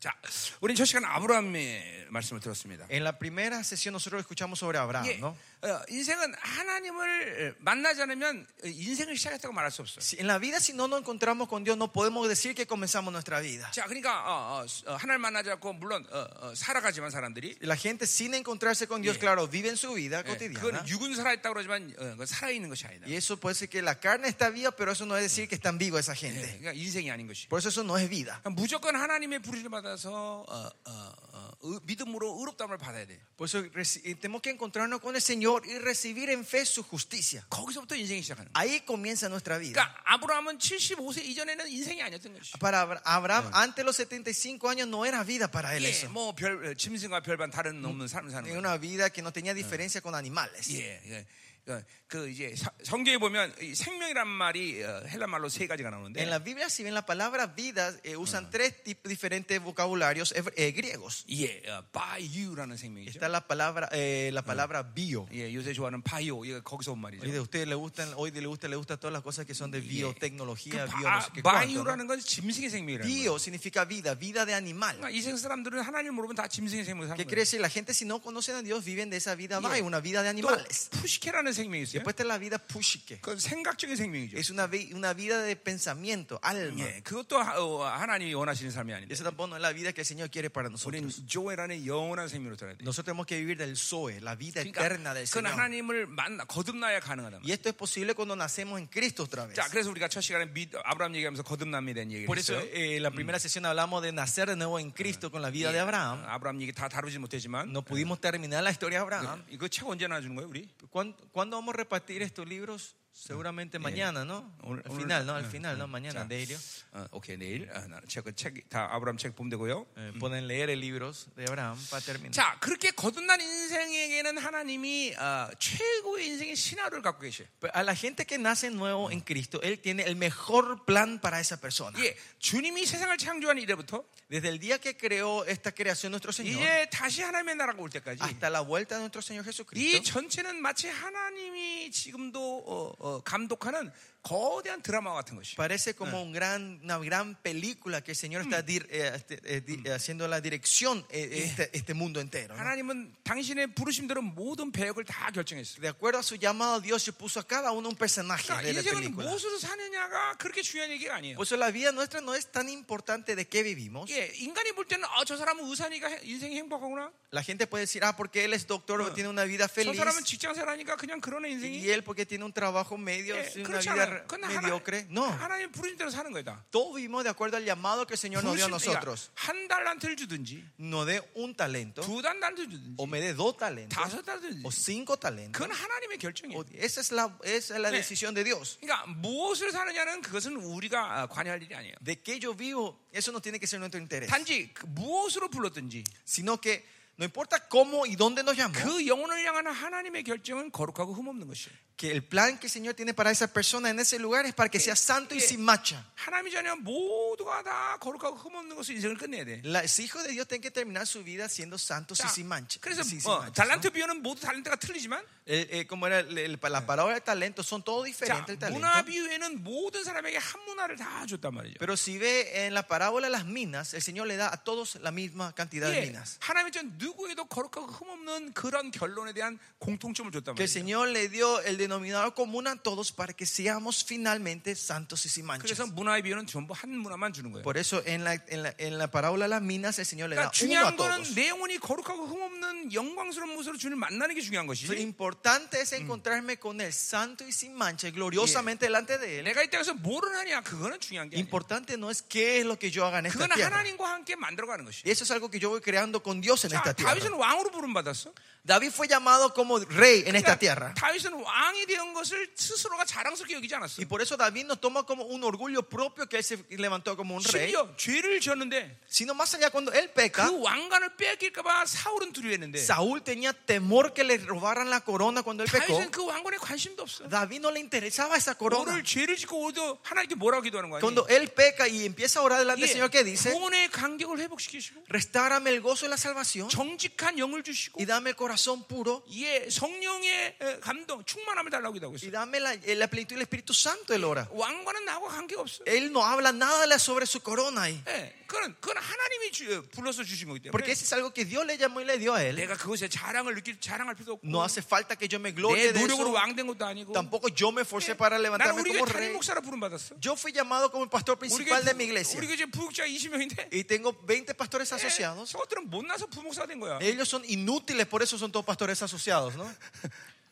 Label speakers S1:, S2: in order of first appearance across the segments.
S1: 자, 우린 첫 시간 아브라함의 말씀을 들었습니다.
S2: En la primera sesión nosotros escuchamos sobre Abraham,
S1: 이게,
S2: ¿no?
S1: 어, 인생은 하나님을 만나지 않으면 인생을 시작했다고 말할 수 없어요.
S2: Si- en la vida si no nos encontramos con Dios no podemos decir que comenzamos nuestra vida.
S1: 자, 그러니까 어, 어, 어, 하나님을 만나지 않고 물론 어, 어, 살아가지만 사람들이
S2: La gente sin encontrarse con Dios, claro, vive en su vida
S1: 예,
S2: cotidiana.
S1: 그건 육은 살아있다고 그러지만 어, 그건 살아있는 것이 아니다.
S2: Y eso puede ser que la carne está viva, pero eso no es decir que están vivos esa
S1: 예,
S2: gente.
S1: 그러니까 인생이 아닌 것이.
S2: Por eso eso no es vida.
S1: 그러니까 무조건 하나님의 부르심을 받아서 어, 어, 어, 의- 믿음으로 의롭다함을 받아야 돼.
S2: Por eso reci- eh, tenemos que encontrarnos con el Señor y recibir en fe su justicia.
S1: 거기서부터 인생이 시작하는 거야.
S2: Ahí comienza nuestra vida.
S1: 그러니까 아브라함은 75세 이전에는 인생이 아니었던 것이.
S2: Para Abra- Abraham, antes de los 75 años no era vida para él
S1: 예,
S2: eso.
S1: 뭐별 어, 네, 짐승과 별반 다른 없는 삶을 사는 거야.
S2: Era una vida que no tenía diferencia con animales.
S1: 예, 예. 그, 그 이제 사- 성경에 보면 이 생명이란 말이 어, 헬라 말로 세 가지가 나오는데
S2: En la Biblia, si ven la palabra vida, eh, usan tres tip- diferentes vocabularios eh, eh, griegos.
S1: 예, 어, by you라는 생명이죠.
S2: Está la palabra, eh, la palabra bio.
S1: 예, 요새 좋아하는 바이오, 이거 거기서 온 말이죠.
S2: Hoy de ustedes le gustan, hoy de le gusta, le gusta todas las cosas que son de biotecnología, bio, no sé qué
S1: 그 바,
S2: cuánto,
S1: 이오라는
S2: ¿no?
S1: 건 짐승의 생명이라는 거예요.
S2: Bio significa vida, vida de animal.
S1: 그러니까 이생 사람들은 하나님 모르면 다 짐승의 생명을 사는
S2: ¿Qué
S1: 거예요.
S2: quiere decir? La gente si no conocen a Dios viven de esa vida
S1: Yeah.
S2: hay una vida de
S1: 또
S2: animales.
S1: 푸시케라는 생명이 있어요.
S2: Después está la vida pushike.
S1: 그건 생각적인 생명이죠.
S2: Es una, vi- una vida de pensamiento, alma.
S1: 예, 그것도 하- 어, 하나님이 원하시는 삶이 아닌데.
S2: Esa tampoco no es la vida que el Señor quiere para nosotros.
S1: 우리는 조회라는 영원한 생명으로 살아야 돼.
S2: Nosotros tenemos que vivir del Zoe, la vida
S1: 그러니까
S2: eterna del
S1: 그건
S2: Señor.
S1: 하나님을 만나 거듭나야 가능하다.
S2: Y esto es posible cuando nacemos en Cristo otra vez.
S1: 자, 그래서 우리가 첫 시간에 믿- 아브라함 얘기하면서 거듭남에 대한 얘기를
S2: Por eso
S1: 했어요.
S2: eh, en la primera sesión hablamos de nacer de nuevo en Cristo con la vida de Abraham.
S1: 예. 아브라함 얘기 다 다루지 못했지만 그,
S2: No pudimos terminar la historia de Abraham.
S1: 이거 책 언제 나눠주는 거예요, 우리?
S2: ¿Cuán- ¿Cuándo, vamos a repartir estos libros? Seguramente mañana, ¿no?
S1: Ol-
S2: Al
S1: ol-
S2: final, ¿no? Al
S1: eh,
S2: final, ¿no?
S1: 자,
S2: Mañana, Delio.
S1: 어, 오케이 내일 아, 나 책, 책, 다 아브라함 책 보면 되고요.
S2: Eh, pueden leer el libros de Abraham para terminar.
S1: 자, 그렇게 거듭난 인생에게는 하나님이 아, 최고의 인생의 신화를 갖고 계셔요.
S2: Pero A la gente que nace nuevo en Cristo, Él tiene el mejor plan para esa persona.
S1: 예, 주님이 세상을 창조한 이래부터
S2: Desde el día que creó esta creación nuestro Señor
S1: 이제 다시 하나님의 나라가 올 때까지
S2: hasta la vuelta de nuestro Señor
S1: 이
S2: Jesucristo.
S1: 전체는 마치 하나님이 지금도 어, 어, 감독하는 거대한 드라마 같은 것이.
S2: Parece como un gran, una gran película que el Señor está dir- eh, este, eh, di- eh, haciendo la dirección eh, este, este mundo entero. ¿no?
S1: 하나님은 당신의 부르심대로 모든 배역을 다 결정했어요.
S2: De acuerdo a su llamado, Dios se puso a cada uno un personaje
S1: 그러니까
S2: de la
S1: 인생은
S2: película.
S1: 무엇으로 사느냐가 그렇게 중요한 얘기가 아니에요.
S2: Por eso la vida nuestra no es tan importante de qué vivimos.
S1: 예, 인간이 볼 때는 어, 저 사람은 의사니까 해- 인생이 행복하구나.
S2: La gente puede decir, ah, porque él es doctor o tiene una vida
S1: 저
S2: feliz.
S1: 사람은 직장생활하니까 그냥 그러네 인생이.
S2: Y él porque tiene un trabajo medio,
S1: 예,
S2: una
S1: 그렇지
S2: vida
S1: 않아요. 그건
S2: mediocre.
S1: 하나,
S2: No,
S1: 하나님 부르심대로 사는 거다. 그러니까
S2: todos vivimos de acuerdo al llamado que el Señor nos dio a nosotros.
S1: 한 달란트를 주든지,
S2: No dé un talento,
S1: 두 달란트 주든지,
S2: o me dé dos talentos,
S1: 다섯 달란트
S2: o
S1: 주든지.
S2: cinco talentos.
S1: 그건 하나님의 결정이에요.
S2: O- Esa es la, esa es la
S1: 네.
S2: decisión de Dios.
S1: 그러니까 무엇을 사느냐는 그것은 우리가 아, 관여할 일이 아니에요.
S2: De que yo vivo, eso no tiene que ser nuestro interés.
S1: 단지 그 무엇으로 불렀든지
S2: Sino que no importa cómo y dónde nos llamó.
S1: 그 영혼을 향한 하나님의 결정은 거룩하고 흠없는 것이에요.
S2: que el plan que el Señor tiene para esa persona en ese lugar es para que sea santo y sin mancha.
S1: 하나님이 전에 모두가 다 거룩하고 흠없는 것으로 인생을 끝내야 돼.
S2: La- Los hijos de Dios tienen que terminar su vida siendo santos
S1: 자,
S2: y sin mancha.
S1: 그래서
S2: sin- sin
S1: 어,
S2: manchas, ¿no?
S1: 달란트 비유는 모두 달란트가 틀리지만
S2: El- eh, como era el- el- la palabra de talento, son todos
S1: 자,
S2: diferentes el talento.
S1: 문화 비유에는 모든 사람에게 한 문화를 다 줬단 말이죠.
S2: Pero si ve en la parábola de las minas, el Señor le da a todos la misma cantidad de
S1: 예,
S2: minas.
S1: 하나님이 전 누구에도 거룩하고 흠없는 그런 결론에 대한 공통점을 줬단
S2: Que el
S1: 말이죠.
S2: Señor le dio el denominador común a todos para que seamos finalmente santos y sin manchas.
S1: 그래서 문화의 비유는 전부 한 문화만 주는 거예요.
S2: Por eso en la, en, la, en la parábola de las minas, el Señor le
S1: 그러니까
S2: da uno
S1: 중요한
S2: a todos.
S1: 거는 내 영혼이 거룩하고 흠없는 영광스러운 모습으로 주님을 만나는 게 중요한
S2: Lo
S1: 것이지.
S2: importante es encontrarme con el santo y sin mancha, y gloriosamente delante de él.
S1: 내가 이 땅에서 뭐를 하냐 그거는 중요한 게 아니에요.
S2: Importante no es qué es lo que yo haga en esta
S1: 그거는
S2: tierra.
S1: 하나님과 함께 만들어가는 것이.
S2: Eso es algo que yo voy creando con Dios en
S1: 자,
S2: esta tierra.
S1: 다윗은 왕으로 부름 받았어.
S2: David fue llamado como rey en esta tierra.
S1: 다윗은 왕이 된 것을 스스로가 자랑스럽게 여기지 않았어.
S2: Y por eso David no toma como un orgullo propio que él se levantó como un rey,
S1: 심지어 죄를 지었는데
S2: sino más allá cuando él peca,
S1: 그 왕관을 빼앗길까봐 사울은 두려워했는데
S2: Saúl tenía temor que le robaran la corona cuando él pecó.
S1: 다윗은 그 왕관에 관심도 없어.
S2: David no le interesaba esa corona.
S1: 오늘 죄를 짓고 오도 하나님께 뭐라고 기도하는 거야?
S2: Cuando él peca y empieza a orar delante del Señor que dice,
S1: 구원의 간격을 회복시키시고
S2: restárame el gozo de la salvación.
S1: 정직한 영을 주시고
S2: y dame el corazón puro
S1: 예 성령의 에, 감동 충만함을 하나님을 달라고 기도하고
S2: Y
S1: 있어요.
S2: dame la, eh, la plenitud del Espíritu Santo, él ora.
S1: 왕과는 나하고 관계가 없어.
S2: Él no habla nada la- sobre su corona ahí.
S1: 예, 그건 그건 하나님이 주, 어, 불러서 주신 거기 때문에
S2: Porque ese es algo que Dios le llamó y le dio a él.
S1: 내가 그것에 자랑을 느낄 자랑할 필요도 없고
S2: No hace falta que yo me
S1: 내
S2: glorie de
S1: 노력으로
S2: eso.
S1: 왕된 것도 아니고
S2: Tampoco yo me esforcé para
S1: 나는
S2: levantarme
S1: 우리
S2: como
S1: 교회 담임
S2: rey.
S1: 목사로 부름 받았어.
S2: Yo fui llamado como el pastor
S1: 우리
S2: principal de mi
S1: 교회
S2: iglesia.
S1: 우리 교회 부육자 20명인데
S2: Y tengo 20 pastores asociados.
S1: 저것들은 못 나서 부목사가 된 거야.
S2: Ellos son inútiles, por eso son todos pastores asociados, ¿no?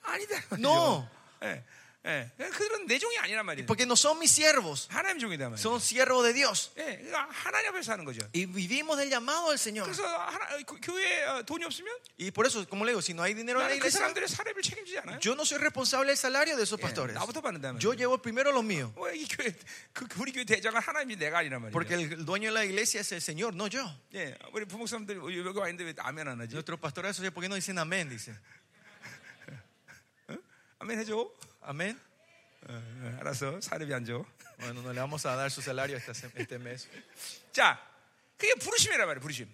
S1: 아니다.
S2: No.
S1: 예, 예. 그들은 내 종이 아니란 말이야.
S2: Porque no son mis siervos,
S1: 하나님 종이다 말이야.
S2: son siervos de Dios.
S1: 예, 그러니까 하나님 앞에서 사는 거죠.
S2: Y vivimos del llamado del Señor.
S1: 그래서 하나, 어, 그- 교회에 어, 돈이 없으면
S2: Y por eso, como le digo, si no hay dinero en la
S1: 나는 그
S2: iglesia,
S1: 사람들의 사례를 책임지지 않아요.
S2: yo no soy responsable del salario de esos
S1: 예,
S2: pastores.
S1: 나부터 받는다면.
S2: Yo llevo primero lo mío.
S1: 어, 이 교회 그 우리 교회 대장은 하나님이 내가 아니란 말이야.
S2: Porque el dueño de la iglesia es el Señor, no yo.
S1: 예, 우리 부목사님들 여기 와 있는데 왜 아멘 안 하지?
S2: Nuestros pastores asociados, ¿por qué no dicen amén? Dice.
S1: 아멘 해줘. 어,
S2: Amén.
S1: 어, 알았어. 사례비 안 줘.
S2: Bueno, no le vamos a dar su salario esta se- este mes.
S1: 자, 그게 부르심이란 말이야. 부르심.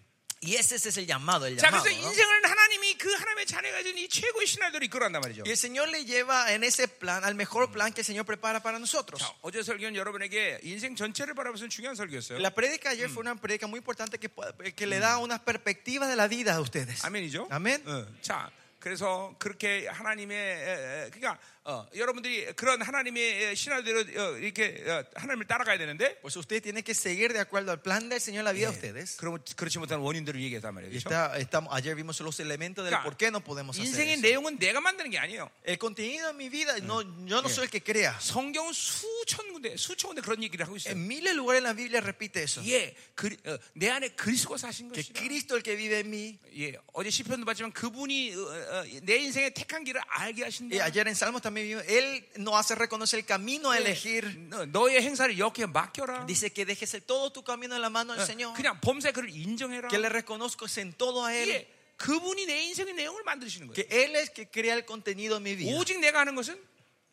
S2: Y ese, ese es el llamado, el
S1: 자,
S2: llamado.
S1: 그래서
S2: ¿no?
S1: 인생을 하나님이 그 하나님의 자녀가 준 이 최고의 신화대로 이끌어간단 말이죠.
S2: Y el Señor le lleva en ese plan, al mejor plan que el Señor prepara para nosotros.
S1: 자, 어제 설교는 여러분에게 인생 전체를 바라보는 중요한 설교였어요.
S2: La prédica ayer fue una prédica muy importante que, eh, que le da unas perspectivas de la vida a ustedes.
S1: 아멘이죠.
S2: Amén.
S1: 어, 자, 그래서 그렇게 하나님의 에, 에, 그러니까 어, 여러분들이 그런 하나님의 신화대로 어, 이렇게 어, 하나님을 따라가야 되는데 예,
S2: Pues usted tiene que seguir de acuerdo al plan del Señor en la vida
S1: Eh,
S2: de ustedes.
S1: 그러면 그렇지 못한 원인들을 얘기했단 말이에요.
S2: Y
S1: 그렇죠?
S2: está, estamos- ayer vimos los elementos del
S1: Claro.
S2: por qué no podemos hacer
S1: 인생의
S2: eso.
S1: 내용은 내가 만드는 게 아니에요.
S2: El contenido de mi vida, no, yo no soy el que crea.
S1: 성경은 수천 군데, 수천 군데 그런 얘기를 하고 있어요.
S2: En miles de lugares en la Biblia repite eso.
S1: 예, 그리- 어, 내 안에 그리스도가 사신
S2: Que
S1: 것이다.
S2: Cristo el que vive en mí.
S1: 예, 어제 시편도 봤지만 그분이 어, 어, 내 인생의 택한 길을 알게 하신다.
S2: Y Eh, ayer en Salmos también vimos, Él nos hace reconocer el camino a elegir.
S1: 예, 너- 너의 행사를 여기에 맡겨라.
S2: Dice que dejes el- todo tu camino en la mano del
S1: 어,
S2: Señor.
S1: 그냥 범사에 그를 인정해라.
S2: Que le reconozcas en todo a Él.
S1: 예, 그분이 내 인생의 내용을 만드시는 거예요.
S2: Que Él es que crea el contenido de mi vida.
S1: 오직 내가 하는 것은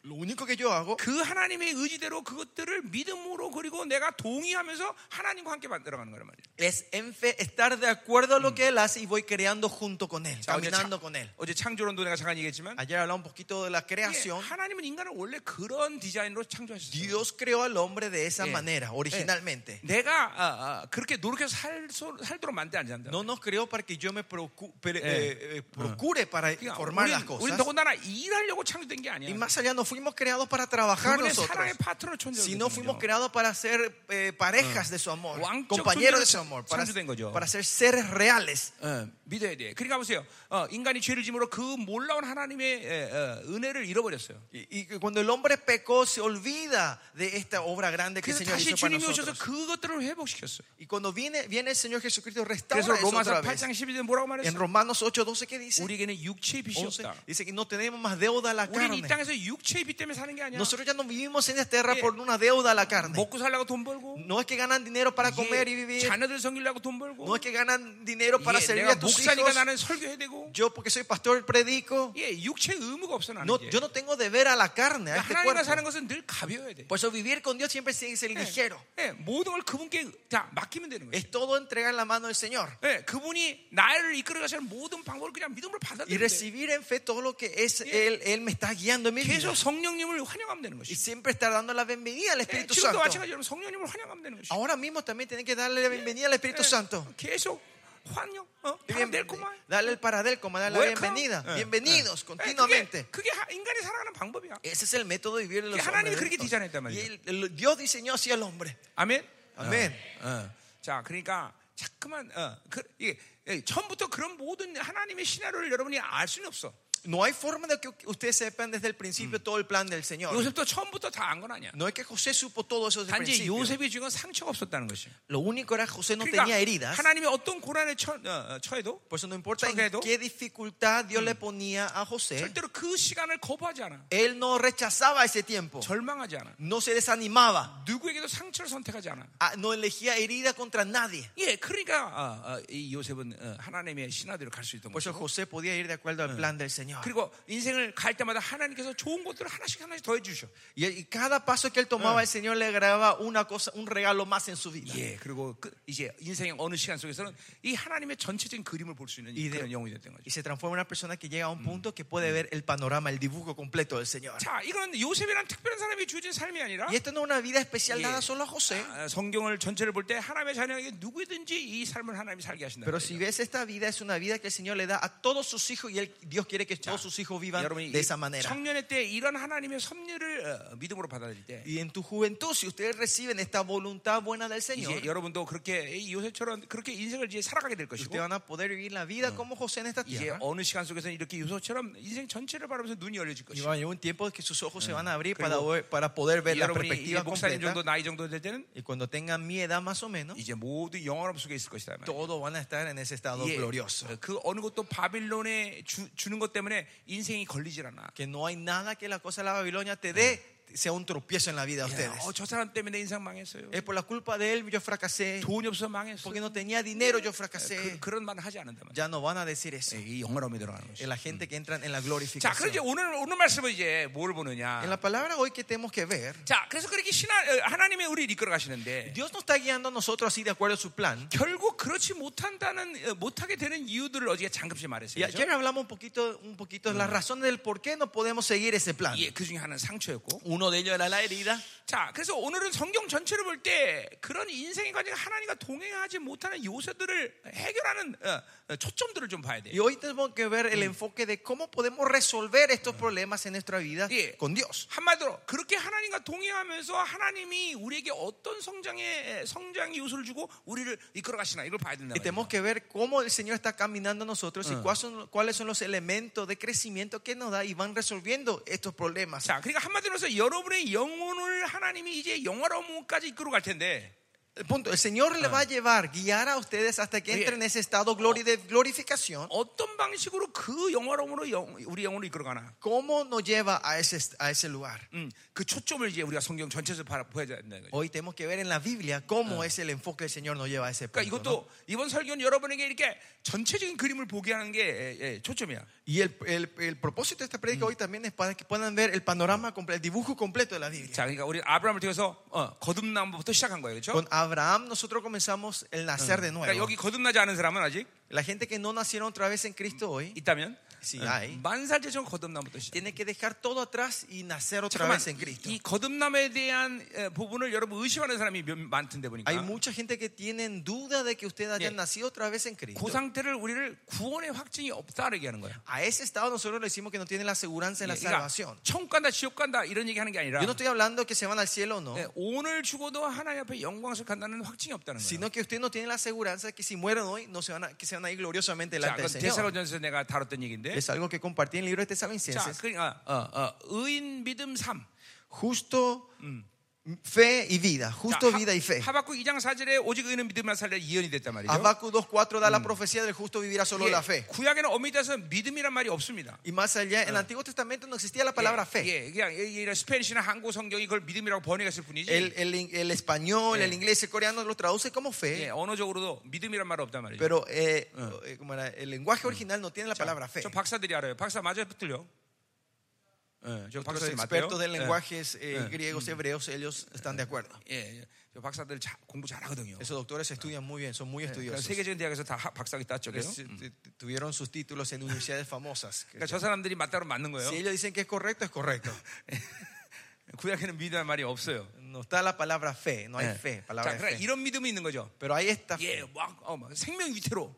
S2: Lo único que yo hago
S1: 그 하나님의 의지대로 그것들을 믿음으로 그리고 내가 동의하면서 하나님과 함께 만들어가는 거란 말이에요.
S2: es en fe, estar de acuerdo a lo que Él hace y voy creando junto con Él,
S1: 자, 어제, 창,
S2: caminando con Él.
S1: 어제 창조론도 내가 잠깐 얘기했지만
S2: Ayer hablaba un poquito de la
S1: 예,
S2: creación.
S1: 하나님은 인간을 원래 그런 디자인으로 창조하셨어요.
S2: Dios creó al hombre de esa
S1: Yeah.
S2: manera, originalmente.
S1: 내가 아, 아, 그렇게 노력해서 살, 소- 살도록 만들지 않는다.
S2: No nos creó para que yo me procu- pre-
S1: Yeah.
S2: eh, eh, procure para formar las
S1: 그러니까 우리, 우리
S2: cosas.
S1: 더군다나 일하려고 창조된 게 아니야.
S2: Y más allá, no fuimos creados para trabajar
S1: 그분의
S2: nosotros,
S1: 사랑의 파트너
S2: sino fuimos
S1: 존재였거든요.
S2: creados para ser eh, parejas de su amor,
S1: 왕적
S2: compañeros de
S1: 존재로
S2: su amor, para,
S1: 창조된 거죠.
S2: para ser seres reales.
S1: 어, 믿어야 돼. 그러니까 보세요. 어, 인간이 죄를 지므로 그 몰라온 하나님의 에, 어, 은혜를 잃어버렸어요.
S2: Y, y cuando el hombre pecó, se olvida de esta obra grande que el
S1: 그래서
S2: Señor
S1: 다시
S2: hizo para
S1: 주님이 오셔서
S2: nosotros.
S1: 그것들을 회복시켰어요.
S2: Y cuando viene, viene el Señor Jesucristo,
S1: 그래서
S2: restaura eso
S1: 로마서
S2: otra vez.
S1: 8장 12절 뭐라고
S2: En
S1: 말했어요?
S2: Romanos 8:12, ¿qué dice?
S1: 우리에게는 육체의 빚이
S2: 11,
S1: 없다.
S2: dice que no tenemos más deuda a la
S1: 우리는 이
S2: carne.
S1: 땅에서 육체의 빚 때문에 사는 게 아니야.
S2: Nosotros ya no vivimos en esta tierra
S1: Yeah.
S2: por una deuda a la carne.
S1: 먹고 살라고 돈 벌고,
S2: No es que ganan dinero para comer y
S1: 예,
S2: vivir.
S1: 자녀들 섬기려고 돈 벌고,
S2: No es que ganan dinero para
S1: 예,
S2: servir
S1: 내가
S2: a tus
S1: 목사니까
S2: hijos.
S1: 나는 설교해야 되고,
S2: Yo porque soy pastor predico.
S1: 예, 육체 의무가 없어 나는.
S2: No,
S1: 이제. 그러니까
S2: yo no tengo deber a la carne, a este
S1: 하나님과 사는
S2: cuerpo.
S1: 것은 늘 가벼워야 돼.
S2: Por eso vivir con Dios siempre tiene que ser ligero.
S1: 예, 예, 모든 걸 그분께 다 맡기면 되는 거예요.
S2: Es todo entregar en la mano del Señor.
S1: 예, 그분이 나를 이끌어 가시는 모든 방법을 그냥 믿음으로
S2: Y
S1: 받아들이면 돼.
S2: recibir en fe todo lo que es Él. Él me está guiando en mi vida.
S1: 계속 성령님을 환영하면 되는
S2: Y
S1: 것이.
S2: siempre estar dando la bienvenida al
S1: 예,
S2: Espíritu
S1: 지금도
S2: Santo.
S1: 마찬가지로 성령님을 환영하면 되는 것이.
S2: Ahora mismo también tienen que darle la bienvenida al
S1: Eh,
S2: Espíritu Santo.
S1: 계속 환영, 어,
S2: Bien-
S1: 반대일구만.
S2: Dale el paradelco, dale la
S1: Welcome.
S2: bienvenida.
S1: Eh,
S2: Bienvenidos
S1: 예, 그게,
S2: continuamente.
S1: 그게 하- 인간이 살아가는 방법이야.
S2: Ese es el método de vivir de los
S1: Que 하나님이
S2: hombres.
S1: 그렇게 디자인했단
S2: Y
S1: 말이죠.
S2: el- el- Dios diseñó así al hombre.
S1: 아멘.
S2: 아멘.
S1: 어, 어. 자, 그러니까 자꾸만 어, 그, 예, 예, 처음부터 그런 모든 하나님의 시나리오를 여러분이 알 수는 없어.
S2: No hay forma de que ustedes sepan desde el principio
S1: Mm.
S2: todo el plan del Señor.
S1: 요셉도 처음부터 다 안 건 아니야.
S2: No es que José supo todo eso desde el
S1: 단지
S2: principio.
S1: 네. 요셉이 지금 상처가 없었다는 것이.
S2: Lo único era que José no
S1: 그러니까
S2: tenía heridas.
S1: 하나님이 어떤 고난에 처, 어, 어, 처해도
S2: Por eso no importa en
S1: Choquedo.
S2: qué dificultad Dios
S1: Mm.
S2: le ponía a José,
S1: 절대로 그 시간을 거부하지 않아.
S2: él no rechazaba ese tiempo.
S1: 절망하지 않아.
S2: No se desanimaba.
S1: 누구에게도 상처를 선택하지 않아.
S2: Ah, No elegía herida contra nadie.
S1: 예, 그러니까 어, 어, 이 요셉은 어, 하나님의 신하대로 갈 수 있던
S2: Por
S1: 거죠.
S2: Ah. eso José podía ir de acuerdo al plan del Señor.
S1: 그리고 인생을 갈 때마다 하나님께서 좋은 것들을 하나씩 하나씩 더해 주셔.
S2: Y, y cada paso que él tomaba, el Señor le agregaba una cosa, un regalo más en su vida.
S1: 예, 그리고 그 이제 인생의 어느 시간 속에서는 이 하나님의 전체적인 그림을 볼 수 있는
S2: 이
S1: 그런
S2: 대-
S1: 영웅이 됐던 거죠.
S2: Y se transforma en una persona que llega a un punto que puede ver el panorama, el dibujo completo del Señor.
S1: 자, 이건 요셉이란 특별한 사람이 주어진 삶이 아니라
S2: Y Ah, esto no es una vida
S1: 예.
S2: especial dada solo a José.
S1: 아, 성경을 전체를 볼 때 하나님의 자녀에게 누구든지 이 삶을 하나님이 살게 하신다.
S2: Pero si ves esta vida, es una vida que el Señor le da a todos sus hijos y él- Dios quiere que todos sus hijos vivan
S1: 그러니까 여러분이
S2: de esa
S1: 이
S2: manera.
S1: 청년의 때 이런 하나님의 섭리를 어, 믿음으로 받아들일 때
S2: Y en tu juventud, si ustedes reciben esta voluntad buena del Señor,
S1: 이제 여러분도 그렇게 이 요셉처럼 그렇게 인생을 이제 살아가게 될 것이고
S2: ustedes van a poder vivir la vida como José en esta
S1: 이제
S2: tierra.
S1: 어느 시간 속에서는 이렇게 요셉처럼 인생 전체를 바라보면서 눈이 열려질
S2: Y
S1: 것이고
S2: va a llegar un tiempo que sus ojos se van a
S1: 그리고
S2: abrir para, ver- para poder ver la
S1: 여러분이 이제
S2: perspectiva
S1: 목사님 정도
S2: completa.
S1: 나이 정도 될 때는
S2: Y cuando tengan mi edad más o menos,
S1: 이제 모두 영원함 속에 있을 것이다. 말이야.
S2: todos van a estar en ese estado
S1: 예,
S2: glorioso.
S1: 그 어느 것도 바빌론에 주, 주는 것 때문에 인생이 걸리질 않아.
S2: Que no hay nada que la cosa de la Babilonia te dé sea un tropiezo en Mm. la vida
S1: 야,
S2: de ustedes.
S1: 어, 저 사람 때문에 내 인생 망했어요.
S2: Es por la culpa de él yo fracasé.
S1: 돈이 없어서 망했어.
S2: Porque no tenía dinero yo
S1: 그,
S2: fracasé.
S1: 그런 말을 하지 않는다. 말이야.
S2: Ya no van a decir eso.
S1: 예, 이 영원함에 들어가는
S2: Es
S1: 거죠.
S2: la gente que entran en la
S1: 자, 그럼 이제
S2: glorificación.
S1: 오늘 오늘 말씀은 이제 뭘
S2: En
S1: 보느냐.
S2: la palabra hoy que tenemos que ver,
S1: 자, 그래서 그렇게 신하, 어, 하나님의 우리를 이끌어 가시는데
S2: Dios nos está guiando a nosotros así de acuerdo a su plan.
S1: 결국 그렇지 못한다는 어, 못하게 되는 이유들을 어제 잠깐씩
S2: Y
S1: 말했어요. 그죠?
S2: ayer hablamos un poquito, un poquito de las razones del por qué no podemos seguir ese plan.
S1: 예, 그 중에 하나는 상처였고.
S2: Uno de ellos era la herida.
S1: 자, 그래서 오늘은 성경 전체를 볼 때 그런 인생의 과정 하나님과 동행하지 못하는 요소들을 해결하는 어, 어, 초점들을 좀 봐야
S2: Y
S1: 돼요.
S2: hoy tenemos que ver el enfoque de cómo podemos resolver estos problemas en nuestra vida
S1: Yeah.
S2: con Dios.
S1: 한마디로 그렇게 하나님과 동행하면서 하나님이 우리에게 어떤 성장의 성장 요소를 주고 우리를 이끌어 가시나 이걸 봐야 된다.
S2: Y tenemos que ver cómo el Señor está caminando a nosotros y cuáles son, cuáles son los elementos de crecimiento que nos da y van resolviendo estos problemas.
S1: 자, 그러니까 한마디로 해서 여러분의 영혼을 하나님이 이제 영화로움까지 이끌어 갈 텐데
S2: El punto, el Señor le va a llevar, guiar a ustedes hasta que
S1: Oye.
S2: entren en ese estado glori- de glorificación.
S1: 어떤 방식으로 그 영화로움으로 영- 우리 영혼을 이끌어 가나.
S2: ¿Cómo nos lleva a ese, a ese lugar?
S1: 음, 그 초점을 이제 우리가 성경 전체에서 봐- 보여야 된다는 거죠.
S2: Hoy tenemos que ver en la Biblia cómo es el enfoque del Señor nos lleva a ese punto.
S1: 그러니까
S2: ¿no?
S1: 이것도 이번 설교는 여러분에게 이렇게 전체적인 그림을 보게 하는 게 예, 예, 초점이야.
S2: Y el, el- el propósito de esta prédica hoy también es para que puedan ver el panorama, comple- el dibujo completo de la Biblia.
S1: 자, 그러니까 우리 아브라함을 통해서 어, 거듭남부터 시작한 거예요, 그렇죠?
S2: Con Abraham nosotros comenzamos el nacer de
S1: 그러니까
S2: nuevo.
S1: 여기 거듭나지 않은 사람은 아직
S2: La gente que no nacieron otra vez en Cristo hoy
S1: 있다면
S2: Sí,
S1: 어,
S2: hay.
S1: 만살째 전 거듭남부터 시작.
S2: tiene que dejar todo atrás y nacer otra
S1: 잠깐만
S2: vez en Cristo.
S1: 이 거듭남에 대한 에, 부분을 여러분 의심하는 사람이 몇- 많던데 보니까
S2: Hay mucha gente que tienen duda de que ustedes hayan
S1: Yeah.
S2: nacido otra vez en Cristo.
S1: 그 상태를 우리를 구원의 확증이 없다 이렇게 하는 거야.
S2: A ese estado nosotros le decimos que no tienen la seguridad en la
S1: 그러니까
S2: salvación.
S1: 천국 간다 지옥 간다 이런 얘기 하는 게 아니라
S2: Yo no estoy hablando que se van al cielo o no,
S1: 네, 오늘 죽어도 하나님 앞에 영광스럽게 간다는 확증이 없다는 거예요.
S2: sino que ustedes no tienen la seguridad de que si mueren hoy, no se van a, que se van a ir gloriosamente
S1: 자,
S2: delante
S1: 그
S2: del Señor.
S1: 데살로전서 내가 다뤘던 얘기인데.
S2: Es algo que compartí en el libro de
S1: 자,
S2: Tesalonicenses.
S1: 그러니까 어, 어, 의인 믿음 삶.
S2: Justo, fe y vida. Justo, vida y fe.
S1: 하박국 2장 4절에 오직 의인은 믿음만 살려 이언이 됐단 말이죠.
S2: Habacuc 2.4 da la profecía del justo vivirá solo
S1: 예,
S2: la fe.
S1: 구약에는 어미다서 믿음이란 말이 없습니다.
S2: Y más allá, en el Antiguo Testamento no existía la palabra
S1: 예,
S2: fe.
S1: 예, 그냥 이- 이런 스페인이나 한국 성경이 그걸 믿음이라고 번역했을 뿐이지.
S2: El, el, el español,
S1: Yeah.
S2: el inglés, el coreano lo traduce como fe.
S1: 예, 언어적으로도 믿음이란 말 없단 말이죠.
S2: Pero eh, eh, ¿cómo era? el lenguaje original no tiene la palabra fe.
S1: 저 박사들이 알아요. 박사 맞아요, 붙들려. 예, 저
S2: Los
S1: 박사들이 맞대요.
S2: expertos de
S1: 예.
S2: lenguajes eh, griegos, hebreos, ellos están de acuerdo.
S1: 예, 예. 저 박사들 자- 공부 잘하거든요.
S2: Esos doctores estudian muy bien, son muy
S1: 그러니까
S2: estudiosos.
S1: 세계적인 대학에서 다 하- 박사학위 땄죠. 그죠?
S2: Les- t- t- Tuvieron sus títulos en universidades famosas.
S1: 그러니까 저 사람들이 맞다면 맞는 거예요.
S2: Si ellos dicen que es correcto, es correcto.
S1: 구약에는 믿음이란 말이 없어요.
S2: No está la palabra fe, no hay
S1: 예.
S2: fe,
S1: 자,
S2: palabra
S1: 그러니까
S2: de fe.
S1: 이런 믿음이 있는 거죠.
S2: Pero ahí está,
S1: 예, 막, 어, 막 생명 위태로.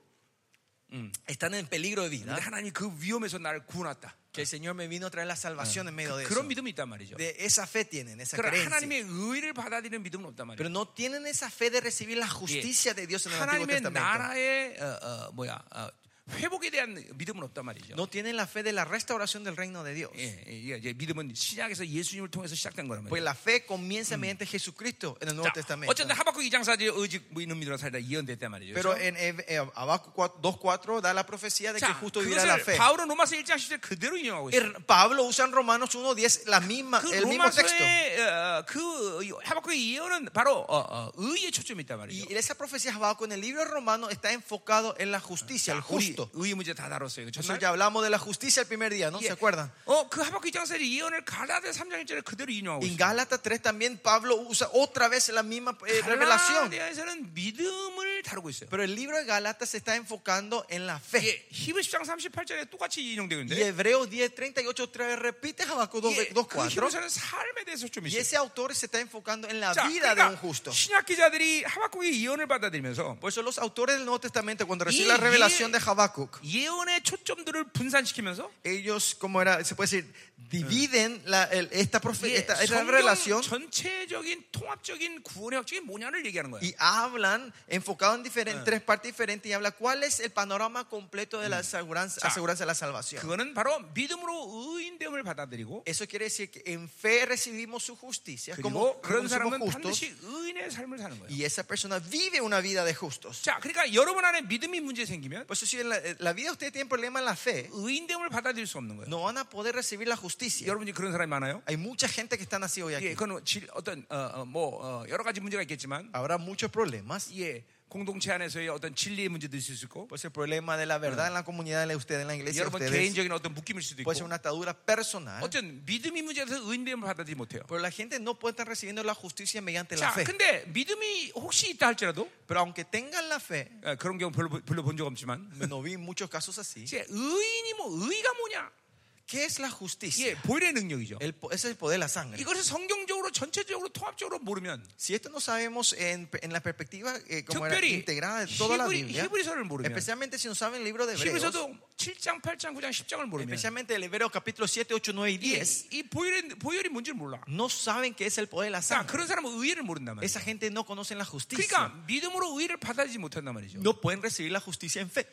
S2: están en peligro de
S1: 근데
S2: vida.
S1: 하나님 그 위험에서 나를 구원했다.
S2: Que el Señor me vino a traer la salvación en medio de eso.
S1: 그런 믿음이 있단 말이죠.
S2: De esa fe tienen, esa
S1: 그러나
S2: creencia.
S1: 하나님의 의를 받아들이는 믿음은 없단 말이에요.
S2: Pero no tienen esa fe de recibir la
S1: 예.
S2: justicia de Dios en el Antiguo
S1: 하나님의
S2: Testamento.
S1: 나라의 어, 어, 뭐야 어, 회복에 대한 믿음은 없단 말이죠.
S2: No tienen la fe de la restauración del reino de Dios.
S1: 예, 예, 예, 믿음은 신약에서 예수님을 통해서 시작된 거란
S2: Pues
S1: 말이에요.
S2: la fe comienza mediante Jesucristo en el Nuevo
S1: 자,
S2: Testamento.
S1: 어쨌든 하박국 2장 4절에 의직 뭐 있는 믿음으로 살다 예언됐단 말이죠.
S2: Pero
S1: 그렇죠?
S2: en Eb- eh, Habacuc 4- 2.4 da la profecía de que
S1: 자,
S2: justo vivirá la
S1: 그것을
S2: fe.
S1: 바울은 로마서 1장 10절 그대로 인용하고 있어요.
S2: Er- Pablo usa en Romanos 1.10 la misma,
S1: 그
S2: el mismo texto.
S1: 로마서의 어, 그 하박국의 예언은 바로 어, 어, 의의 초점이 있단 말이죠.
S2: Y esa profecía de Habacuc en el libro romano está enfocado en la justicia, el
S1: 우리
S2: Ah, justo.
S1: 의 문제 다 다뤘어요. 그죠?
S2: Nosotros ya hablamos de la justicia el primer día, ¿no?
S1: 예.
S2: ¿Se acuerdan?
S1: 어, 그 하박국 장사의 예언을 갈라데 3장 1절에 그대로 인용하고
S2: En
S1: 있어요.
S2: Gálatas 3 también Pablo usa otra vez la misma eh, revelación.
S1: 갈라디아에서는 믿음을 daru고 있어요.
S2: Pero el libro de Gálatas se está enfocando en la fe.
S1: 예, 히브 10장 38절에 똑같이 인용되고
S2: Y ¿eh?
S1: 있는데
S2: Hebreos 10, 38 otra vez repite Habacuc
S1: 예,
S2: 2,
S1: 그
S2: 4.
S1: 히브서는 삶에 대해서 좀
S2: Y
S1: 있어요.
S2: ese autor se está enfocando en la
S1: 자,
S2: vida de un
S1: 그러니까
S2: justo.
S1: 신약 기자들이 하박국의 예언을 받아들이면서
S2: Por eso los autores del Nuevo Testamento, cuando
S1: Y-
S2: reciben la revelación de Habacuc,
S1: 예언의 초점들을 분산시키면서
S2: ellos, como era, se puede decir, dividen la- el- esta, profe-
S1: 예,
S2: esta, esta
S1: 성경
S2: relación
S1: 전체적인 통합적인 구원의 확증이 뭐냐를 얘기하는 거예요.
S2: y hablan, enfocado en diferen- tres partes diferentes, y habla cuál es el panorama completo de la aseguranza,
S1: 자,
S2: aseguranza de la salvación.
S1: 그거는 바로 믿음으로 의인됨을 받아들이고
S2: Eso quiere decir que en fe recibimos su justicia,
S1: 그리고 예,
S2: como,
S1: 뭐, 그런
S2: como somos
S1: 사람은
S2: justos,
S1: 반드시 의인의 삶을 사는 거예요.
S2: y esa persona vive una vida de justos.
S1: 자, 그러니까 여러분 안에 믿음이 문제 생기면
S2: Por eso, si en la, en la vida usted tiene problema en la fe,
S1: 의인됨을 받아들일 수 없는 거예요.
S2: no van a poder recibir la justicia.
S1: 여러분이 그런 사람이 예. 많아요?
S2: Hay mucha gente que están así hoy
S1: 예,
S2: aquí.
S1: 그건 질, 어떤 어, 어, 뭐 어, 여러 가지 문제가 있겠지만
S2: Habrá muchos problemas.
S1: 예, 공동체 안에서의 어떤 진리의 문제도 있을 수 있고
S2: Puede ser Pues problema de la verdad en la comunidad de usted, en la iglesia de
S1: 여러분
S2: ustedes.
S1: 개인적인 어떤 묶임일 수도 있고
S2: Puede ser una atadura personal.
S1: 어쨌든 믿음이 문제에서 의인됨을 받아들이지 못해요.
S2: Pero la gente no puede estar recibiendo la justicia mediante la
S1: 자,
S2: fe.
S1: 근데 믿음이 혹시 있다 할지라도
S2: Pero aunque tengan la fe,
S1: 어, 그런 경우 별로, 별로 본 적 없지만
S2: no vi muchos casos así.
S1: 이제 의인이 뭐 의가 뭐냐?
S2: ¿Qué es la
S1: 예,
S2: justicia?
S1: 보일의 능력이죠.
S2: El po- ese es el poder de la sangre.
S1: 이것을 성경적으로 전체적으로 통합적으로 모르면
S2: Si esto no sabemos en, en la perspectiva eh, como era,
S1: 특별히
S2: integrada de toda la
S1: 히브리-
S2: Biblia,
S1: 히브리서를 모르면
S2: especialmente si no saben el
S1: 네,
S2: libro de Hebreos,
S1: 히브리서도 7장, 8장, 9장, 10장을 모르면
S2: especialmente el Hebreo capítulo 7, 8, 9 y
S1: 이,
S2: 10,
S1: 이 보일의 보혈이 뭔지를 몰라.
S2: no saben qué es el poder de la
S1: 자,
S2: sangre.
S1: 그런 사람은 의를 모른단 말이야.
S2: Esa gente no conoce la
S1: 그러니까
S2: justicia.
S1: 믿음으로 의를 받아들이지 못한단 말이죠.
S2: No pueden recibir la justicia en fe.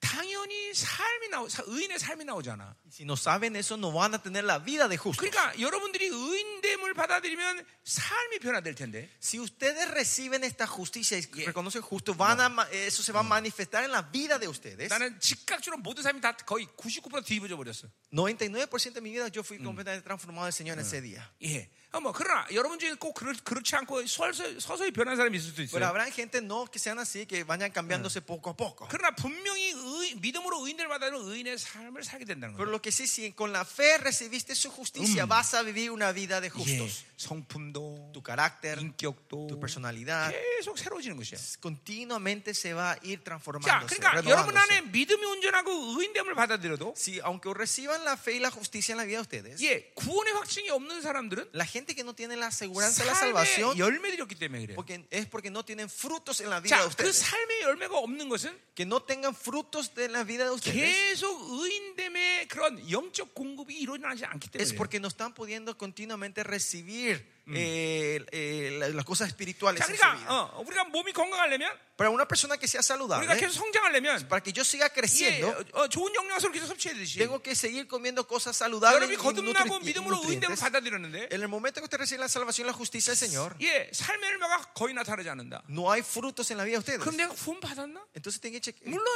S1: 당연히 삶이 나오, 사- 의인의 삶이 나오잖아.
S2: Y Si no saben eso, no van a tener la vida de justo.
S1: 그러니까 여러분들이 의인됨을 받아들이면 삶이 변화될 텐데.
S2: Si ustedes reciben esta justicia y reconocen justo, van a, ma- eso se va a manifestar en la vida de ustedes.
S1: 나는 즉각적으로 모든 삶이 다 거의 99% 뒤집어져 버렸어.
S2: 99% de mi vida yo fui completamente transformado del Señor en ese día.
S1: 예. 어, 뭐 그러나 여러분 중에 꼭 그렇, 그렇지 않고 서서히, 서서히 변한 사람이 있을 수도 있어요.
S2: Pero habrá gente no que sean así, que vayan cambiándose poco a poco.
S1: 그러나 분명히 의- 믿음으로 의인을 받아들이는 의인의 삶을 살게 된다는
S2: Pero
S1: 거예요.
S2: lo que sí, si con la fe recibiste su justicia, vas a vivir una vida de
S1: 예.
S2: justos.
S1: 성품도
S2: Tu carácter,
S1: 인격도 아,
S2: tu personalidad,
S1: 계속 새로워지는 것이야.
S2: continuamente se va a ir
S1: 자,
S2: transformándose.
S1: 그러니까 여러분
S2: renovándose.
S1: 안에 믿음이 온전하고 의인됨을 받아들여도
S2: Si aunque reciban la fe y la justicia en la vida de ustedes,
S1: 예, 구원의 확증이 없는 사람들은
S2: la gente que no tiene la aseguranza de la
S1: 삶의
S2: salvación
S1: 열매들이 없기 때문에 그래요.
S2: porque es porque no tienen frutos en la vida de
S1: 자, 그
S2: ustedes.
S1: 삶의 열매가 없는 것은
S2: Que no tengan frutos de la vida de
S1: 네,
S2: ustedes
S1: 계속 의인됨의 그런 영적 공급이 일어나지 않기
S2: es
S1: 때문에.
S2: porque no están pudiendo continuamente recibir eh, eh, la- las cosas espirituales
S1: 자,
S2: en su vida.
S1: 그러니까 어, 우리가 몸이 건강하려면
S2: Para una persona que sea
S1: 우리가
S2: saludable,
S1: 계속 성장하려면
S2: para que yo siga
S1: 예,
S2: creciendo,
S1: 어, 어, 좋은 영양소를 계속 섭취해야지.
S2: tengo que seguir comiendo cosas saludables.
S1: 여러분이
S2: Y
S1: 거듭나고
S2: nutri- y
S1: 믿음으로 의인됨을
S2: nutrientes.
S1: 받아들였는데
S2: En el momento que usted recibe la salvación y la justicia del Señor,
S1: 예, 삶의 열매가 거의 나타나지 않는다.
S2: no hay frutos en la vida de ustedes.
S1: 그럼 내가 구원 받았나?
S2: Entonces tengo que
S1: 예.
S2: chequear.
S1: 물론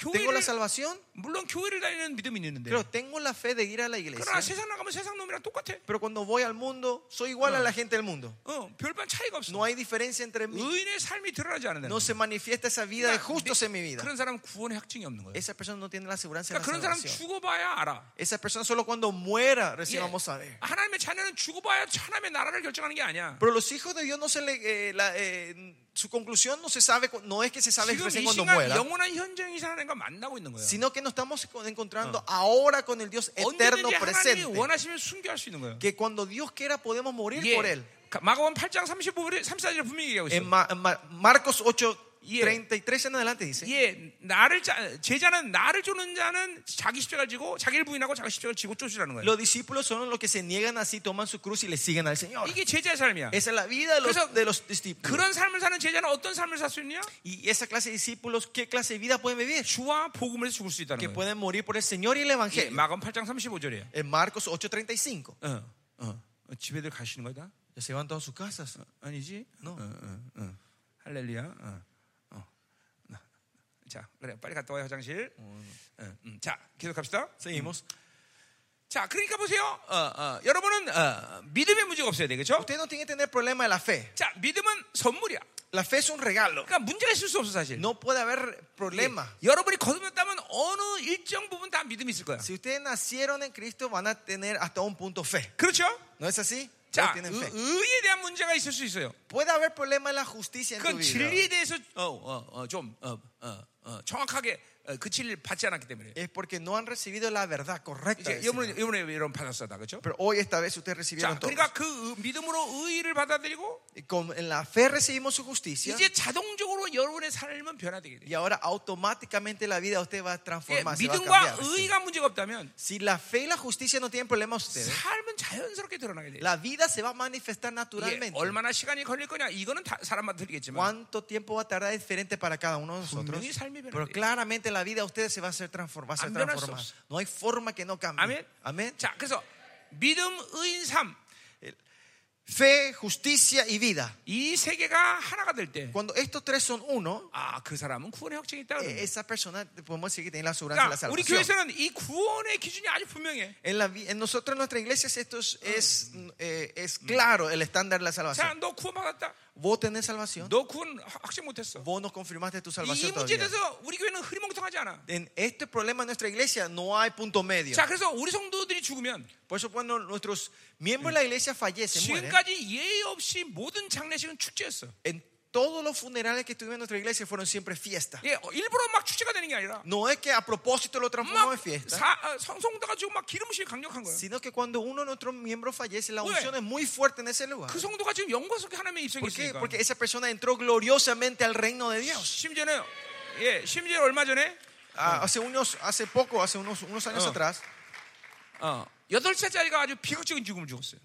S2: Tengo la
S1: 교회를
S2: salvación,
S1: 물론 교회를 다니는 믿음이 있는데
S2: pero tengo la fe de ir a la
S1: 그러나
S2: iglesia.
S1: 세상 나가면 세상 놈이랑 똑같아.
S2: Pero cuando voy al mundo, soy igual a la gente del mundo.
S1: 어, 별반 차이가
S2: No
S1: 없어.
S2: hay diferencia entre mí.
S1: 의인의 삶이 드러나지 않는다. 그러니까
S2: No se manifiesta esa vida de justos en mi vida.
S1: 그런 사람은 구원의 확증이 없는 거예요.
S2: Esa persona no tiene la aseguranza de la
S1: 그러니까 그런 사람
S2: salvación.
S1: 죽어봐야 알아.
S2: Esa persona solo cuando muera
S1: 예.
S2: recién vamos a ver.
S1: 하나님의 자녀는 죽어봐야 하나님의 나라를 결정하는 게 아니야.
S2: Pero los hijos de Dios no se le, eh, la, eh, su conclusión no se sabe, cu- no es que se sabe
S1: 지금
S2: recién
S1: 이
S2: cuando
S1: 시간
S2: muera,
S1: 영원한 현장이 하나님과 만나고 있는 거예요.
S2: sino que nos estamos con- encontrando ahora con el Dios eterno
S1: 언제든지 하나님이
S2: presente.
S1: 원하시면 순교할 수 있는 거예요.
S2: Que cuando Dios quiera podemos morir
S1: 예.
S2: por él.
S1: 가- 마가원 8장 35절에 34절에 분명히 얘기하고
S2: En
S1: 있어요.
S2: Ma- en Ma- Marcos 8,
S1: Yeah.
S2: 33 en adelante dice.
S1: 예, 나를 짜- 제자는 나를 쫓는 자는 자기 십자가를 지고 자기를 부인하고 자기 십자가를 지고 쫓으라는 거예요.
S2: Los discípulos son los que se niegan así, toman su cruz y le siguen al Señor.
S1: 이게 제자의 삶이야.
S2: Esa es la vida de
S1: 그래서
S2: los, de los discípulos.
S1: 그런 삶을 사는 제자는 어떤 삶을 살 수 있냐?
S2: Y esa clase de discípulos, ¿qué clase de vida pueden vivir?
S1: 주와 복음을 죽을 수
S2: Que
S1: 있다는 거예요.
S2: pueden morir por el Señor y el
S1: 예,
S2: Evangelio.
S1: 마가원 8장 35절이에요.
S2: En Marcos 8:35.
S1: 어, 어, 어, 집에들 가시는 거다?
S2: Ya se van todas sus casas.
S1: 아니지? 어,
S2: No.
S1: 어, 어. 할렐루야. 어, 어. 자, 그래, 빨리 갔다 와요 화장실. 어, 음, 자, 계속 갑시다.
S2: Seguimos.
S1: 자, 그러니까 보세요. 어, 어, 여러분은 어, 믿음의 문제가 없어야 되겠죠?
S2: Usted no tiene que tener problema de la fe.
S1: 자, 믿음은 선물이야.
S2: La fe es un regalo.
S1: 그러니까 문제가 있을 수 없어 사실.
S2: No puede haber problema.
S1: 여러분이 거듭났다면 어느 일정 부분 다 믿음이 있을 거야.
S2: Si ustedes nacieron en Cristo, van a tener hasta un punto fe.
S1: 그렇죠?
S2: ¿No es así?
S1: 자, 의,
S2: Todos tienen fe.
S1: 의에 대한 문제가 있을 수 있어요.
S2: Puede 하ber problema en la justicia en tu
S1: 그건
S2: vida.
S1: 진리에 대해서 어, 어, 어, 좀 어, 어, 어, 정확하게 어, 그 진리를 받지 않았기 때문에.
S2: Es porque no han recibido la verdad correcta.
S1: 이제
S2: del
S1: 이번에
S2: Señor.
S1: 이번에 이런 받았었다, 그렇죠?
S2: Pero hoy, esta vez, ustedes
S1: 자,
S2: recibieron todo.
S1: 그러니까 그 의- 믿음으로 의를 받아들이고
S2: Y Con en la fe recibimos su justicia.
S1: 이제 자동적으로 여러분의 삶은 변화되게 돼.
S2: Y ahora automáticamente la vida de usted va a
S1: 예,
S2: transformarse. va a
S1: 믿음과
S2: cambiar.
S1: 의가 문제가 없다면
S2: Si la fe y la justicia no tienen problema
S1: 네.
S2: ustedes,
S1: 삶은 자연스럽게 드러나게 돼.
S2: la vida se va a manifestar
S1: 이게
S2: naturalmente.
S1: 얼마나 시간이 걸릴 거냐 이거는 다, 사람마다 틀리겠지만
S2: ¿Cuánto tiempo va a tardar diferente para cada uno de nosotros?
S1: 분명히 삶이 변화돼요.
S2: Pero claramente la vida de ustedes se va a hacer transformar.
S1: 안 변할 수 없어.
S2: No hay forma que no cambie.
S1: 아멘. 자, 그래서 믿음, 의인, 삶.
S2: Fe, justicia y vida.
S1: 이 세 개가 하나가 될 때,
S2: Cuando estos tres son uno,
S1: 아, 그 saram은 구원의 확증이 있다.
S2: eh,
S1: 그러는데.
S2: esa persona podemos decir que tiene la seguridad de la
S1: 그러니까 우리
S2: salvación.
S1: 교회에서는 이 구원의 기준이 아주 분명해.
S2: En, la vi- en nosotros, en nuestras iglesias, esto es, es, eh, es claro el estándar de la
S1: 자,
S2: salvación.
S1: 너 구원 받았다.
S2: Vos tenés salvación,
S1: 너 구원 확- 확신 못했어.
S2: vos no confirmaste tu
S1: 이
S2: salvación
S1: 문제에
S2: todavía.
S1: 대해서 우리 교회는 흐리멍텅하지 않아.
S2: En este problema en nuestra iglesia no hay punto medio.
S1: 자, 그래서 우리 성도들이 죽으면
S2: Por eso cuando nuestros miembros de la iglesia fallecen, mueren,
S1: 지금까지 예의 없이 모든 장례식은 축제였어.
S2: en todos los funerales que estuvimos en nuestra iglesia fueron siempre fiestas.
S1: 예, 어, 일부러 막 축제가 되는 게 아니라
S2: No es que a propósito lo
S1: 막
S2: transformamos en fiesta,
S1: 사- 어, 성성도가 지금 막 기름이 강력한 거예요.
S2: sino que cuando uno de nuestros miembros fallece, la
S1: Oye.
S2: unción es muy fuerte en ese lugar.
S1: 그 성도가 지금 영광 속에 하나님의 입성이
S2: ¿Por qué?
S1: 있으니까.
S2: Porque esa persona entró gloriosamente al reino de Dios.
S1: 심지어는 예, 심지어 얼마 전에
S2: Ah, hace, unos, hace poco, hace unos, unos años
S1: Ah.
S2: atrás,
S1: 어, 8살짜리가 아주 비극적인 죽음을 죽었어요.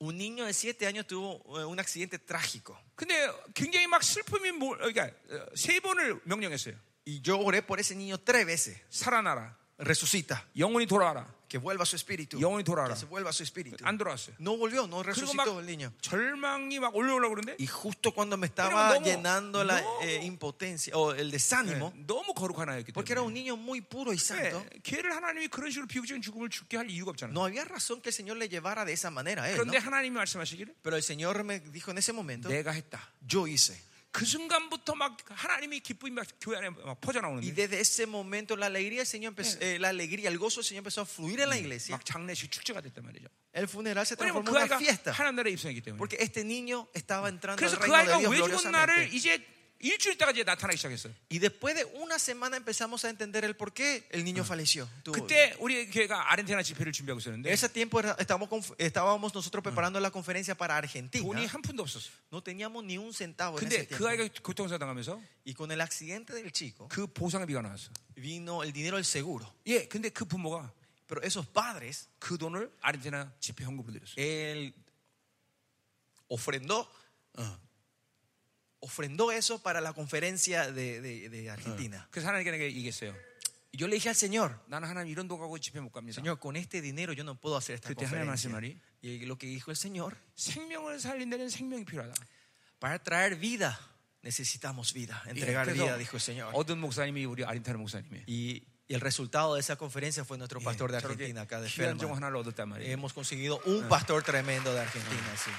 S2: un niño de 7 años tuvo eh, un accidente trágico.
S1: 근데 굉장히 막 슬픔이 몰, 어, 그러니까 어, 세 번을 명령했어요.
S2: Y yo oré por ese niño tres veces.
S1: 살아나라.
S2: Resucita,
S1: 영혼이 돌아와라.
S2: que vuelva su espíritu.
S1: 영혼이 돌아와라.
S2: Que se vuelva su espíritu.
S1: 안 돌아왔어요.
S2: No volvió, no
S1: 그리고 막
S2: resucitó el niño.
S1: 절망이 막 올라오려고 그러는데
S2: Y justo cuando me estaba
S1: 너무-
S2: llenando la
S1: 너무-
S2: eh, impotencia o el desánimo,
S1: 네, 너무 거룩한 아이였기
S2: porque era
S1: 때문에
S2: un niño muy puro y santo,
S1: 네, 기회를 하나님이 그런 식으로 비극적인 죽음을 죽게 할 이유가 없잖아요.
S2: no había razón que el Señor le llevara de esa manera a él. ¿no?
S1: 그런데 하나님이 말씀하시기를
S2: Pero el Señor me dijo en ese momento,
S1: 내가 했다.
S2: yo hice.
S1: 그 순간부터 막 하나님이 기쁨이 막 교회 안에 막 퍼져
S2: Y
S1: 나오는데
S2: desde ese momento la alegría del Señor empezó- eh, la alegría, el gozo del Señor empezó a fluir en la iglesia.
S1: 막 장례식 축제가 됐단 말이죠.
S2: El funeral se
S1: 왜냐면
S2: transformó
S1: 그
S2: en una
S1: 아이가
S2: fiesta.
S1: 하나님 나라에 입성했기 때문에.
S2: Porque este niño estaba entrando al
S1: 그래서 그
S2: reino
S1: 아이가
S2: de Dios
S1: 왜 죽은 나를
S2: gloriosamente.
S1: 이제 일주일 있다가 이제 나타나기 시작했어요.
S2: Y después de una semana empezamos a entender el por qué el niño falleció. Tuvo-
S1: 그때 우리 교회가 아르헨티나 집회를 준비하고 있었는데
S2: En ese tiempo era- estábamos, conf- estábamos nosotros preparando la conferencia para
S1: 돈이
S2: Argentina.
S1: 한 푼도 없었어.
S2: No teníamos ni un centavo en ese
S1: 근데 그
S2: tiempo.
S1: 아이가 교통사 당하면서
S2: Y con el accidente del chico
S1: 그 보상비가 나왔어.
S2: vino el dinero del seguro.
S1: 예, 근데 그 부모가
S2: Pero esos padres,
S1: 그 돈을 아르헨티나 집회 현금으로 드렸어.
S2: él ofrendó, ofrendó eso para la conferencia de, de- de Argentina.
S1: 그래서 하나님께 내가 얘기했어요.
S2: Y yo le dije al Señor,
S1: 나는 하나님 이런 돈 갖고 집회 못 갑니다.
S2: Señor, con este dinero yo no puedo hacer esta
S1: Que te hagan
S2: conferencia.
S1: así, Mari.
S2: Y lo que dijo el Señor,
S1: 생명을 살린 데는 생명이 필요하다.
S2: para traer vida necesitamos vida,
S1: 예,
S2: entregar vida, dijo el
S1: 그래서
S2: Señor.
S1: 얻은 목사님이 우리 아르헨티나 목사님이
S2: Y, y el resultado de esa conferencia fue nuestro pastor de
S1: 예, 저렇게
S2: Argentina, acá de 예.
S1: 귀한 종
S2: Ferman.
S1: 하나를 얻었단 말이에요.
S2: Hemos conseguido un pastor tremendo de Argentina, sí.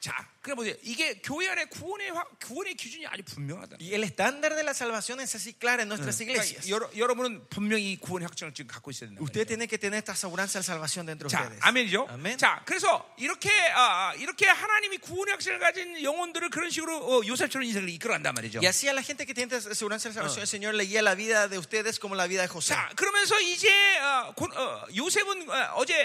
S1: 자, 그래 보세요. 이게 교회 안에 구원의 화- 구원의 기준이 아주 분명하다.
S2: Y el estándar de la salvación es así claro en nuestras iglesias.
S1: 그러니까 여러, 여러분은 분명히 이 구원의 확정을 지금 갖고 있어야 된다.
S2: Usted tiene que tener esta aseguranza de salvación dentro de
S1: 자,
S2: ustedes.
S1: 아멘이죠.
S2: Amén.
S1: 자, 그래서 이렇게 아, 아, 이렇게 하나님이 구원의 확신을 가진 영혼들을 그런 식으로 어, 요셉처럼 인생을 이끌어간단 말이죠.
S2: Y así a la gente que tiene esta aseguranza de salvación, el Señor le guía la vida de ustedes como la vida de José.
S1: 자, 그러면서 이제 어, 고- 어, 요셉은 어, 제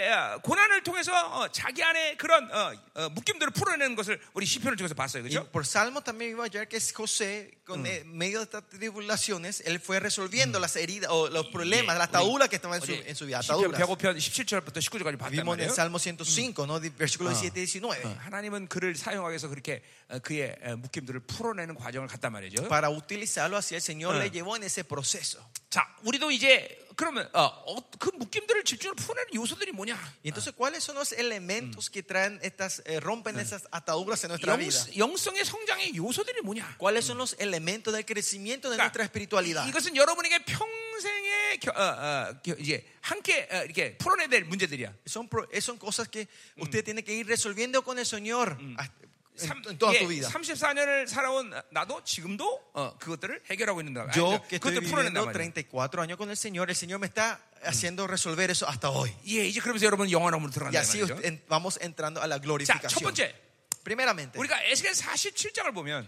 S1: 고난을 통해서 어, 자기 안에 그런 어, 어, 묶임들을 풀어내는 것을 우리 시편을 통해서 봤어요,
S2: Y
S1: 그렇죠?
S2: por Salmo también vimos ayer que es José, con eh, medio de estas tribulaciones, él fue resolviendo las heridas o los problemas, la atadura que estaba en su, en su vida.
S1: 시편
S2: Ataduras.
S1: 105편 17절부터 19절까지 봤단
S2: Vimos en el
S1: 말이에요.
S2: Salmo 105, ¿no? versículos 17 y 19.
S1: 어, 하나님은 그를 사용하기 위해서 그렇게 어, 그의 어, 묶임들을 풀어내는 과정을 갔단 말이죠.
S2: Para utilizarlo así, el Señor
S1: Ah.
S2: le llevó en ese proceso.
S1: 자, 우리도 이제 그러면 어, 어, 그 묶임들을 집중을 풀어내는 요소들이 뭐냐?
S2: Y entonces, ¿cuáles son los elementos que traen estas, eh, rompen esas ataduras en nuestra
S1: 영,
S2: vida?
S1: 영성의 성장의 요소들이 뭐냐?
S2: ¿Cuáles son los elementos del crecimiento de nuestra espiritualidad?
S1: 이것은 여러분에게 평생에 겨- 어, 어, 겨- 이제 함께 어, 이렇게 풀어내야 될 문제들이야.
S2: eh, Son, pro- son cosas que usted tiene que ir resolviendo con el Señor. Hasta-
S1: 삼-
S2: en toda
S1: 예,
S2: tu vida.
S1: 34년을 살아온 나도 지금도 어, 그것들을 해결하고 있는다. 아니,
S2: Yo que estoy
S1: 그것들 풀어낸다
S2: viviendo
S1: 말이야.
S2: 34 años con el Señor, el Señor me está haciendo resolver eso hasta hoy.
S1: 예, 이제 그러면서 여러분 영원함으로
S2: Y
S1: 들어간다
S2: así
S1: 말이죠.
S2: en- vamos entrando a la
S1: 자, 첫
S2: glorificación.
S1: 번째
S2: Primeramente,
S1: 우리가 에스겔 47장을 보면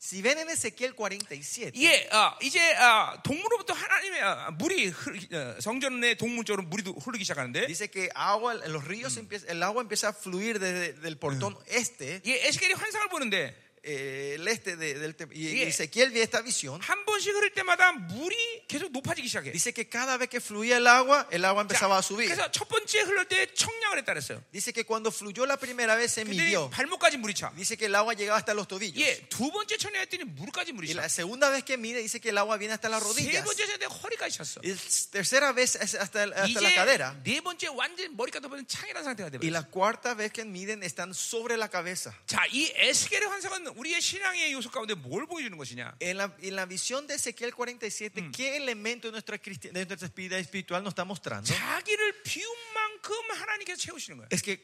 S2: si ven en Ezequiel 47,
S1: 예, 어, 이제 어, 동문으로부터 하나님의 어, 물이 흐르기, 어, 성전의 동문 쪽으로 물이 흐르기 시작하는데
S2: dice que agua, los ríos empieza- el agua empieza a fluir desde el portón este,
S1: 예, 에스겔이 환상을 보는데
S2: eh, el este de- del tem- y y
S1: Yeah.
S2: Ezequiel ve esta visión.
S1: 한 번씩 흐를 때마다 물이 계속 높아지기 시작해.
S2: Dice que cada vez que fluía el agua, el agua
S1: 자,
S2: empezaba a subir.
S1: 그래서 첫 번째 흐를 때 청량을 했다 그랬어요.
S2: Dice que cuando fluyó la primera vez se
S1: 근데
S2: midió.
S1: 발목까지 물이 차.
S2: Dice que el agua llegaba hasta los tobillos.
S1: 예, 두 번째 청량했더니 무릎까지 물이
S2: Y
S1: 차.
S2: la segunda vez que mide dice que el agua viene hasta las
S1: 세
S2: rodillas.
S1: 번째 청량했더니 허리까지 찼어.
S2: Y la tercera vez es hasta, el- hasta la
S1: 이제
S2: cadera.
S1: 네 번째 완전 머리가 덮어진 창이라는 상태가
S2: Y
S1: 되버렸어.
S2: la cuarta vez que miden están sobre la cabeza.
S1: 자, 이 에스겔의 환상은 우리의 신앙의 요소 가운데 뭘 보여주는 것이냐?
S2: En la, en la visión de Ezequiel 47, ¿qué elemento de nuestra, cristi- de nuestra vida espiritual nos está mostrando?
S1: 자기를 비운 만큼 하나님께서 채우시는 거예요.
S2: Es que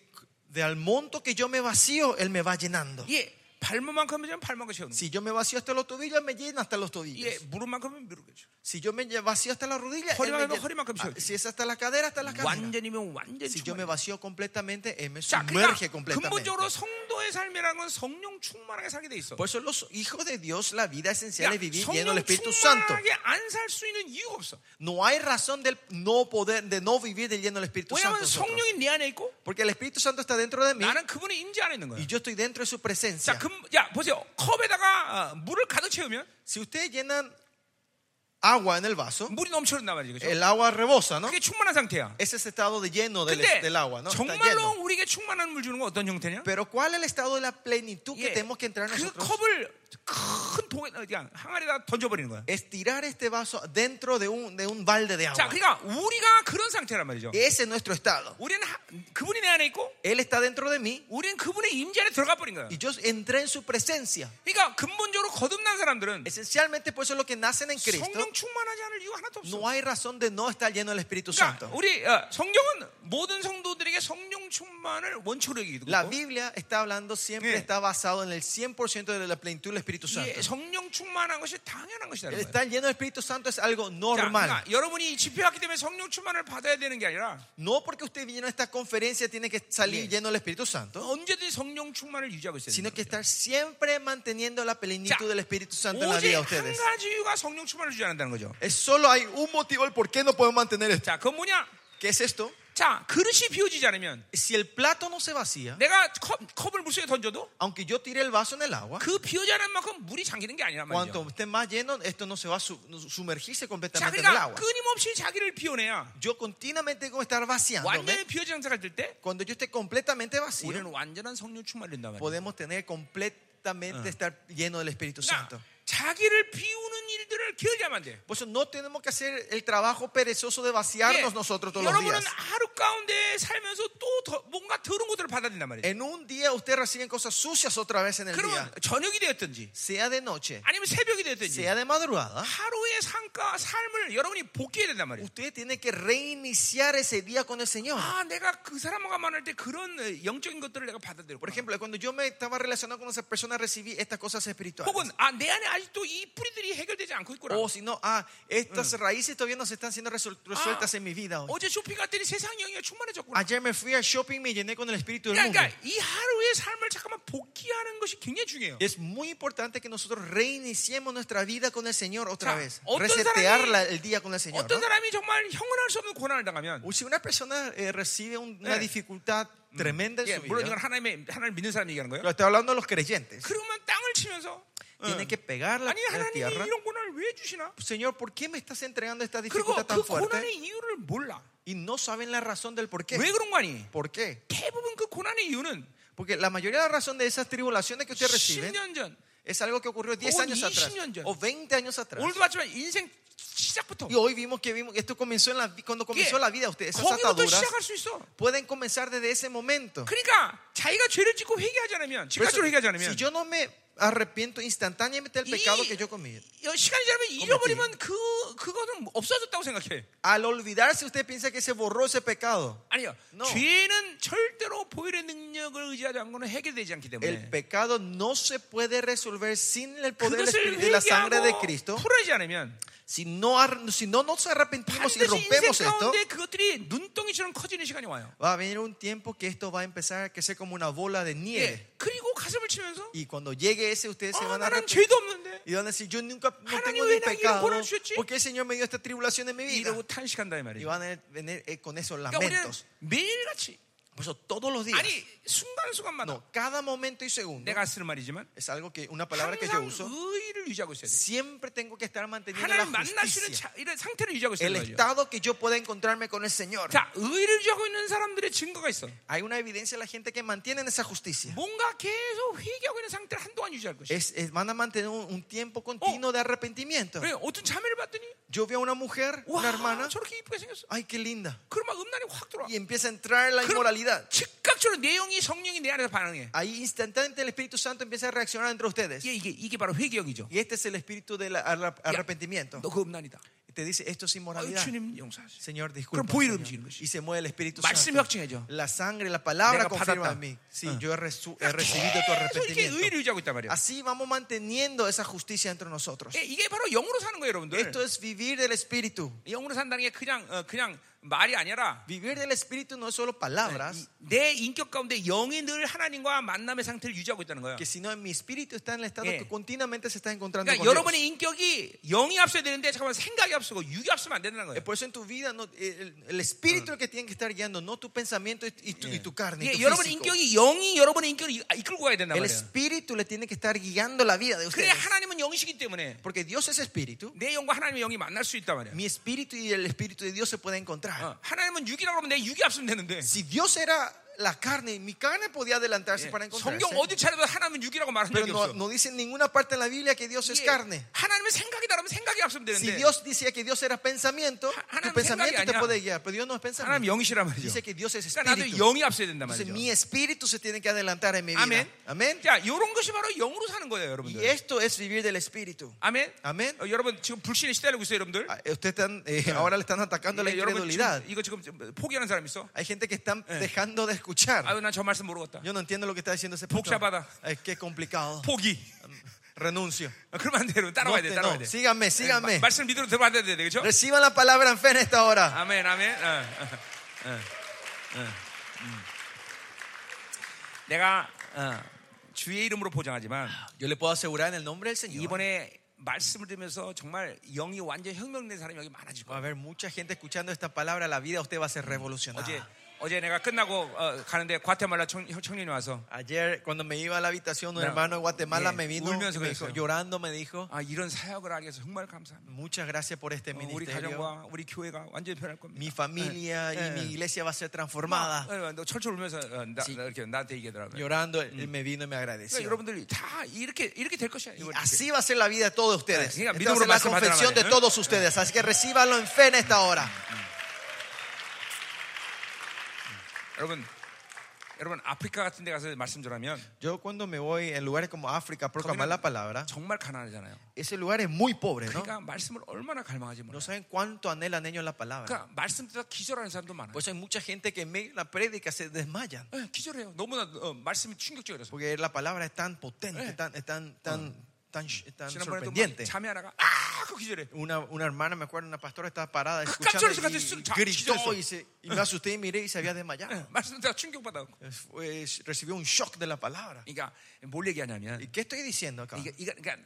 S2: de al monto que yo me vacío, Él me va llenando.
S1: 예, 발목만큼 하면 발목을 채우는 거예요.
S2: Si yo me vacío hasta los tobillos, Él me llena hasta los tobillos.
S1: 예, 무릎만큼은 무릎을 채우는
S2: Si yo me lle- vacío hasta la rodilla, él
S1: 허리만큼
S2: me lle-
S1: 허리만큼
S2: Ah,
S1: 채워줘.
S2: si es hasta la cadera, hasta la
S1: 거예요.
S2: cadera.
S1: 완전이면 완전
S2: Si yo me
S1: 충만.
S2: vacío completamente, él me
S1: 자, 그러니까
S2: sumerge completamente.
S1: 근본적으로 성도의 삶이라는 건 성령 충만하게 살게 돼 있어.
S2: Por eso los hijos de Dios, la vida esencial es vivir lleno
S1: 성령
S2: del Espíritu Santo.
S1: 충만하게 안 살 수 있는 이유가 없어.
S2: No hay razón del no poder, de no vivir de lleno del Espíritu Santo.
S1: 왜냐하면
S2: nosotros.
S1: 성령이 내 안에 있고
S2: Porque el Espíritu Santo está dentro de mí
S1: 나는 그분의 임재 안에 있는 거야.
S2: y yo estoy dentro de su
S1: 자,
S2: presencia.
S1: 금, 야 보세요. 컵에다가 어, 물을 가득 채우면
S2: Si ustedes llenan agua en el vaso,
S1: 물이 넘쳐난단 말이죠. 그렇죠?
S2: el agua rebosa, ¿no?
S1: 그게 충만한 상태야.
S2: Ese es el estado de lleno del,
S1: 근데
S2: del agua, ¿no? Está
S1: 정말로
S2: lleno.
S1: 우리에게 충만한 물 주는 건 어떤 형태냐?
S2: Pero ¿cuál es el estado de la plenitud que
S1: 예,
S2: tenemos que entrar
S1: 그
S2: nosotros?
S1: 컵을 큰 통에 어, 그냥 항아리에다 던져버리는 거야.
S2: estirar este vaso dentro de un, de un balde de
S1: 자,
S2: agua.
S1: 그러니까 우리가 그런 상태란 말이죠.
S2: Ese es nuestro estado.
S1: 우리는 하- 그분이 내 안에 있고,
S2: Él está dentro de mí
S1: 우리는 그분의 임재 안에 들어가 버린 거야.
S2: y yo entré en su presencia.
S1: 그러니까 근본적으로 거듭난 사람들은
S2: Esencialmente, por eso los que nacen en Cristo,
S1: 성령 충만하지 않을 이유 하나도 없어.
S2: no hay razón de no estar lleno del Espíritu
S1: 그러니까
S2: Santo.
S1: 우리 어, 성경은 모든 성도들에게 성령 충만을 원초로 얘기해도
S2: La Biblia está hablando siempre,
S1: Yeah.
S2: está basado en el 100% de la plenitud del Espíritu Santo.
S1: 예, 성령 충만한 것이 당연한 것이라는 거예요.
S2: Estar lleno del Espíritu Santo es algo
S1: 자,
S2: normal.
S1: 그러니까 여러분이 집회 왔기 때문에 성령 충만을 받아야 되는 게 아니라
S2: No porque usted vino a esta conferencia tiene que salir
S1: Yeah.
S2: lleno del Espíritu Santo,
S1: 언제든지 성령 충만을 유지하고 있어야
S2: sino
S1: 돼요.
S2: que estar siempre manteniendo la plenitud del Espíritu Santo en la
S1: 오직
S2: vida
S1: 한
S2: de ustedes.
S1: 가지 이유가 성령 충만을 유지 안 한다는 거죠.
S2: Es solo hay un motivo el por qué no podemos mantener esto.
S1: 자, 그건 뭐냐?
S2: ¿Qué es esto?
S1: 자, 그릇이 비워지지 않으면
S2: Si el plato no se vacía,
S1: 내가 컵, 컵을 물속에 던져도
S2: aunque yo tire el vaso en el agua,
S1: 그 비워지 않은 만큼 물이 잠기는 게 아니란 말이죠.
S2: cuanto esté más lleno, esto no se va a su- no- sumergirse
S1: 자,
S2: completamente en el
S1: 그러니까
S2: agua.
S1: 끊임없이 자기를 비워내야
S2: Yo continuamente tengo que estar
S1: 완전히
S2: vaciándome.
S1: 비워진 상태가 될 때
S2: Cuando yo esté completamente
S1: 우리는
S2: vacío,
S1: 완전한 성령 충만을 된다 말이에요.
S2: podemos tener completamente estar lleno del Espíritu Santo.
S1: 그러니까 자기를 비우는 일들을 게을리하면 안 돼.
S2: Por eso no tenemos que hacer el trabajo perezoso de
S1: 예,
S2: vaciarnos nosotros todos los días.
S1: 여러분은 하루 가운데 살면서 또 더- 뭔가 더러운 것들을 받아들인단 말이에요.
S2: En un día ustedes reciben cosas sucias otra vez en el
S1: 그러면
S2: día,
S1: 저녁이 되었든지
S2: sea de noche,
S1: 아니면 새벽이 되었든지
S2: sea de madrugada.
S1: 하루의 상과 삶을 여러분이 복귀해야 된단 말이에요.
S2: Usted tiene que reiniciar ese día con el Señor.
S1: 아, 내가 그 사람과 만날 때 그런 어, 영적인 것들을 내가 받아들였고,
S2: Por ejemplo, cuando yo me estaba relacionado con esa persona, recibí estas cosas espirituales.
S1: 혹은 아, 내 안에 아직도 이 뿌리들이 해결되지 않고 있구나.
S2: O si no, ah, estas raíces todavía no se están siendo resol- resueltas en mi vida hoy.
S1: 어제 쇼핑 갔더니 세상 아, 영향이 충만해졌구나.
S2: Ayer me fui al shopping y me llené con el espíritu del mundo.
S1: 그러니까 이 하루의 삶을 잠깐만 복귀하는 것이 굉장히 중요해요.
S2: Es muy importante que nosotros reiniciemos nuestra vida con el Señor otra
S1: 자,
S2: vez.
S1: 어떤
S2: Resetear
S1: 사람이-
S2: la- el día con el Señor.
S1: 어떤
S2: ¿no?
S1: 사람이 정말 형언할 수 없는 고난을 당하면,
S2: O Si una persona eh, recibe un- una
S1: Eh.
S2: dificultad tremenda
S1: 예,
S2: en su
S1: 물론 이건
S2: vida,
S1: 하나님의 하나님 믿는 사람 얘기하는
S2: lo
S1: 거예요.
S2: estoy hablando a los creyentes,
S1: 그러면 땅을 치면서 어,
S2: tiene que pegar la,
S1: 아니
S2: la
S1: 하나님이
S2: tierra.
S1: 이런 고난을 왜 주시나?
S2: Señor, ¿por qué me estás entregando esta
S1: 그리고
S2: dificultad
S1: 그
S2: tan fuerte?
S1: 고난의 이유를 몰라.
S2: Y no saben la razón del por
S1: 왜
S2: qué.
S1: 그런 거 아니?
S2: ¿Por qué?
S1: 대부분 그 고난의 이유는
S2: Porque la mayoría de la razón de esas tribulaciones que ustedes reciben
S1: 10년 전
S2: es algo que ocurrió 10
S1: O
S2: años atrás
S1: 20 años atrás.
S2: o 20 años atrás.
S1: 오늘도 봤지만 인생 시- 시작부터
S2: Y hoy vimos que vimos, esto comenzó en la, vi- cuando
S1: 이게
S2: comenzó la vida de ustedes. Esas
S1: 거기부터
S2: ataduras
S1: 시작할 수 있어.
S2: pueden comenzar desde ese momento.
S1: 그러니까 자기가 죄를 짓고 회개하지 않으면
S2: Por eso,
S1: 지각적으로 회개하지
S2: si
S1: 않으면
S2: yo no me arrepiento instantáneamente del
S1: 이-
S2: pecado que yo comí,
S1: 이 시간이 지나면 잃어버리면 그 그거는 없어졌다고 생각해.
S2: al olvidarse usted piensa que se borró ese pecado.
S1: 아니요.
S2: No.
S1: 죄는 절대로 보일의 능력을 의지하지 않고는 해결되지 않기
S2: El
S1: 때문에
S2: pecado no se puede resolver sin el poder del
S1: 그것을
S2: Espíritu- de la sangre de Cristo.
S1: 회개하고 풀어지 않으면
S2: Si no, ar- si no nos arrepentimos y
S1: 반드시 인생
S2: rompemos esto,
S1: 가운데 그것들이 눈덩이처럼 커지는 시간이 와요.
S2: va a venir un tiempo que esto va a empezar a crecer como una bola de nieve.
S1: 예. 그리고 가슴을 치면서
S2: Y cuando llegue ese, ustedes se
S1: 아,
S2: van a
S1: 나는
S2: arrepentir.
S1: 죄도 없는데
S2: Y van a decir, yo nunca no
S1: 하나님
S2: tengo
S1: 왜
S2: ni
S1: 나에게
S2: pecado.
S1: 이런 고난을 주셨지?
S2: ¿Por qué el Señor me dio esta tribulación en mi vida?
S1: 이러고 탄식한다 이
S2: Y
S1: 말이에요.
S2: van a venir eh, con esos
S1: 그러니까 우리는
S2: lamentos.
S1: 매일같이
S2: Por eso todos los días,
S1: 아니 순간순간마다
S2: no, cada momento y segundo,
S1: 내가 쓰는 말이지만
S2: es algo que, una palabra que yo
S1: 항상
S2: uso,
S1: 의의를 유지하고 있어야 돼.
S2: siempre tengo que estar manteniendo la
S1: 하나님 만날 수 있는
S2: justicia.
S1: 자- 이런 상태를 유지하고 있어야
S2: el
S1: 돼.
S2: estado que yo pueda encontrarme con el Señor.
S1: 자, 의를 유지하고 있는 사람들의 증거가 있어.
S2: Hay una evidencia de la gente que mantiene esa justicia.
S1: 뭔가 계속 회개하고 있는 상태를 한동안 유지할 것이야.
S2: Es, es- van a mantener un, un tiempo continuo de arrepentimiento.
S1: 왜 어떤 자매를 봤더니
S2: Yo veo a una mujer,
S1: 와,
S2: una hermana,
S1: 저렇게 이쁘게 생겼어.
S2: ay, qué linda.
S1: 그럼 막 음란이 확 들어와.
S2: Y empieza a entrar la
S1: 그럼
S2: inmoralidad.
S1: 즉각적으로 내용이 성령이 내 안에서 반응해.
S2: Ahí instantáneamente el Espíritu Santo empieza a reaccionar entre ustedes.
S1: 이게 이게, 이게 바로 회개형이죠.
S2: Y este es el espíritu del arra- arrepentimiento.
S1: 너 그 음란이다.
S2: Y Te dice, esto es
S1: 어이,
S2: inmoralidad.
S1: 주님 용서하세요.
S2: Señor, disculpa.
S1: 보이는
S2: Señor.
S1: 움직이는 것이.
S2: Y se mueve el Espíritu
S1: 말씀이
S2: Santo.
S1: 확증해줘.
S2: La sangre, la
S1: 내가
S2: palabra confirma
S1: 받았다.
S2: en mí. Sí,
S1: 응.
S2: yo he, resu- he recibido
S1: 계속 이렇게
S2: tu arrepentimiento.
S1: 의를 유지하고 있단 말이야.
S2: Así vamos manteniendo esa justicia entre nosotros.
S1: 예, 이게 바로 영으로 사는 거예요, 여러분들.
S2: Esto es vivir del Espíritu.
S1: 영으로 산다는 게 그냥 어, 그냥 말이 아니라
S2: Vivir del Espíritu no es solo
S1: 이-
S2: palabras,
S1: 내 인격 가운데 영이 늘 하나님과 만남의 상태를 유지하고 있다는 거야.
S2: que sino en mi espíritu está en el estado
S1: 예.
S2: que continuamente se está encontrando
S1: 그러니까
S2: con Dios.
S1: 여러분의 인격이 영이 앞서야 되는데 잠깐만 생각이 앞서고 육이 앞서면 안 된다는
S2: Eh,
S1: 거예요.
S2: Por eso en tu vida no- eh, el, el espíritu es el que tiene que estar guiando, no tu pensamiento y, y tu, y tu carne. y tu
S1: 예, 여러분의
S2: físico.
S1: 인격이 영이 여러분의 인격을 이- 이끌고 가야 된단
S2: El
S1: 말이에요.
S2: espíritu le tiene que estar guiando la vida de
S1: 그래
S2: ustedes.
S1: 하나님은 영이시기 때문에
S2: Porque Dios es espíritu.
S1: 내 영과 하나님의 영이 만날 수 있단 말이야.
S2: Mi espíritu y el espíritu de Dios se pueden encontrar.
S1: 어, 하나님은 육이라고 하면 내 육이 앞서면 되는데
S2: Si Dios era la carne, mi carne podía adelantarse
S1: 예,
S2: para encontrarse.
S1: 성경 어디 차려도 하나님은 육이라고 말한
S2: Pero
S1: 적이
S2: no,
S1: 없어.
S2: no dice en ninguna parte en la Biblia que Dios es
S1: 예,
S2: carne.
S1: 하나님은 생각이다 그러면 생각이 앞서면
S2: Si
S1: 되는데
S2: Dios decía que Dios era pensamiento,
S1: Ha- 하나님
S2: tu pensamiento
S1: 생각이
S2: te
S1: 아니야.
S2: puede guiar, pero Dios no es
S1: 하나님
S2: pensamiento.
S1: 영이시란 말이죠.
S2: Dice que Dios es
S1: 그러니까 나도
S2: espíritu.
S1: 영이 앞서야 된단
S2: Entonces
S1: 말이죠.
S2: mi espíritu se tiene que adelantar en mi vida.
S1: 아멘.
S2: Amén.
S1: 자, 이런 것이 바로 영으로 사는 거예요,
S2: Y
S1: 여러분들.
S2: esto es vivir del espíritu.
S1: 아멘.
S2: 아멘.
S1: 어, 여러분 지금 불신에 시달리고 있어요, 여러분들.
S2: Ah, Ustedes están, eh, ahora le están atacando la
S1: 예, 여러분
S2: 그러니까 incredulidad.
S1: 지금 이거 지금 좀 포기하는 사람 있어?
S2: Hay gente que están dejando de escuchar.
S1: 아유, 난 저 말씀 모르겠다.
S2: Yo no entiendo lo que está diciendo ese
S1: 복잡하다.
S2: pastor. Es que complicado.
S1: 포기.
S2: Renuncio.
S1: 어, 그러면 안 돼, 여러분.
S2: 아. No,
S1: 따라와야 돼,
S2: te-
S1: 따라와야
S2: no.
S1: 돼.
S2: Síganme,
S1: 네, 마-
S2: síganme.
S1: 말씀 믿음으로 들어봐야 돼, 그렇죠?
S2: Reciban la palabra en fe en esta hora.
S1: 아멘, 아멘. 어, 어, 어, 어, 음. 내가 어, 주의 이름으로 보장하지만
S2: Ah, Yo le puedo asegurar en el nombre del Señor.
S1: 이번에 말씀을 들으면서 정말 영이 완전 혁명된 사람이 여기 많아질
S2: Va a
S1: 거야.
S2: haber mucha gente escuchando esta palabra. La vida de usted va a ser revolucionada.
S1: 어제 어제 내가 끝나고 어, 가는데 과테말라 청, 청년이 와서
S2: Ayer, cuando me iba a la habitación, un
S1: No.
S2: hermano de Guatemala
S1: Yeah.
S2: me vino y
S1: Ulmeanso
S2: me dijo,
S1: 그랬어요.
S2: llorando, me dijo:
S1: 아 이런 사역을 하게 해서 정말 감사합니다.
S2: Muchas gracias por este
S1: 어, 우리
S2: ministerio.
S1: 가정과 우리 교회가 완전히 변할 겁니다.
S2: Mi familia
S1: Yeah.
S2: y mi iglesia va a ser transformada.
S1: 어, 어, 너 철철 울면서 어, 나, 나 이렇게 나한테 얘기하더라고요.
S2: Llorando, él él me vino y me
S1: 그러니까
S2: agradeció.
S1: 여러분들이 다 이렇게 이렇게 될 것이야.
S2: Y
S1: 이거
S2: así va a ser la vida de todos ustedes.
S1: Yeah.
S2: Esta va a ser la ¿eh?
S1: 믿음으로
S2: confesión
S1: 말씀받으라
S2: de
S1: 말이야.
S2: todos ustedes. Así que recíbanlo en fe en esta hora.
S1: 여러분 여러분 아프리카 같은 데 가서 말씀 전하면
S2: Yo cuando me voy en lugares como África a proclamar
S1: 거기는
S2: la palabra,
S1: 정말 가난하잖아요.
S2: ese lugar es muy pobre, ¿no?
S1: 그러니까 말씀을 얼마나 갈망하지 몰라.
S2: No 사람. saben cuánto anhelan ellos la palabra.
S1: 그러니까 말씀 듣다 기절하는 사람도 많아요.
S2: Por eso Pues hay mucha gente que en medio de la prédica se desmayan.
S1: 예, 기절해요. 너무나 어, 말씀이 충격적이라서.
S2: Porque la palabra es tan potente,
S1: Eh. Ah.
S2: tan, es tan, tan, tan, tan
S1: 지난번에도
S2: sorprendente.
S1: 잠이 하나가 아, 그 기절해.
S2: Una, una hermana, me acuerdo, una pastora estaba parada
S1: 깜짝
S2: escuchando
S1: 놀라서
S2: y,
S1: 깜짝
S2: y
S1: 자-
S2: gritó
S1: 기절했어.
S2: y, se- y me asusté y miré y se había desmayado.
S1: 예, 말씀 듣다 충격받아.
S2: Eh, fue- recibió un shock de la palabra.
S1: 그러니까 뭘 얘기하냐면
S2: ¿Y qué estoy diciendo acá?
S1: 이게 이거 그러니까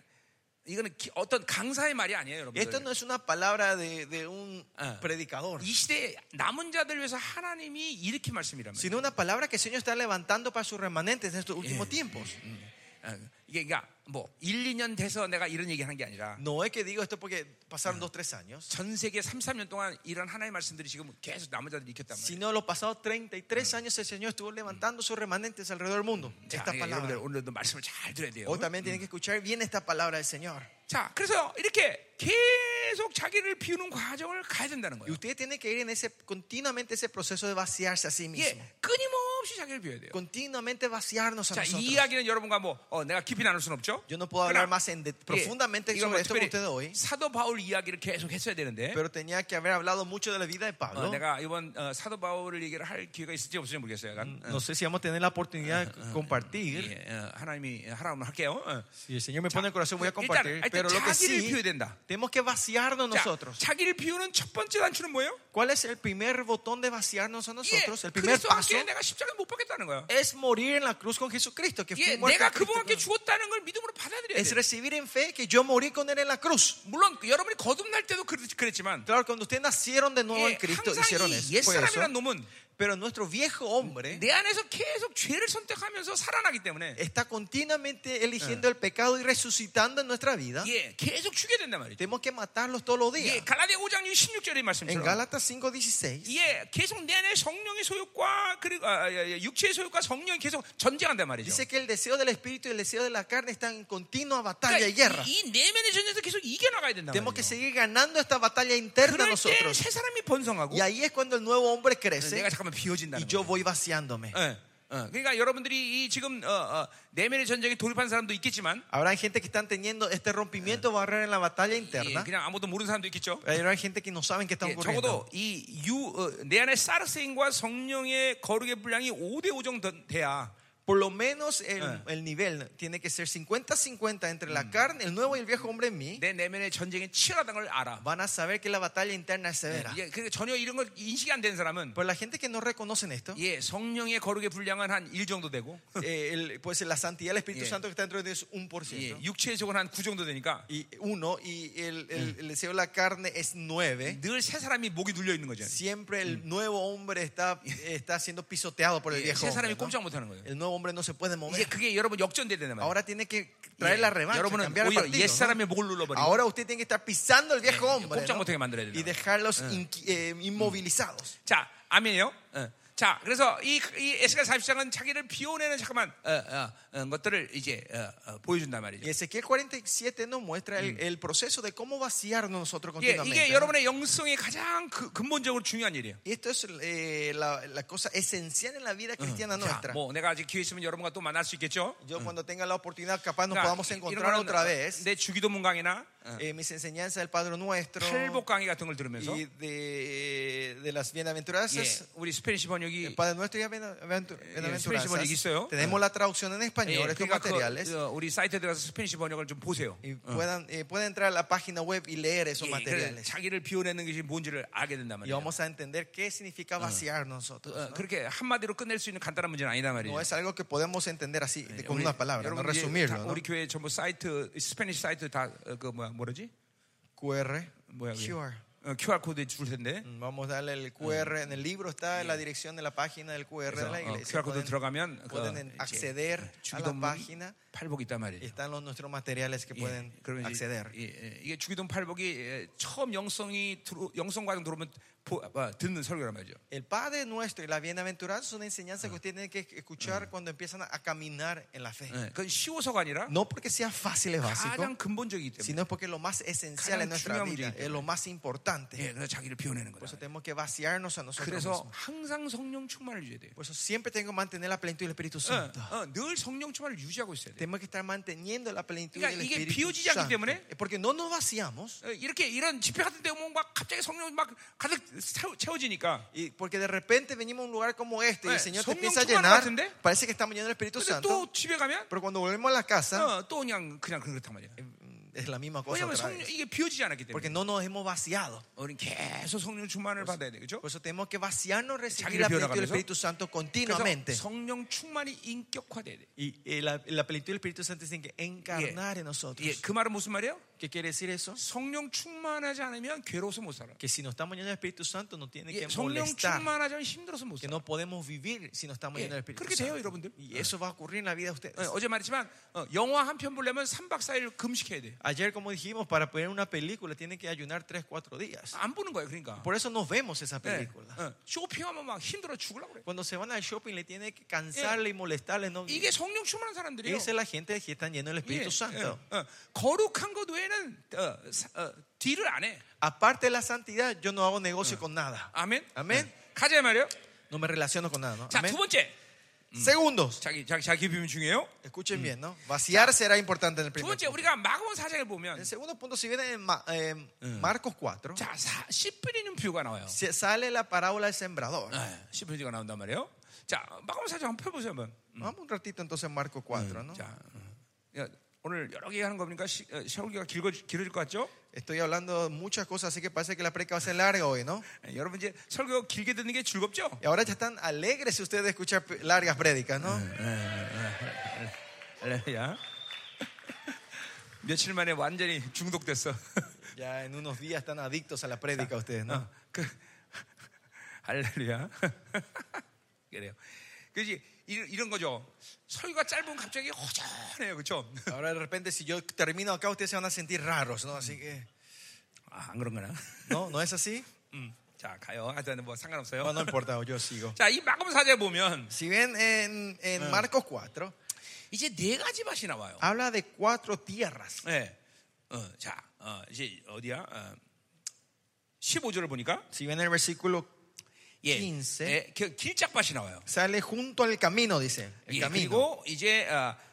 S1: 이거는 기- 어떤 강사의 말이 아니에요,
S2: Esto
S1: 여러분.
S2: no es una palabra de, de un
S1: Ah.
S2: predicador,
S1: 이 시대 남은 자들 위해서 하나님이 이렇게 말씀이란 말이에요.
S2: sino una palabra que el Señor está levantando para sus remanentes en estos últimos
S1: Eh.
S2: tiempos.
S1: Mm. 어, 이게 그러니까 뭐 1, 2년 돼서 내가 이런 얘기하는 게 아니라
S2: No es que digo esto porque
S1: Ah.
S2: pasaron dos, tres años,
S1: 전 세계 3, 4년 동안 이런 하나님의 말씀들이 지금 계속 남은 자들이 있겠단 말이에요.
S2: sino los pasados 33 años el Señor estuvo levantando sus remanentes alrededor del mundo.
S1: 자,
S2: Esta
S1: 여러분들
S2: palabra.
S1: 오늘도 말씀을 잘 들어야 돼요.
S2: Hoy también tienen que escuchar bien esta palabra del Señor.
S1: 자, 그래서 이렇게 계속 계속 자기를 비우는 과정을 가야 된다는
S2: Y
S1: 거예요.
S2: usted tiene que ir en ese continuamente ese proceso de vaciarse a sí mismo.
S1: 예, 끊임없이 자기를 비워야 돼요.
S2: Continuamente vaciarnos a
S1: 자, 이
S2: nosotros.
S1: 이야기는 여러분과 뭐 어, 내가 깊이 나눌 수는 없죠.
S2: Yo no puedo
S1: 그러나,
S2: hablar más en de- profundamente
S1: 이건 뭐
S2: sobre esto con
S1: 특별히
S2: ustedes hoy,
S1: 사도 바울 이야기를 계속 했어야 되는데
S2: pero tenía que haber hablado mucho de la vida de
S1: 어,
S2: Pablo.
S1: 내가 이번 어, 사도 바울을 얘기를 할 기회가 있을지 없을지 모르겠어요. 약간. 어,
S2: No sé si vamos a tener la oportunidad de compartir.
S1: 예, 어, 하나님이 하라면 할게요. 어.
S2: Si el Señor me pone el corazón, voy a
S1: 일단,
S2: compartir.
S1: 일단
S2: Pero lo que
S1: 자기를
S2: sí,
S1: 비워야 된다.
S2: tenemos que vaciarnos
S1: 자,
S2: nosotros.
S1: 자기를 비우는 첫 번째 단추는 뭐예요?
S2: ¿Cuál es el primer botón de vaciarnos a
S1: 예,
S2: nosotros? El primer
S1: 그리스도
S2: paso
S1: 함께 내가 십자가 못 박겠다는 거야.
S2: es morir en la cruz con Jesucristo. Que
S1: 예,
S2: fui muerto
S1: 내가
S2: en
S1: 예, 그분과 함께
S2: Cristo.
S1: 죽었다는 걸 믿음으로 받아들여야
S2: Es
S1: 돼.
S2: recibir en fe que yo morí con Él en la cruz.
S1: 물론 그 여러분이 거듭날 때도 그랬- 그랬지만
S2: Claro, cuando ustedes nacieron de nuevo
S1: 예,
S2: en Cristo,
S1: 항상
S2: hicieron
S1: 이
S2: eso. fue eso.
S1: 옛사람이란 놈은
S2: Pero nuestro viejo hombre
S1: 내 안에서 계속 죄를 선택하면서 살아나기 때문에
S2: está continuamente eligiendo el pecado y resucitando en nuestra vida.
S1: 예, 계속 죽게 된단 말이죠.
S2: Tenemos que matarlos todos los
S1: 예,
S2: días.
S1: 갈라디아 5장 16절의
S2: En
S1: 말씀처럼
S2: Gálatas 5:16.
S1: 예, 계속 내 안에 성령의 소욕과 그리고 아, 아, 예, 육체의 소욕과 성령이 계속 전쟁한단 말이죠.
S2: Dice que el deseo del espíritu y el deseo de la carne están en continua batalla y
S1: 그러니까
S2: guerra.
S1: 이, 이 내면의 전쟁에서 계속 이겨나가야 된다.
S2: Tenemos que seguir ganando esta batalla
S1: 그럴
S2: interna
S1: 때
S2: nosotros.
S1: 새 사람이 번성하고
S2: Y ahí es cuando el nuevo hombre crece
S1: 내가 잠깐만
S2: y
S1: 비워진다는
S2: yo voy vaciándome.
S1: 거예요. 예, 어, 그러니까 여러분들이 이 지금 어, 어, 내면의 전쟁에 돌입한 사람도 있겠지만
S2: Habrá gente que están teniendo este rompimiento barrera en la batalla
S1: 예,
S2: interna. Eh,
S1: 그냥 아무도 모르는 사람도 있겠죠.
S2: Habrá gente que no saben qué está
S1: 예,
S2: ocurriendo.
S1: 적어도 이유내 안에 사르세인과 성령의 거룩의 분량이 5대 5 정도 돼야
S2: Por lo menos el,
S1: Eh.
S2: el nivel tiene que ser 50-50 entre la carne, el nuevo y el viejo hombre en mí.
S1: 내 내면의 전쟁이 치열하다는 걸 알아.
S2: Van a saber que la batalla interna es severa.
S1: 예, 그러니까 전혀 이런 걸 인식이 안 된 사람은
S2: Pero la gente que no reconocen esto,
S1: 예, 성령의 거룩의 분량은 한 1 정도 되고
S2: eh, el- pues la santidad del Espíritu
S1: Yeah.
S2: Santo que está dentro de ellos es un por
S1: 예,
S2: ciento.
S1: 육체의 속은 한 9 정도 되니까
S2: y uno y el, el- el deseo de la carne es nueve
S1: 늘 새 사람이 목이 눌려 있는 거죠.
S2: siempre el nuevo hombre está, está siendo pisoteado por el
S1: 예,
S2: viejo
S1: 새 사람이
S2: hombre,
S1: 꼼짝
S2: ¿no?
S1: 못 하는 거예요.
S2: el nuevo hombre no se puede
S1: 이제
S2: mover
S1: 그게 여러분 역전돼야 되는 말이에요.
S2: ahora tiene que traer la
S1: 예,
S2: revancha
S1: 여러분은
S2: cambiar el
S1: 오히려
S2: partido
S1: 옛
S2: ¿no?
S1: 사람의 목을 눌러버리고
S2: ahora usted tiene que estar pisando al viejo hombre
S1: 꼼짝
S2: Eh, ¿no?
S1: 못하게 만들어야
S2: y
S1: 된다.
S2: dejarlos inqui- eh, inmovilizados
S1: 자, 아멘이요. 어. 자, 그래서 이, 이 에스겔 40장은 자기를 비워내는 잠깐만 어, 어, 어, 것들을 이제 어, 어, 보여준단
S2: y
S1: 말이죠.
S2: Ezequiel 47 nos muestra el, el proceso de cómo vaciarnos nosotros
S1: 예,
S2: continuamente
S1: 이게
S2: ¿no?
S1: 여러분의 영성이 가장 그- 근본적으로 중요한 일이에요.
S2: y esto es eh, la, la cosa esencial en la vida cristiana
S1: 자,
S2: nuestra
S1: 뭐 내가 아직 기회 있으면 여러분과 또 만날 수 있겠죠.
S2: yo cuando tenga la oportunidad capaz nos
S1: 그러니까
S2: podamos
S1: 이-
S2: encontrar
S1: 이런
S2: otra
S1: 거는
S2: vez
S1: 내 주기도문 강의나
S2: eh, mis enseñanzas del Padre Nuestro
S1: 팔복 강의 같은 걸 들으면서
S2: y de, de las
S1: 예,
S2: bienaventuranzas.
S1: 우리 스페니시 번역이
S2: El Padre Nuestro y las bienaventu-
S1: Spanish Bible 있어요.
S2: bienaventuranzas. Tenemos la traducción en
S1: 예,
S2: español, estos
S1: 그러니까 그,
S2: materiales.
S1: 어, 우리 사이트에 들어가서 스페니시 번역을 좀 보세요.
S2: Y puedan, eh, pueden entrar a la página web y leer esos
S1: 예, 그래,
S2: materiales.
S1: 자기를 비워내는 것이 뭔지를 알게 된단
S2: Y
S1: 말이에요.
S2: vamos a entender qué significa vaciar nosotros.
S1: 어, 뭐
S2: ¿no?
S1: 그렇게 한마디로 끝낼 수 있는 간단한 문제는 아니다 말이에요. 예,
S2: No es algo Ah, que Eh, podemos entender así, de- con
S1: 우리,
S2: una palabra, no
S1: 여러분 이제 다
S2: resumirlo. ¿no?
S1: 우리 교회 전부 사이트 스페니시 사이트 다 그 뭐야 뭐라지?
S2: QR.
S1: 뭐야 그게?
S2: QR.
S1: 어, QR 코드 줄 텐데.
S2: Mm, Vamos a darle el QR. En el libro está la dirección de la página del QR de
S1: 그래서,
S2: la
S1: 어,
S2: iglesia.
S1: QR 코드
S2: Pueden-
S1: 들어가면 그,
S2: pueden
S1: 이제
S2: acceder a la
S1: 주기도문
S2: página
S1: 팔복 있단
S2: y
S1: 말이에요.
S2: están los nuestros materiales que
S1: 예,
S2: pueden
S1: 그러면 이제,
S2: acceder.
S1: 예, 예, 이게 주기도문 팔복이 예, 처음 영성이 들어, 영성 과정 들어오면 보, 아, 듣는 설교란 말이죠.
S2: El Padre nuestro y la bienaventuranza son
S1: Ah.
S2: enseñanzas que usted tiene que escuchar cuando empiezan a caminar en la fe.
S1: 예, 그건 쉬워서가 아니라
S2: No porque sea fácil es básico,
S1: 가장 근본적이기 때문에.
S2: sino porque es lo más esencial en nuestra vida, es lo más
S1: 예,
S2: importante.
S1: 그래서 자기를 비워내는 거다.
S2: Entonces tenemos que vaciarnos a nosotros
S1: 그래서
S2: mismos.
S1: 항상 성령 충만을 유지해야 돼요.
S2: Por eso siempre tengo que mantener la plenitud del Espíritu Santo.
S1: 어, 어, 늘 성령 충만을 유지하고 있어야 돼.
S2: Tenemos que estar manteniendo la plenitud
S1: 그러니까
S2: del
S1: 이게
S2: Espíritu
S1: 비워지지 않기
S2: Santo.
S1: 때문에
S2: Porque no nos vaciamos.
S1: 어, 이렇게 이런 집회 같은 데 오면 막 갑자기 성령 막 가득 채워- 채워지니까
S2: Y porque de repente venimos a un lugar como este y
S1: Eh,
S2: el Señor te
S1: son
S2: empieza a
S1: mucho más
S2: llenar.
S1: grande.
S2: Parece que estamos llenos del Espítu
S1: 근데
S2: Santo.
S1: 또 집에 가면
S2: Pero cuando volvemos a la casa,
S1: 어, 또 그냥 그냥 그렇단 말이야.
S2: mm, es la misma cosa.
S1: 왜냐하면
S2: Otra
S1: 성령
S2: vez.
S1: 이게 비워지지 않았기
S2: Porque
S1: 때문에
S2: no nos hemos vaciado.
S1: 우리는 계속 성령 충만을 받아야 돼, 그렇죠?
S2: Por eso tenemos que vaciarnos,
S1: 자기를
S2: recibir la plenitud del
S1: 비워나가면서
S2: Espíritu Santo
S1: 그래서
S2: continuamente.
S1: 성령 충만이 인격화돼야 돼.
S2: Y, y la, la plenitud del Espíritu Santo tiene que encarnar en
S1: 예,
S2: nosotros.
S1: 그 말은 무슨 말이에요?
S2: ¿Qué quiere decir eso?
S1: 성령 충만하지 않으면 괴로워서 못 살아.
S2: Que si no estamos llenos del Espíritu Santo, nos tiene
S1: 예,
S2: que
S1: 성령
S2: molestar.
S1: 충만하지 않으면 힘들어서 못
S2: Que
S1: 살아.
S2: no podemos vivir si no estamos
S1: 예,
S2: llenos del Espíritu
S1: 그렇게 돼요,
S2: Santo.
S1: 여러분들.
S2: Ah. Y eso va a ocurrir en la vida
S1: 어,
S2: de ustedes.
S1: 어제 말했지만 어, 영화 한 편 보려면 3박 4일 금식해야 돼.
S2: Ayer, como dijimos, para ver una película tiene que ayunar 3, 4 días.
S1: 안 보는 거예요. 그러니까.
S2: Por eso nos vemos esa
S1: 예,
S2: película.
S1: 어, 쇼핑하면 막 힘들어 죽으려고 그래.
S2: Cuando se van al shopping le tiene que cansarle y molestarle. ¿no?
S1: 이게 성령 충만한 사람들이에요.
S2: Esa es la gente que están llenos del
S1: 예,
S2: Espíritu Santo.
S1: 어, 어, 거룩한 것 외에는 어, 사- 어, 딜을 안 해.
S2: Aparte de la santidad, yo no hago negocio con nada.
S1: 아멘.
S2: 아멘.
S1: 예. 가자 이 말이에요.
S2: No me relaciono con nada. ¿no?
S1: 자,
S2: Amén. Mm.
S1: 두 번째.
S2: Segundos.
S1: 자기 자기 자기 비밀 중요해요.
S2: Escuchen bien, ¿no? Vaciar será importante en el
S1: 두
S2: primer
S1: 번째
S2: punto.
S1: 우리가 마가복음 사장을 보면
S2: El segundo punto, si viene en Ma- eh, Marcos 4,
S1: 자, 예, 사, 씨 뿌리는 뷰가 나와요.
S2: se sale la parábola del sembrador.
S1: 예, 씨 뿌리가 나온단 말이에요. 자, 마가복음 사장 한번 펴 보세요, 한번.
S2: Vamos un ratito entonces a Marcos 4, ¿no?
S1: 자. 어, 야, 오늘 여러 개 하는 거 보니까 시- 어, 세월기가 길어 길어질 것 같죠?
S2: Estoy hablando muchas cosas, así que parece que la preca va a ser larga hoy, ¿no?
S1: 예, 여러분 이제 설교 길게 듣는 게 즐겁죠?
S2: Y ahora ya están alegres ustedes de escuchar pe- largas prédicas, ¿no?
S1: 할렐루야. 며칠 만에 완전히 중독됐어.
S2: Ya en unos días están adictos a la prédica ustedes, ¿no?
S1: 어, 그, 할렐루야. 그래요. 그지 이런 거죠. 설교가 짧으면 갑자기 허전해요, 그렇죠?
S2: Ahora de repente si yo termino acá ustedes se van a sentir raros, ¿no? Así que
S1: 아, 안 그런가나?
S2: no, no es así.
S1: 음, 자 가요. 하여튼 뭐 상관없어요.
S2: No, no importa, yo sigo.
S1: 자, 이 마감 사제 보면
S2: Si ven en, en Marcos 4,
S1: 이제 네 가지 맛이 나와요.
S2: habla de cuatro tierras.
S1: 네. 어, 자, 어, 이제 어디야? 어, 15절을 보니까
S2: Si ven el versículo
S1: 예,
S2: 15.
S1: 예, 그 길짝밭이 나와요.
S2: sale junto al camino, dice. El
S1: 예,
S2: camino.
S1: 그리고 이제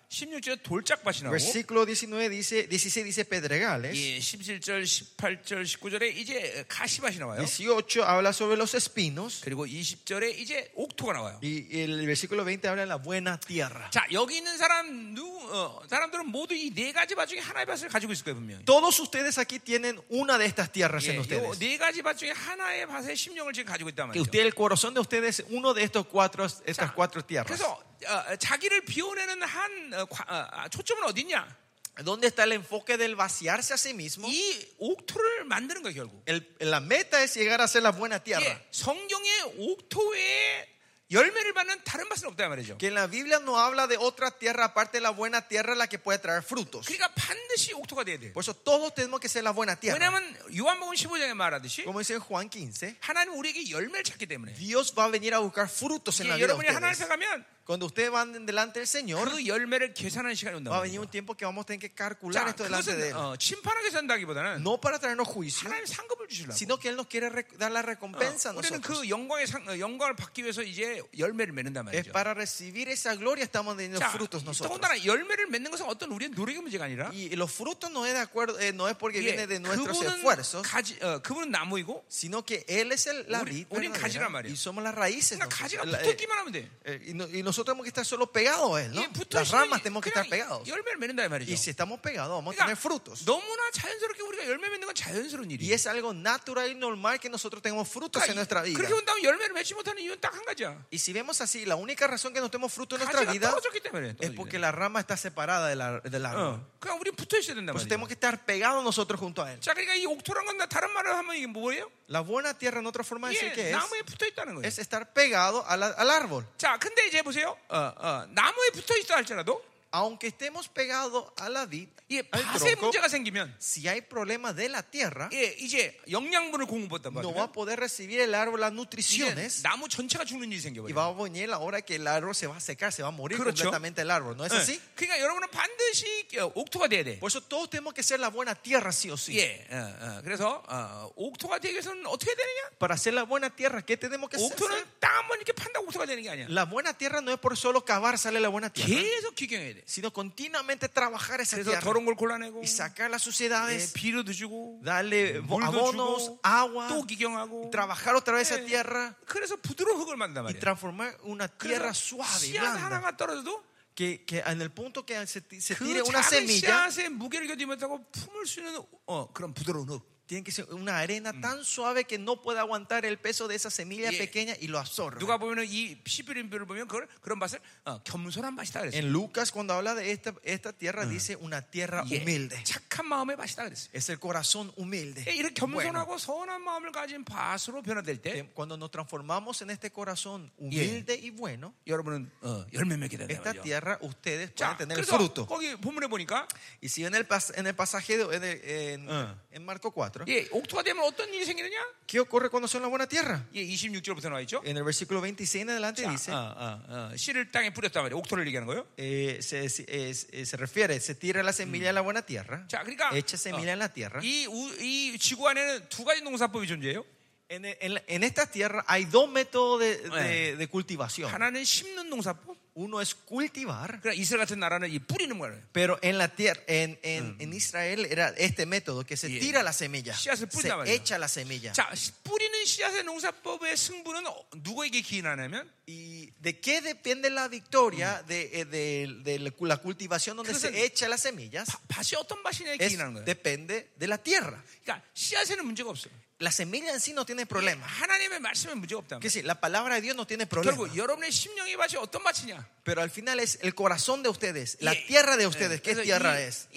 S1: 16절 돌짝밭이 나오고
S2: Versículo 19 dice, 16 dice pedregales.
S1: 예, 17절, 18절, 19절에 이제 가시밭이 나와요.
S2: 18 habla sobre los espinos.
S1: 그리고 20절에 이제 옥토가 나와요.
S2: Y el versículo 20 habla de la buena tierra.
S1: 자, 여기 있는 사람 누 어, 사람들은 모두 이 네 가지 밭 중에 하나의 밭을 가지고 있을 거예요, 분명히.
S2: Todos ustedes aquí tienen una de estas tierras
S1: 예,
S2: en
S1: 요
S2: ustedes.
S1: 네 가지 밭 중에 하나의 밭의 심령을 지금 가지고 네 있단
S2: Que
S1: 말이죠.
S2: usted, el corazón de ustedes, uno de estos cuatro, estas cuatro tierras.
S1: 그래서 어, 자기를 비워내는 한 어, 과- 어, 아, 초점은 어딨냐?
S2: ¿Dónde está el enfoque del vaciarse a sí mismo?
S1: 이 옥토를 만드는 거예요, 결국.
S2: El- la meta es llegar a ser la buena tierra.
S1: 예, 성경의 옥토 외에 열매를 받는 다른 밭은 없다 말이죠.
S2: Que en la Biblia no habla de otra tierra aparte de la buena tierra, la que puede traer frutos.
S1: 그러니까 반드시 옥토가 돼야 돼.
S2: Por eso todos tenemos que ser la buena tierra.
S1: 왜냐하면 요한복음 15장에 말하듯이
S2: Como dice en Juan 15,
S1: 하나님 우리에게 열매를 찾기 때문에
S2: Dios va a venir a buscar frutos en
S1: 예,
S2: la vida de
S1: 여러분이 하나님 앞에
S2: ustedes.
S1: 가면
S2: Cuando ustedes van delante del Señor,
S1: 그 열매를 계산하는 아, 시간이 온다.
S2: va a venir un tiempo que vamos a tener que calcular
S1: 자,
S2: esto delante de
S1: 그것은
S2: Él.
S1: 어, 심판하게 산다기보다는
S2: No para traernos juicio,
S1: 하나님 상급을 주시려고.
S2: sino que Él nos quiere rec- dar la
S1: 어,
S2: recompensa a
S1: 우리는
S2: nosotros.
S1: 그 영광의 상, 어, 영광을 받기 위해서 이제 열매를 맺는단
S2: Es
S1: 말이죠.
S2: para recibir esa gloria estamos teniendo
S1: 자,
S2: frutos nosotros.
S1: 더군다나 열매를 맺는 것은 어떤 우리의 노력의 문제가 아니라
S2: Y los frutos no es de acuerdo, eh, no es porque
S1: 예,
S2: viene de nuestros
S1: 그분은
S2: esfuerzos,
S1: 가지, 어, 그분은 나무이고
S2: sino que Él es el, la
S1: 우리-
S2: vid
S1: 우린 가지란
S2: verdadera,
S1: 말이에요.
S2: y somos las raíces.
S1: 그러니까 가지가
S2: nosotros. La- eh,
S1: 붙어있기만 하면 돼.
S2: eh, y, no- y nosotros tenemos que estar solo pegados a Él, ¿no?
S1: 예, 붙어
S2: Las ramas tenemos que estar
S1: 그냥
S2: pegados.
S1: 열매를 맺는다 이
S2: Y
S1: 말이죠.
S2: si estamos pegados, vamos a
S1: 그러니까
S2: 어, tener frutos.
S1: 너무나 자연스럽게 우리가 열매 맺는 건 자연스러운
S2: Y
S1: 일이에요.
S2: es algo natural y normal que nosotros tengamos frutos en nuestra
S1: 그러니까 이-
S2: vida.
S1: 그렇게 본다면 열매를 맺지 못하는 이유는 딱 한 가지야.
S2: Y si vemos así, la única razón que no tenemos fruto en nuestra
S1: 가지가
S2: vida
S1: 떨어졌기 때문에.
S2: es
S1: 떨어지기
S2: porque
S1: 때문에.
S2: la rama está separada de la-
S1: Ah,
S2: del árbol.
S1: 어, 그냥 우리 붙어 있어야 된다
S2: Por eso
S1: 말이야.
S2: tenemos que estar pegados nosotros junto a él.
S1: 자, 그러니까 이 옥토란 건나 다른 말로 하면 이게 뭐예요?
S2: La buena tierra, en otra forma de decir
S1: 예,
S2: que es,
S1: 나무에 붙어 있다는 거예요.
S2: es estar pegado a la- al árbol.
S1: 자, 근데 이제 보세요. 어, 어, 나무에 붙어 있다 할지라도
S2: Aunque estemos pegados a la vid,
S1: 이게
S2: al
S1: 밭에
S2: tronco,
S1: 문제가 생기면
S2: si hay problemas de la tierra,
S1: 예, 이제 영양분을 공급받다
S2: no va a
S1: 보면
S2: poder recibir el árbol las
S1: 이제
S2: nutriciones
S1: 나무 전체가 죽는 일이
S2: y
S1: 생겨버려요.
S2: va a venir la hora que el árbol se va a secar, se va a morir
S1: Correcto.
S2: completamente el árbol. ¿No es
S1: 예,
S2: así?
S1: 그러니까 여러분은 반드시 어, 옥토가 돼야 돼.
S2: Por eso todos tenemos que ser la buena tierra, sí o sí.
S1: 예, 어, 어, 그래서 어, 옥토가 되기 위해서는 어떻게 해야 되느냐?
S2: Para ser la buena tierra, ¿qué tenemos
S1: 그러니까
S2: que hacer?
S1: 옥토는 땅 한번 이렇게 판다고 옥토가 되는 게 아니야.
S2: La buena tierra no es por solo cavar sale la buena tierra,
S1: 계속 기경해야 돼.
S2: sino continuamente trabajar esa
S1: 그래서
S2: tierra
S1: 더러운 걸 골라내고
S2: y sacar las
S1: 예,
S2: suciedades,
S1: 비료도 주고
S2: darle bo-
S1: 물도
S2: abonos,
S1: 주고
S2: agua,
S1: 또 기경하고
S2: y trabajar otra vez esa
S1: 예.
S2: tierra
S1: 그래서 부드러운 흙을 만든단
S2: y
S1: 말이야.
S2: transformar una tierra suave,
S1: 씨앗
S2: blanda,
S1: 하나가 떨어져도
S2: que, que en el punto que se, ti- se
S1: 그
S2: tire una
S1: 작은
S2: semilla,
S1: 씨앗의 무게를 견디지 못하고 품을 수 있는 어, 그런 부드러운 흙.
S2: Tiene que ser una arena tan suave que no pueda aguantar el peso de esa semilla
S1: 예.
S2: pequeña y lo absorbe.
S1: 누가 보면은 이 시브림표를 보면 그걸, 그런 맛을 어, 겸손한 맛이다 그랬어요.
S2: En Lucas, cuando habla de esta, esta tierra, dice una tierra
S1: 예,
S2: humilde.
S1: 착한 마음의 맛이다 그랬어요.
S2: Es el corazón
S1: 예,
S2: humilde.
S1: 이렇게
S2: Bueno,
S1: 겸손하고 선한 마음을 가진 밭으로 변화될 때
S2: eh, cuando nos transformamos en este corazón humilde y bueno,
S1: 여러분은 어, 열매 맺게 된다
S2: esta
S1: 말이죠.
S2: tierra ustedes
S1: 자,
S2: pueden tener
S1: 뭐 그래서
S2: fruto.
S1: 거기 본문에 보니까
S2: Y si en el, pas- en el pasaje, de- en, el- en-
S1: Ah.
S2: en Marco 4,
S1: 예, 옥토가 되면 어떤 일이 생기느냐?
S2: ¿qué ocurre cuando son la buena tierra?
S1: 예, 26절부터 나와 있죠.
S2: En el versículo 26 en adelante
S1: 자,
S2: dice,
S1: 어, 어, 어, 씨를 땅에 뿌렸단 말이에요. 옥토를 얘기하는 거예요.
S2: eh, se, se- eh, se refiere, se tira la semilla en la buena tierra,
S1: 자, 그러니까
S2: echa semilla en la tierra.
S1: 이, 우- 이 지구 안에는 두 가지 농사법이 존재해요.
S2: En, en la- en esta tierra hay dos métodos de, de-
S1: Eh.
S2: de cultivación.
S1: 하나는 심는 농사법.
S2: Uno es cultivar,
S1: 그러니까 이스라엘 같은 나라는 이 뿌리는 거예요.
S2: pero en la tierra, en, en- en Israel era este método que se
S1: Yeah.
S2: tira la semilla,
S1: Sí, hace
S2: se
S1: punta, vaya.
S2: echa la semilla.
S1: 자, 시- 뿌리는 씨앗의 농사법의 승부는 어- 누구에게 기인하냐면
S2: ¿Y de qué depende la victoria de, eh, de- de la- la cultivación donde
S1: Entonces,
S2: se echa las semillas?
S1: 바- 밭이 어떤 밭이냐에
S2: Es-
S1: 기인하는 거예요.
S2: depende de la tierra.
S1: 그러니까 씨앗에는 문제가 없어요.
S2: La semilla en sí no tiene problema.
S1: 하나님의 말씀에 문제가 없다.
S2: Que sí, la palabra de Dios no tiene problema.
S1: 결국 여러분의 심령의 밭이 어떤 밭이냐?
S2: Pero al final es el corazón de ustedes, la
S1: 예.
S2: tierra de ustedes.
S1: 예.
S2: 네, ¿Qué
S1: 그래서
S2: tierra
S1: 이,
S2: es?
S1: 이,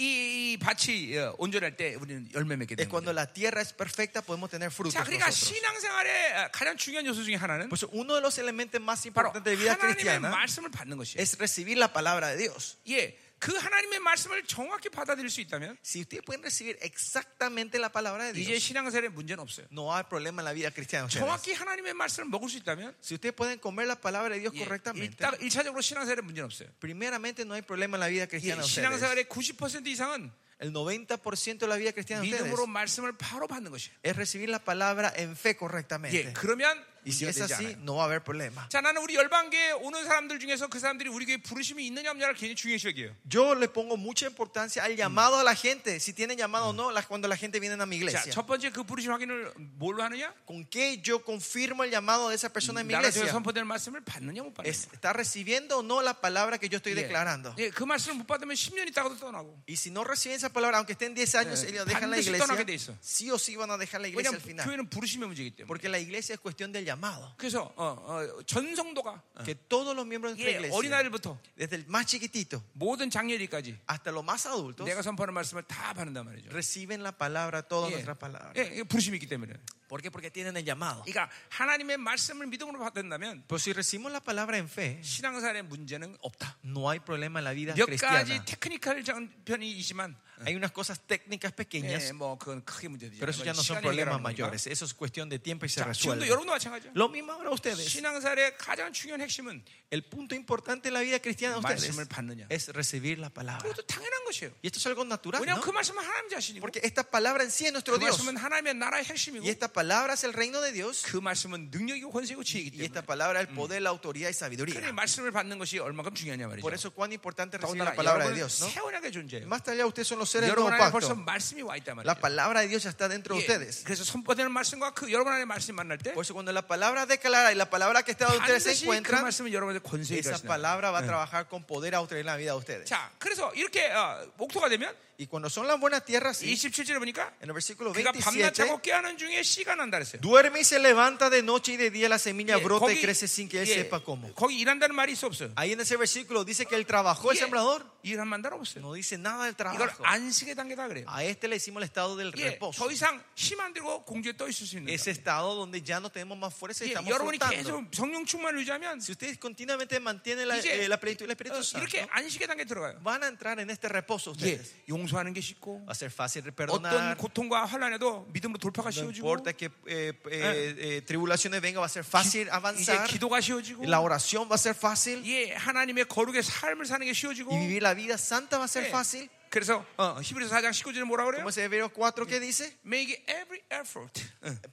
S1: 이 밭이 어, 온전할 때 우리는 열매 맺게
S2: Es
S1: 되는
S2: cuando
S1: 거예요.
S2: la tierra es perfecta podemos tener frutos.
S1: 자, 그러니까
S2: nosotros.
S1: 신앙생활의 어, 가장 중요한 요소 중에 하나는
S2: Pues uno de los elementos más
S1: 바로
S2: importantes de vida
S1: 하나님의
S2: cristiana
S1: 말씀을 받는 것이에요.
S2: es recibir la palabra de Dios.
S1: 예, 그 하나님의 말씀을 정확히 받아들일 수 있다면
S2: Si ustedes pueden recibir exactamente la palabra de
S1: 이제
S2: Dios,
S1: 신앙생활에 문제는 없어요.
S2: no hay problema en la vida cristiana. de ustedes.
S1: 정확히 하나님의 말씀을 먹을 수 있다면
S2: Si ustedes pueden comer la palabra de Dios
S1: 예,
S2: correctamente,
S1: 일단 일차적으로 신앙생활에 문제는 없어요.
S2: primeramente no hay problema en la vida cristiana.
S1: 예,
S2: de ustedes.
S1: 신앙생활의 90% 이상은
S2: El 90% de la vida cristiana de ustedes
S1: 믿음으로 말씀을 바로 받는 것이에요.
S2: es recibir la palabra en fe
S1: 예,
S2: correctamente.
S1: 그러면
S2: Y si
S1: 문제가
S2: es
S1: 되지
S2: así,
S1: 않아요.
S2: no va a 하ber problema.
S1: 자, 나는 우리 열방계에 오는 사람들 중에서 그 사람들이 우리 교회 부르심이 있느냐 없냐를 굉장히 중요시 여겨요.
S2: Yo le pongo mucha importancia al llamado a la gente, si tienen llamado o no, la- cuando la gente viene a mi
S1: 자,
S2: iglesia.
S1: 첫 번째 그 부르심 확인을 뭘로 하느냐?
S2: ¿Con qué yo confirmo el llamado de esa persona en mi
S1: 나로
S2: iglesia?
S1: 선포될 말씀을 받느냐 못 받느냐.
S2: Es- ¿Está recibiendo o no la palabra que yo estoy declarando?
S1: 예, 그 말씀을 못 받으면 10년 있다가도 떠나고.
S2: Y si no reciben esa palabra, aunque estén 10 años,
S1: Eh,
S2: ellos dejan la
S1: 반드시 떠나게 돼
S2: iglesia.
S1: 있어.
S2: Sí o sí van a dejar la iglesia al
S1: 왜냐하면
S2: final.
S1: 교회는 부르심의 문제이기 때문에.
S2: Porque la iglesia es cuestión del llamado.
S1: 그래서 어, 어, 전성도가
S2: Que todos los miembros de
S1: 예,
S2: nuestra iglesia,
S1: 어린아이부터
S2: desde el más chiquitito
S1: 모든 장렬이까지
S2: hasta los más adultos,
S1: 내가 선포하는 말씀을 다 받는단 말이죠.
S2: reciben la palabra, toda
S1: 예,
S2: nuestra palabra.
S1: 예, 이게 부르심이 있기 때문에.
S2: Eh, ¿Por qué? Porque tienen el llamado.
S1: 그러니까 하나님의 말씀을 믿음으로 받는다면
S2: Pero Pues si recibimos la palabra en fe,
S1: 신앙사의 문제는 없다.
S2: no hay problema en la vida
S1: 몇 가지
S2: cristiana.
S1: 테크니컬 장편이 있지만
S2: Hay unas cosas técnicas
S1: 예,
S2: pequeñas,
S1: 뭐 그건 크게 문제되지.
S2: pero eso Eh, ya no son problemas mayores. Eso es cuestión de tiempo y se
S1: 자, 지금도
S2: resuelve.
S1: 여러분도 마찬가지죠.
S2: Lo mismo ahora ustedes.
S1: 신앙사의 가장 중요한 핵심은
S2: El punto importante de la vida cristiana de ustedes
S1: 말씀을 받느냐.
S2: es recibir la palabra.
S1: 그것도 당연한 것이에요.
S2: Y esto es algo natural,
S1: 왜냐하면
S2: ¿no?
S1: 그 말씀은 하나님 자신이고
S2: Porque esta palabra en sí es
S1: 그
S2: nuestro Dios.
S1: 말씀은 하나님의 나라의 핵심이고
S2: Y esta palabra es el reino de Dios.
S1: 그 말씀은 능력이고 권세고 지혜이기
S2: Y esta
S1: 때문에
S2: palabra es el poder, la autoridad y
S1: 그러니
S2: sabiduría.
S1: 말씀을 받는 것이 얼마큼 중요하냐 말이죠.
S2: Por eso, cuán importante es recibir
S1: 더군다나
S2: la palabra
S1: 여러분은
S2: de Dios, ¿no?
S1: 새 언약의 존재예요.
S2: Más allá, ustedes son los seres del
S1: 여러분
S2: nuevo
S1: 안에 벌써
S2: pacto.
S1: 말씀이 와 있단 말이에요.
S2: La palabra de Dios ya está dentro de
S1: 예,
S2: ustedes.
S1: 그래서 선포되는 말씀과 그 여러분 안에 말씀 만날 때
S2: Por eso, cuando la palabra declara y la palabra que está donde ustedes se
S1: 반드시 그
S2: encuentran,
S1: 말씀은 여러분한테 권세가
S2: 아, esa
S1: 있습니다.
S2: palabra va a trabajar con poder, autoridad en la vida de ustedes.
S1: 자, 그래서 이렇게 어, 목토가 되면
S2: Y cuando son las buenas tierras, sí,
S1: 27절에 보니까
S2: en el versículo
S1: 그가 밤낮
S2: 27.
S1: 자고 깨하는 중에 씨가 난다 그랬어요.
S2: Duerme y se levanta de noche y de día la semilla
S1: 예,
S2: brota y crece sin que él
S1: 예,
S2: sepa cómo.
S1: 거기 일한다는 말이 있어 없어요?
S2: Ahí en ese versículo dice que él trabajó el
S1: 예,
S2: sembrador.
S1: 일한 만다라 없어요.
S2: No dice nada del
S1: 이걸
S2: trabajo.
S1: 안식의 단계다 그래요.
S2: A este le hicimos el estado del
S1: 예,
S2: reposo.
S1: 더 이상 힘 안 들고 공주에 떠 있을 수 있는.
S2: Ese estado donde ya no tenemos más fuerza
S1: 예,
S2: y estamos
S1: 여러분이
S2: flotando.
S1: 계속 성령 충만을 유지하면
S2: Si ustedes continuamente mantienen la,
S1: 이제
S2: eh, la plenitud del
S1: 어,
S2: Espíritu Santo,
S1: 이렇게 안식의 단계 에 들어가요.
S2: van a entrar en este reposo
S1: 예,
S2: ustedes.
S1: 용서하는 게 쉽고
S2: Va a ser fácil de
S1: 어떤
S2: perdonar.
S1: 고통과 환란에도 믿음으로 돌파가
S2: No
S1: 쉬워지고
S2: importa que eh, eh, eh, tribulaciones vengan, va a ser fácil
S1: 이제
S2: avanzar.
S1: 기도가 쉬워지고
S2: La oración va a ser fácil.
S1: 예, 하나님의 거룩의 삶을 사는 게 쉬워지고
S2: Y vivir la vida santa va a ser
S1: 예.
S2: fácil.
S1: 그래서 어, 히브리서 4장 19절에 뭐라 그래요?
S2: Como es Hebreos 4 que dice,
S1: Make every effort.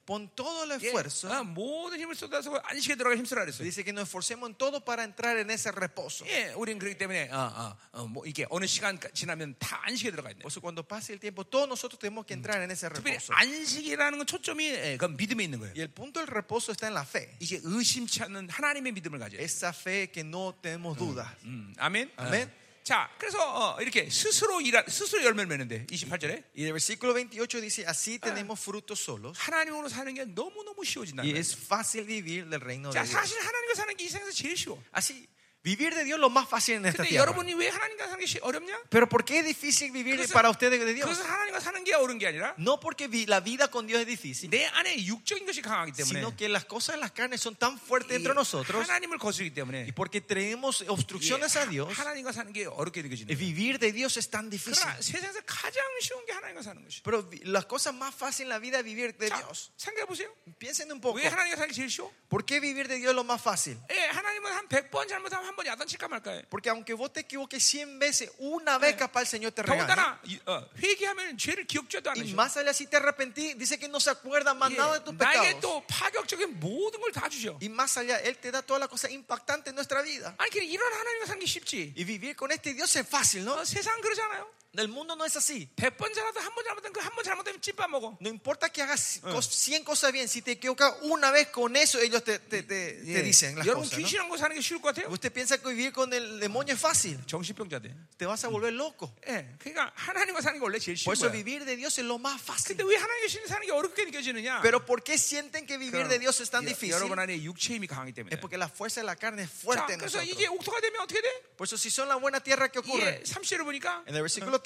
S2: pon todo el
S1: 예,
S2: esfuerzo.
S1: 어, 모든 힘을 쏟아서 안식에 들어가 힘쓰라 그랬어요.
S2: Dice que nos esforcemos en todo para entrar en ese reposo.
S1: 예, 우리는 그렇기 때문에 어, 어, 어, 뭐 이게 어느 시간 지나면 다 안식에 들어가야 돼.
S2: Por eso cuando pase el tiempo, todos nosotros tenemos que entrar en ese
S1: 특별히
S2: reposo.
S1: 안식이라는 건 초점이 예, 그 믿음에 있는 거예요.
S2: Y el punto del reposo está en la fe.
S1: 이제 의심치 않는 하나님의 믿음을 가져요.
S2: Esa fe que no tenemos dudas.
S1: 음, 아멘.
S2: 아멘.
S1: 어. 자, 그래서 어, 이렇게 스스로 일하, 스스로 열매를 맺는데 28절에
S2: Y el versículo 28 dice, así tenemos frutos solos
S1: 하나님으로 사는 게 너무너무 쉬워진다.
S2: y es fácil vivir del reino de
S1: 자,
S2: Dios.
S1: 사실 하나님과 사는 게 이 세상에서 제일 쉬워.
S2: Así, vivir de Dios lo más fácil en esta
S1: 근데
S2: tierra.
S1: 여러분이 왜 하나님과 사는 게 쉬- 어렵냐?
S2: Pero ¿por qué es difícil vivir
S1: 그래서-
S2: para ustedes de Dios?
S1: 그것은 하나님과 사는 게 어려운 게 아니라
S2: No porque vi- la vida con Dios es difícil,
S1: 내 안에 육적인 것이 강하기 때문에
S2: sino que las cosas de las carnes son tan fuertes
S1: 이
S2: dentro de nosotros
S1: 하나님을 거스르기 때문에
S2: y porque tenemos obstrucciones
S1: 예,
S2: a Dios,
S1: 하나님과 사는 게 어렵게 느껴지는 거예요.
S2: vivir de Dios es tan difícil.
S1: 그러나 세상에서 가장 쉬운 게 하나님과 사는 것이.
S2: Pero vi- las cosas más fáciles en la vida es vivir de
S1: 자,
S2: Dios.
S1: 생각해 보세요.
S2: Piensen un poco.
S1: 왜 하나님과 사는 게 제일 쉬워?
S2: ¿Por qué vivir de Dios es lo más fácil?
S1: 예, 하나님은 한 100번 잘못하면 한 번 야단 칠까 말까 해.
S2: Porque aunque vos te equivoques 100 veces, una vez capaz el Señor te regaña.
S1: 더군다나 이- 어, 회개하면 죄를 기억조도 안
S2: Y
S1: 하셔.
S2: más allá, si te arrepentí, dice que no se acuerda más
S1: 예,
S2: nada de tus
S1: 나에게
S2: pecados.
S1: 또 파격적인 모든 걸 다 주셔.
S2: Y más allá, Él te da toda la cosa impactante en nuestra vida.
S1: 아니, 그냥 이런 하나님과 사는 게 쉽지.
S2: Y vivir con este Dios es fácil, ¿no?
S1: 어, 세상 그러잖아요.
S2: El mundo no es así.
S1: 100번 잘하든 한 번 잘못하면 그 한 번 잘못하면 찐밥 먹어.
S2: No importa que hagas cos- 100 cosas bien, si te equivocas una vez con eso, ellos te, te, te- te dicen las
S1: 여러분
S2: cosas. ¿no?
S1: 귀신한 거 사는 게 쉬울 것 같아요?
S2: Usted piensa que vivir con el demonio es fácil,
S1: 정신병자 돼.
S2: te vas a volver loco.
S1: 예, 그러니까 하나님과 사는 게 원래 제일 쉬운
S2: Por eso
S1: 거야.
S2: vivir de Dios es lo más fácil.
S1: 근데 왜 하나님과 신이 사는 게 어렵게 느껴지느냐?
S2: Pero ¿por qué sienten que vivir de Dios es tan
S1: 여-
S2: difícil?
S1: 여러분 안에 육체의 힘이 강하기 때문에.
S2: Es porque la fuerza de la carne es
S1: 자,
S2: fuerte en
S1: 그래서
S2: nosotros.
S1: 이게 옥토가 되면 어떻게 돼?
S2: Por eso si son la buena tierra, ¿qué
S1: 이게
S2: ocurre?
S1: 30절을 보니까
S2: En el versículo 30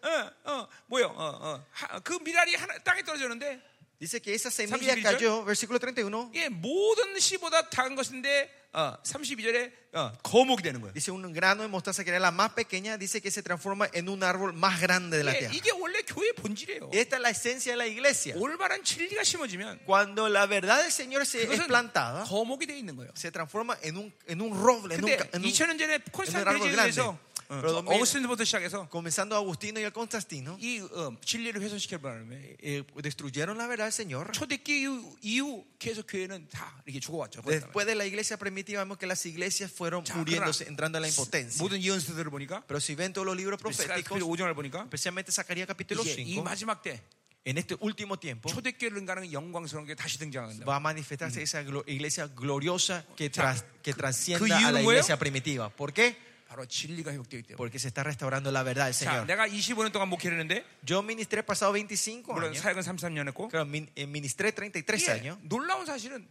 S1: 어, 어, 뭐요? 어, 어. 하- 그 미랄이 하나, 땅에 떨어졌는데
S2: dice que esa semilla
S1: 31 절?
S2: cayó, versículo 31,
S1: 이게 모든 씨보다 작은 것인데 어, 32절에 어, 거목이 되는 거예요.
S2: dice un grano de mostaza que era la más pequeña, dice que se transforma en un árbol más grande de la
S1: 예, 이게,
S2: tierra.
S1: 이게 원래 교회의 본질이에요.
S2: Esta es la esencia de la iglesia.
S1: 올바른 진리가 심어지면
S2: Cuando la verdad del Señor se es
S1: 그것은
S2: plantada,
S1: 거목이 돼 있는 거예요.
S2: se transforma en un, en un roble, en un,
S1: 근데
S2: ca- en un-
S1: 2000년 전에
S2: 옛날 얼굴
S1: 콘스탄티노플에서
S2: grande. 그래서 미래-
S1: 어거스틴부터 시작해서
S2: comenzando Agustino y el Constantino,
S1: 이 어, 진리를 훼손시킬 바람에
S2: eh, destruyeron la verdad del Señor.
S1: 초대기 이후, 이후 계속 교회는 다 이렇게 죽어왔죠.
S2: Después de la iglesia primitiva vemos que las iglesias fueron
S1: Ya,
S2: muriéndose,
S1: claro.
S2: entrando en la impotencia.
S1: 모든 예언서들을 보니까
S2: Pero si ven todos los libros proféticos,
S1: 5장을 보니까
S2: especialmente Zacarías capítulo
S1: 이제 이
S2: 5,
S1: 마지막 때
S2: en este último tiempo
S1: 초대교회를 응가는 영광스러운 게 다시 등장한다.
S2: va a manifestarse esa glo- iglesia gloriosa que, tras- que
S1: 그
S2: trascienda a la
S1: 이유는
S2: iglesia primitiva. ¿Por qué?
S1: 바로 진리가 회복되기 때문에.
S2: Porque se está restaurando la verdad del
S1: 자,
S2: Señor.
S1: 내가 25년 동안 목회를 했는데
S2: Yo ministré pasado 25
S1: 물론
S2: años,
S1: 사역은 33년 했고
S2: claro, min- eh, ministré 33
S1: 이게
S2: años.
S1: 놀라운 사실은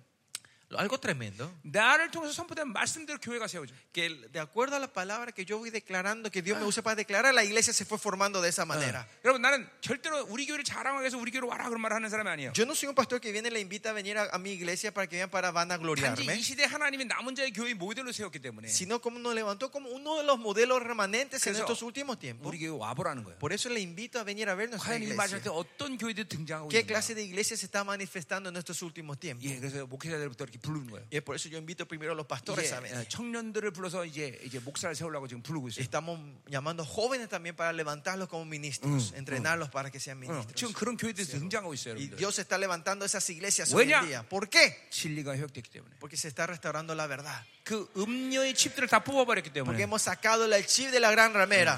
S2: Algo tremendo.
S1: 나를 통해서 선포된 말씀대로 교회가 세워져.
S2: Que el- de acuerdo a la palabra que yo voy declarando, que Dios me usa para declarar, la iglesia se fue formando de esa manera.
S1: 어. 여러분 나는 절대로 우리 교회를 자랑하기 위해서 우리 교회로 와라 그런 말을 하는 사람이 아니에요.
S2: Yo no soy un pastor que viene y le invita a venir a, a mi iglesia para que vean para
S1: 단지
S2: vanagloriarme,
S1: 이 시대 하나님이 남은 자의 교회 모델로 세웠기 때문에
S2: sino como nos levantó como uno de los modelos remanentes en
S1: 그래서
S2: estos últimos tiempos.
S1: 우리 교회 와보라는 거예요.
S2: Por eso le invito a venir a ver nuestra
S1: 과연 이 마지막 때
S2: iglesia.
S1: 어떤 교회들이 등장하고
S2: ¿Qué
S1: 있는가?
S2: clase de iglesia se está manifestando en estos últimos tiempos?
S1: 예, 그래서 목회자들부터 이렇게 부르는 거예요.
S2: Y es por eso yo invito primero a los pastores a
S1: 이제
S2: venir.
S1: 어, 청년들을 불러서 이제 이제 목사를 세우려고 지금 부르고 있어요.
S2: Estamos llamando jóvenes también para levantarlos como ministros, entrenarlos para que sean
S1: 어,
S2: ministros.
S1: 지금 그런 교회들이 등장하고 있어요,
S2: Y
S1: 여러분들.
S2: Dios está levantando esas iglesias hoy en
S1: Buena.
S2: día. ¿Por qué?
S1: 진리가 회복됐기 때문에
S2: Porque se está restaurando la verdad.
S1: 그 음녀의 칩들을 다 뽑아버렸기
S2: Porque
S1: 때문에
S2: hemos sacado el chip de la gran ramera.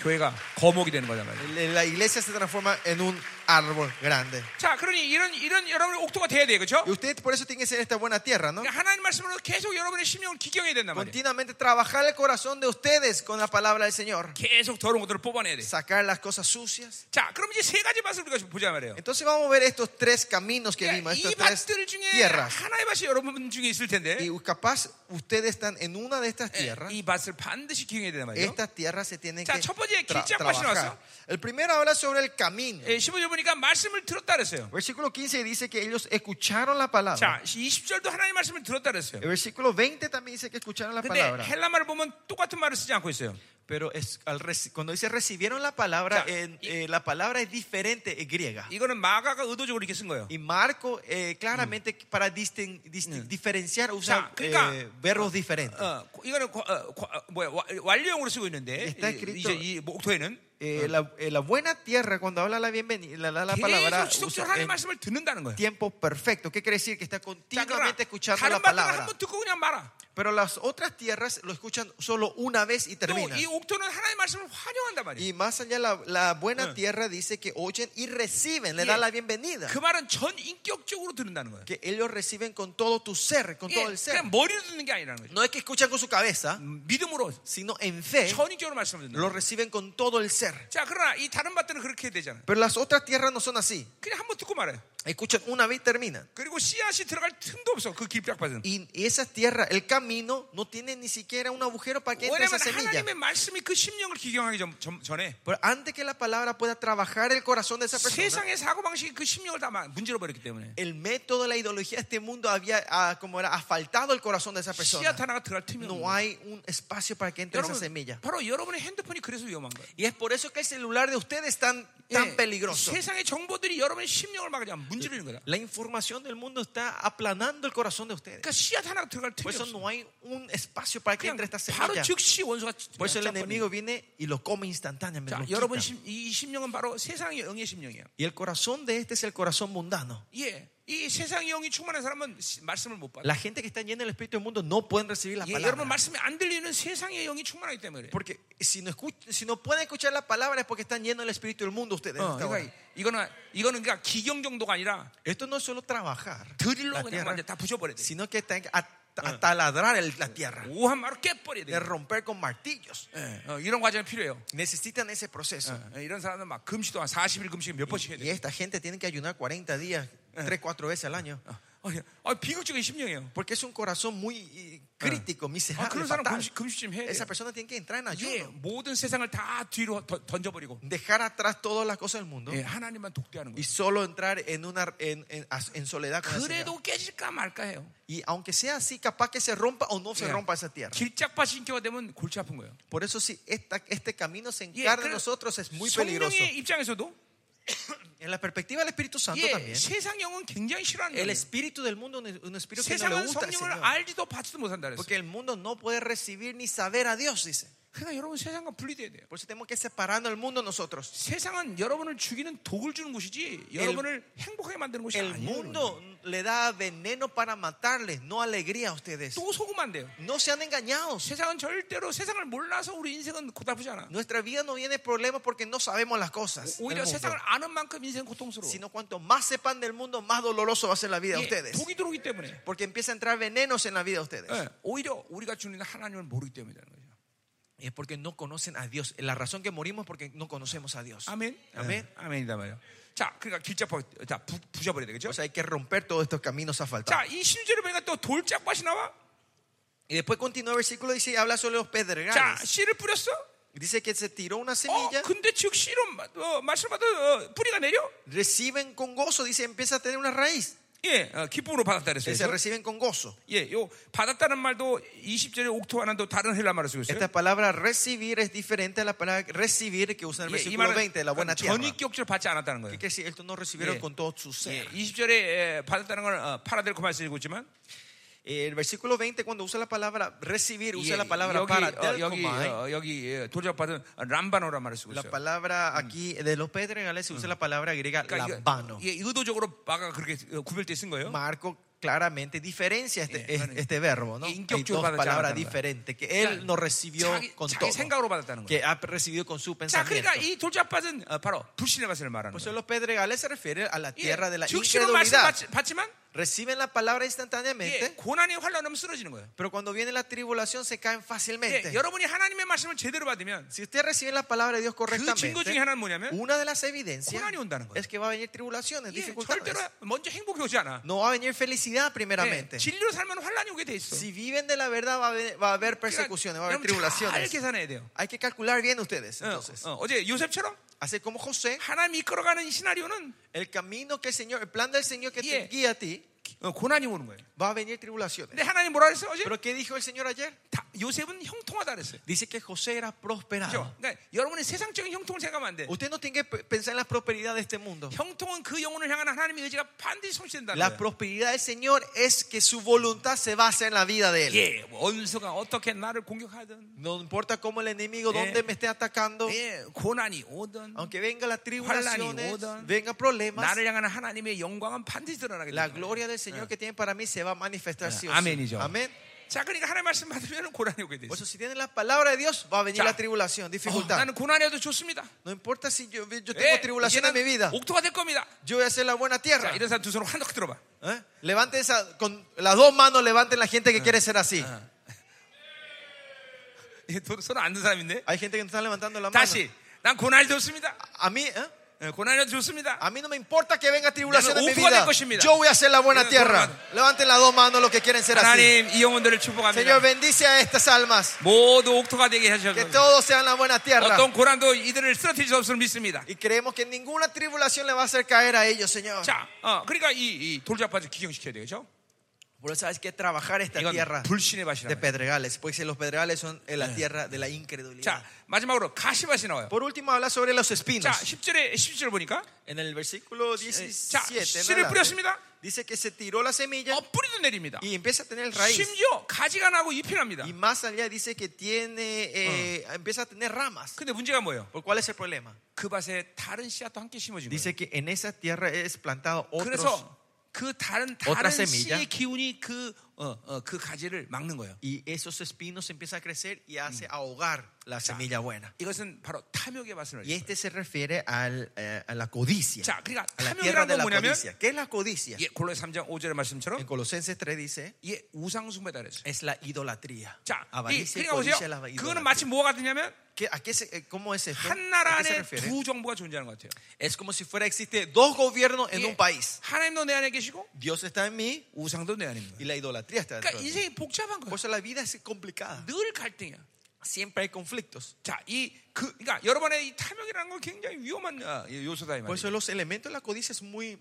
S1: 교회가 거목이 되는 거잖아요.
S2: La iglesia se transforma en un árbol grande.
S1: 자, 그러니 이런 이런 여러분의 옥토가 돼야 돼요, 그렇죠? 그러니까
S2: Y usted por eso tiene que ser esta buena tierra, ¿no?
S1: 하나님 말씀으로 계속 여러분의 심령을 기경해야 된단 말이에요.
S2: Continuamente trabajar el corazón de ustedes con la palabra del Señor.
S1: 계속 더러운 것들을 뽑아내야 돼.
S2: Sacar las cosas sucias.
S1: 자, 그럼 이제 세 가지 맛을 우리가 보자 말이에요.
S2: Entonces vamos a ver estos tres caminos que
S1: 그러니까
S2: vimos,
S1: 이
S2: estas tres
S1: 밭들 중에
S2: tierras.
S1: 하나의 밭이 여러분 중에 있을 텐데 예,
S2: Y capaz ustedes están en una de
S1: Eh,
S2: estas tierras.
S1: 이 밭을 반드시 기용해야 되는 말이에요.
S2: Estas tierras se tienen que
S1: 자, 첫 번째
S2: tra-
S1: 길장 맛이
S2: trabajar.
S1: 나왔어.
S2: El primero habla sobre el camino.
S1: 예, 15절 보니까 말씀을 들었다 그랬어요.
S2: Versículo 15 dice que ellos escucharon la palabra.
S1: 자, 20절도 하나님의 말씀을 들었다 그랬어요.
S2: El versículo 20 también dice que escucharon la
S1: 근데
S2: palabra.
S1: 헬라말을 보면 똑같은 말을 쓰지 않고 있어요.
S2: Pero es, al reci- cuando dice recibieron la palabra,
S1: Ya.
S2: en- eh, la palabra es diferente, es griega.
S1: 이거는 마가가 의도적으로 이렇게 쓴 거예요.
S2: Y Marco eh, claramente para distin- distin- diferenciar usa
S1: Ya, 그러니까-
S2: eh, verbos diferentes.
S1: 어, 이거는 과- 어, 과- 어, 뭐야 와- 완료형으로 쓰고 있는데
S2: Está
S1: 이- 뭐
S2: escrito-
S1: 이제 이 목토에는
S2: eh, la, eh, la buena tierra, cuando habla la bienvenida, la, la- la palabra,
S1: 계속
S2: usa
S1: 지속적으로 하나님
S2: en
S1: 말씀을 듣는다는 거예요.
S2: tiempo perfecto. ¿Qué quiere decir? Que está
S1: 자,
S2: continuamente
S1: 그러나
S2: escuchando la
S1: 다른 말을
S2: palabra.
S1: 한번 듣고 그냥 말아.
S2: Pero las otras tierras lo escuchan solo una vez y
S1: 또
S2: terminan.
S1: 이 옥토는 하나님의 말씀을 환영한단 말이에요.
S2: Y más allá, la, la buena tierra dice que oyen y reciben, le
S1: Y-
S2: da la bienvenida.
S1: 그 말은 전 인격적으로 듣는다는 거예요.
S2: Que ellos reciben con todo tu ser, con
S1: 이게
S2: todo el ser.
S1: 그냥 머리로 듣는 게 아니라는 거죠.
S2: No es que escuchan con su cabeza,
S1: 믿음으로
S2: sino en fe
S1: 전인격으로 말씀을 듣는
S2: lo
S1: 거예요.
S2: reciben con todo el ser.
S1: 자, 그러나 이 다른 밭들은 그렇게 되잖아요.
S2: Pero las otras tierras no son así.
S1: 그냥 한번 듣고 말아요.
S2: Escuchan una vez y terminan.
S1: 그리고 씨앗이 들어갈 틈도 없어. 그 길짝밭은.
S2: Y y esas tierras, el camino, no tiene ni siquiera un agujero para que entre esa
S1: 왜냐하면
S2: semilla.
S1: 하나님의 말씀이 그 심령을 기경하기 전, 전- 전에
S2: Pero antes que la palabra pueda trabajar el corazón de esa persona,
S1: 세상의 사고 방식이 그 심령을 다 마- 문질러 버렸기 때문에
S2: el método, la ideología de este mundo había, ah, como era, asfaltado el corazón de esa persona.
S1: 씨앗 하나가 들어갈 틈이 없는
S2: No
S1: 거예요.
S2: hay un espacio para que entre esa semilla.
S1: 여러분, 바로 여러분의 핸드폰이 그래서 위험한 거예요.
S2: Y es por eso que el celular de ustedes es tan, tan
S1: 예,
S2: peligroso.
S1: 세상의 정보들이 여러분의 심령을 막 그냥 문지르는 거다.
S2: La información del mundo está aplanando el corazón de ustedes.
S1: 그러니까 씨앗 하나 들어갈 틈이
S2: Por eso
S1: 없어.
S2: no hay un espacio para que
S1: 그냥
S2: entre esta
S1: 바로
S2: semilla.
S1: 즉시 원수가
S2: Por eso el
S1: 잡아버리는 거예요.
S2: enemigo viene y lo come instantáneamente.
S1: 자,
S2: lo quita.
S1: 여러분 심, 이 심령은 바로 세상의 영의 심령이에요.
S2: Y el corazón de este es el corazón mundano.
S1: 예, 이 세상의 영이 충만한 사람은 시- 말씀을 못 받아.
S2: La gente que está llena del Espíritu del mundo no pueden recibir la
S1: 예, 여러분
S2: palabra.
S1: 말씀이 안 들리는 세상의 영이 충만하기 때문에 그래요.
S2: Porque si no, escuch- si no pueden escuchar la palabra es porque están llenos del Espíritu del mundo ustedes.
S1: 어,
S2: hasta ahora.
S1: 그러니까 이거는 이거는 그러니까 기경 정도가 아니라
S2: Esto no es solo trabajar,
S1: 드릴로
S2: la
S1: 그냥
S2: tierra,
S1: 완전 다 부셔버려야 돼.
S2: sino que están a, a taladrar el- la tierra,
S1: 오한 마로 깨버려야 돼.
S2: de romper con martillos.
S1: 예, 어, 이런 과정이 필요해요.
S2: Necesitan ese proceso.
S1: 어, 이런 사람은 막 금시도 한 40일 금식 몇 번씩 해야
S2: Y
S1: 돼.
S2: esta gente tiene que ayunar 40 días, 3, 4 veces al año.
S1: 어, 예. 아, 비극적인 심령이에요.
S2: Porque es un corazón muy eh, crítico,
S1: 아,
S2: miserable,
S1: 그런 사람
S2: fatal.
S1: 금식 금식 좀 해야
S2: Esa
S1: 돼.
S2: persona tiene que entrar en
S1: 예,
S2: ayuno,
S1: 모든 세상을 다 뒤로 던- 던져버리고
S2: dejar atrás todas las cosas del mundo
S1: 예, 하나님만 독대하는 거예요.
S2: y solo entrar en, una, en, en- en soledad con el Señor.
S1: 그래도 깨질까 말까 해요.
S2: Y aunque sea así, capaz que se rompa o no se
S1: Yeah.
S2: rompa esa tierra.
S1: 길짝밭이 인기가 되면 골치 아픈 거예요.
S2: Por eso si esta- este camino se
S1: 예,
S2: encarga de
S1: 그래서
S2: nosotros es muy peligroso.
S1: 성령의 입장에서도
S2: En la perspectiva del Espíritu Santo
S1: 예,
S2: también.
S1: 세상 영은 굉장히 싫어하는
S2: El
S1: 거예요.
S2: espíritu del mundo es un espíritu que no le
S1: 세상은
S2: gusta al
S1: 성령을
S2: Señor.
S1: 알지도 받지도 못한다 그랬어요.
S2: Porque el mundo no puede recibir ni saber a Dios, dice.
S1: 그러니까 여러분 세상과 분리돼야 돼요.
S2: Por eso tenemos que separarnos del mundo nosotros.
S1: 세상은 여러분을 죽이는 독을 주는 곳이지 여러분을 행복하게 만드는 곳이
S2: El
S1: 아니에요.
S2: mundo le da veneno para matarles, no alegría a ustedes.
S1: 또 속으면 안 돼요.
S2: No sean engañados.
S1: 세상은 절대로 세상을 몰라서 우리 인생은 고달프지 않아.
S2: Nuestra vida no viene problema porque no sabemos las cosas. del
S1: 오히려
S2: mundo.
S1: 세상을 아는 만큼 인생 고통스러워.
S2: Sino cuanto más sepan del mundo, más doloroso va a ser la vida de
S1: 예,
S2: ustedes.
S1: 독이 들어오기 때문에.
S2: Porque empieza a entrar venenos en la vida de ustedes.
S1: 예, 오히려 우리가 주는 하나님을 모르기 때문이라는 거죠.
S2: Es porque no conocen a Dios. La razón que morimos es porque no conocemos a Dios.
S1: 아멘.
S2: 아멘.
S1: 예, 아멘이다 말이요. 자, 그러니까 길잡아 자, 부, 부셔버려야 되겠죠?
S2: O sea, hay que romper todos estos caminos
S1: 자,
S2: asfaltados.
S1: 이 심지어를 보니까 또 돌짝밭이 나와.
S2: Y después continúa el versículo y habla sobre los
S1: 자,
S2: pedregales.
S1: 씨를 뿌렸어.
S2: Dice que se tiró una
S1: 어,
S2: semilla,
S1: 근데 즉 씨로 어, 말씀 받아 어, 뿌리가 내려.
S2: reciben con gozo, dice, empieza a tener una raíz.
S1: 예, 어, 기쁨으로 받았다 그랬어요.
S2: Dice,
S1: 그래서,
S2: reciben con gozo.
S1: 예, 요 받았다는 말도 20절에 옥토하는 또 다른 헬라 말을 쓰고 있어요.
S2: Esta palabra recibir es diferente a la palabra recibir que usa en el
S1: 예, 이
S2: versículo 20 de la
S1: 말은
S2: buena tierra.
S1: 전입격절 받지 않았다는 거예요.
S2: Que si esto no recibieron
S1: 예.
S2: con todo su
S1: 예,
S2: ser.
S1: 20절에 에, 받았다는 걸 어, 파라델코 말쓰고 있지만
S2: Eh, El versículo 20 cuando usa la palabra recibir usa
S1: 예,
S2: la palabra
S1: 여기,
S2: para
S1: 어, 여기
S2: telcomai.
S1: 어, 여기 예, 돌잡받은 람바노란 말을 쓰고
S2: La
S1: 있어요.
S2: palabra aquí eh, de los pedregales se usa la palabra griega
S1: 그러니까
S2: labano.
S1: 이게, 예, 의도적으로 바가 그렇게 어, 구별돼 쓴 거예요.
S2: Marco claramente diferencia este,
S1: 예,
S2: es-
S1: 그러니까.
S2: este verbo, ¿no?
S1: 예,
S2: Hay
S1: 인격적으로
S2: dos
S1: 받았지
S2: palabras
S1: 않았다는
S2: diferentes que él
S1: 그러니까
S2: no recibió
S1: 자기,
S2: con
S1: 자기
S2: todo,
S1: 생각으로 받았다는 거예요.
S2: que ha recibido con su
S1: 자,
S2: pensamiento.
S1: 그러니까 이 돌잡받은 어, 바로 불신의 가세를 말하는
S2: Por eso
S1: 거예요.
S2: los pedregales se refiere a la
S1: 예,
S2: tierra de la
S1: 즉시로 말씀
S2: incredulidad.
S1: 받- 받지만
S2: Reciben la palabra
S1: 예,
S2: instantáneamente,
S1: 고난이 환란하면 쓰러지는 거예요.
S2: pero cuando viene la tribulación se caen fácilmente.
S1: 예, 여러분이 하나님의 말씀을 제대로 받으면
S2: Si usted recibe la palabra de Dios
S1: 증거 중에
S2: correctamente,
S1: 하나는 뭐냐면
S2: ¿Eh? una de las evidencias
S1: 고난이 온다는 거예요.
S2: es que va a venir tribulaciones,
S1: 예,
S2: dificultades.
S1: 절대로 먼저 행복이 오지 않아.
S2: No va a venir felicidad
S1: 예,
S2: primeramente.
S1: 진리로 살면 환란이 오게 돼 있어. 그러니까
S2: Si viven de la verdad va a haber, va a haber persecuciones, va a
S1: 여러분
S2: haber
S1: 잘
S2: tribulaciones.
S1: 계산해야 돼요.
S2: Hay que calcular bien ustedes.
S1: 어,
S2: Entonces,
S1: 어, 어제 요셉처럼
S2: así como José,
S1: 하나님 이끌어가는 이 시나리오는
S2: el camino que el Señor, el plan del Señor que
S1: Yeah.
S2: te guía a ti,
S1: 어, 고난이 오는 거예요.
S2: va a venir
S1: 근데
S2: tribulaciones.
S1: 하나님 뭐라 그랬어 어제?
S2: 그렇죠. Pero ¿qué dijo el Señor ayer?
S1: 다- 요셉은 형통하다 그랬어요.
S2: Dice que José era
S1: 그죠?
S2: prosperado.
S1: 그러니까 여러분의 세상적인 형통을 생각하면 안 돼.
S2: Usted no tiene que pe- pensar en la prosperidad de este mundo.
S1: 형통은 그 영혼을 향한 하나님의 의지가 반드시 성취된다는
S2: La
S1: 거예요.
S2: prosperidad del Señor es que su voluntad se basa en la vida de Él.
S1: 예, 원수가 어떻게 나를 공격하든,
S2: No importa cómo el enemigo,
S1: Yeah.
S2: dónde me esté atacando,
S1: 예, 고난이 오든,
S2: aunque venga las tribulaciones,
S1: odan.
S2: venga problemas,
S1: 나를 향한 하나님의 영광은 반드시 드러나게
S2: la
S1: 됩니다.
S2: gloria del Señor que tiene para mí se va a manifestar. sí o
S1: Yeah.
S2: sí.
S1: Eh. Amén, y yo.
S2: Amén.
S1: 자, 그러니까 하나님 말씀 받으면 고난이 오게 돼
S2: Por
S1: 있어요.
S2: eso, si tienen la palabra de Dios, va a venir
S1: Ya.
S2: la tribulación,
S1: 어,
S2: dificultad.
S1: 나는 고난이어도 좋습니다.
S2: No importa si yo, yo tengo
S1: 예,
S2: tribulación en mi vida,
S1: 이제는 옥토가 될 겁니다.
S2: yo voy a hacer la buena tierra.
S1: 자, 이런 사람 두 손으로 한덕 들어봐.
S2: ¿Eh? Levanten esa, con las dos manos, levanten la gente
S1: Eh.
S2: que quiere ser así.
S1: 예, 손안 아, 든 사람인데.
S2: Hay gente que no está levantando la mano.
S1: 다시, 난 고난이 좋습니다.
S2: A mí, ¿eh?
S1: 예, 고난이어도 좋습니다.
S2: A mí no me importa que venga tribulación en mi
S1: Ufa del
S2: vida.
S1: 것입니다.
S2: Yo voy a hacer la buena
S1: Levanten las dos
S2: tierra.
S1: manos.
S2: Levanten las dos manos los que quieren ser así.
S1: 하나님, 이 영혼들을
S2: Señor,
S1: 축복합니다.
S2: bendice a estas almas.
S1: 모두 옥토가 되게
S2: Que
S1: 하셔서
S2: todos sean la buena tierra.
S1: 어떤 고난도 이들을 쓰러뜨릴 수 없음을 믿습니다.
S2: Y creemos que ninguna tribulación le va a hacer caer a ellos, Señor.
S1: 자, 어, 그러니까 이, 이 돌자판을 기경시켜야 되겠죠?
S2: Por eso hay que trabajar esta
S1: 이건
S2: tierra
S1: 불신의 밭이라.
S2: de
S1: 고
S2: pedregales. Porque los pedregales son en la tierra de la incredulidad.
S1: 자, 마지막으로 가시밭이 나와요.
S2: Por último, habla sobre los
S1: 자,
S2: espinos.
S1: 10절에 10절 보니까 예,
S2: En el versículo
S1: 자,
S2: 17 en
S1: 씨를
S2: adelante,
S1: 뿌렸습니다.
S2: dice que se tiró la semilla
S1: 어, 뿌리도 내립니다.
S2: y empieza a tener raíz.
S1: 심지어 가지가 나고 잎이 납니다.
S2: Y más allá dice que tiene, eh, empieza a tener ramas.
S1: 근데 문제가 뭐예요?
S2: ¿Por cuál es el problema?
S1: 그 밭에 다른 씨앗도 함께 심어진 거예요.
S2: Dice que en esa tierra es plantado otros
S1: 그래서 그 다른 다른
S2: otra semilla.
S1: 씨의 기운이 그 어, 어, 그 가지를 막는 거예요.
S2: y esos espinos empiezan a crecer y hace ahogar la semilla buena.
S1: 이것은 바로 탐욕의 밭을
S2: Y
S1: 예.
S2: este se refiere al, eh, a la codicia.
S1: 자, 그러니까
S2: A la
S1: 탐욕이라는
S2: tierra de
S1: 건
S2: la
S1: 뭐냐면
S2: codicia. ¿Qué es la codicia?
S1: 예, 골로새 3장 5절의
S2: En
S1: 말씀처럼
S2: Colosenses 3 dice,
S1: 예, 우상 숭배다 그랬어요.
S2: es la idolatría.
S1: 자, 이,
S2: Avaricia y
S1: 그러니까 보세요.
S2: codicia es la
S1: 그거는
S2: idolatría.
S1: 마치 뭐가 같으냐면
S2: ¿Qué- a qué se- eh, ¿Cómo es esto?
S1: 한
S2: ¿A
S1: 나라
S2: qué se
S1: 안에
S2: refiere?
S1: 두 정부가 존재하는 것 같아요.
S2: Es como si fuera existe dos gobiernos en
S1: 예,
S2: un país.
S1: 하나님도 내 안에 계시고
S2: Dios está en mí
S1: 우상도 내 안에 있는
S2: y
S1: 거예요.
S2: la idolatría está dentro
S1: 그러니까
S2: de mí.
S1: 인생이 복잡한 거예요.
S2: Por eso la vida es complicada.
S1: 늘 갈등이야.
S2: Siempre hay conflictos.
S1: 자, 이 그, 그러니까 여러분의 이 탐욕이라는 건 굉장히 위험한 아, 요소다 이
S2: Por eso
S1: 말이에요.
S2: los elementos de la codicia es muy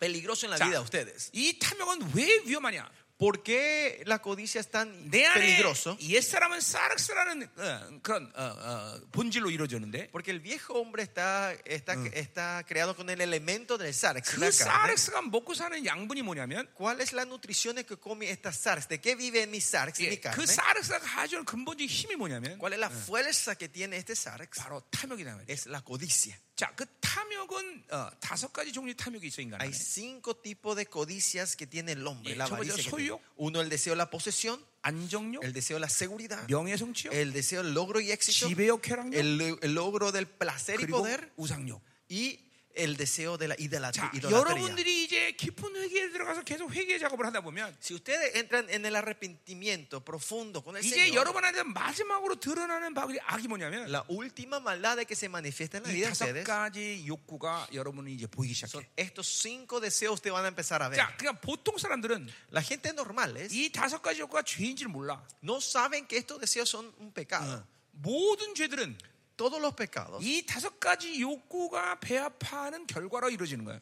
S2: peligroso en la
S1: Ya.
S2: vida de ustedes.
S1: 이 탐욕은 왜 위험하냐?
S2: ¿Por qué la codicia es tan
S1: 내 안에
S2: peligroso?
S1: 옛 사람은 사르스라는 어, 그런 어, 어, 본질로 이루어졌는데
S2: Porque el viejo hombre está, está, está creado con el elemento del sarx. la
S1: 그
S2: carne.
S1: 사르스가 먹고 사는 양분이 뭐냐면
S2: ¿Cuál es la nutrición que come esta sarx? ¿De qué vive mi sarx,
S1: 예,
S2: mi carne?
S1: 그 사르스가 가지는 근본적인 힘이 뭐냐면
S2: ¿Cuál es la fuerza que tiene este sarx?
S1: 바로 탐욕이란 말이에요.
S2: Es la codicia.
S1: 자, 그 탐욕은 어, 다섯 가지 종류의 탐욕이 있어 인간에.
S2: Hay cinco tipos de codicias que tiene el hombre.
S1: Eh,
S2: la
S1: yo voy- yo
S2: avaricia que
S1: soy
S2: tiene.
S1: yo.
S2: Uno, el deseo de la posesión,
S1: 안정욕,
S2: el deseo de la seguridad,
S1: 명예성취욕,
S2: el deseo del logro y éxito,
S1: 지배욕, 쾌락욕,
S2: el, el logro del placer y
S1: 그리고
S2: poder
S1: 우상욕.
S2: y el deseo de la idolat-
S1: 자,
S2: idolatría.
S1: 여러분들이 이제 깊은 회개에 들어가서 계속 회개 작업을 하다 보면
S2: Si ustedes entran en el arrepentimiento profundo con el
S1: 이제
S2: Señor,
S1: 여러분한테 마지막으로 드러나는 바울이 악이 뭐냐면
S2: la última maldad de que se manifiesta en la
S1: 이
S2: vida de
S1: 다섯
S2: ustedes
S1: 가지 욕구가 여러분이 이제 보이기 시작해.
S2: son estos cinco deseos ustedes van a empezar a ver.
S1: 자, 그러니까 보통 사람들은
S2: La gente normal es-
S1: 이 다섯 가지 욕구가 죄인 줄 몰라.
S2: no saben que estos deseos son un
S1: Ah.
S2: pecado.
S1: 모든 죄들은
S2: Todos los pecados
S1: 이 다섯 가지 욕구가 배합하는 결과로 이루어지는 거예요.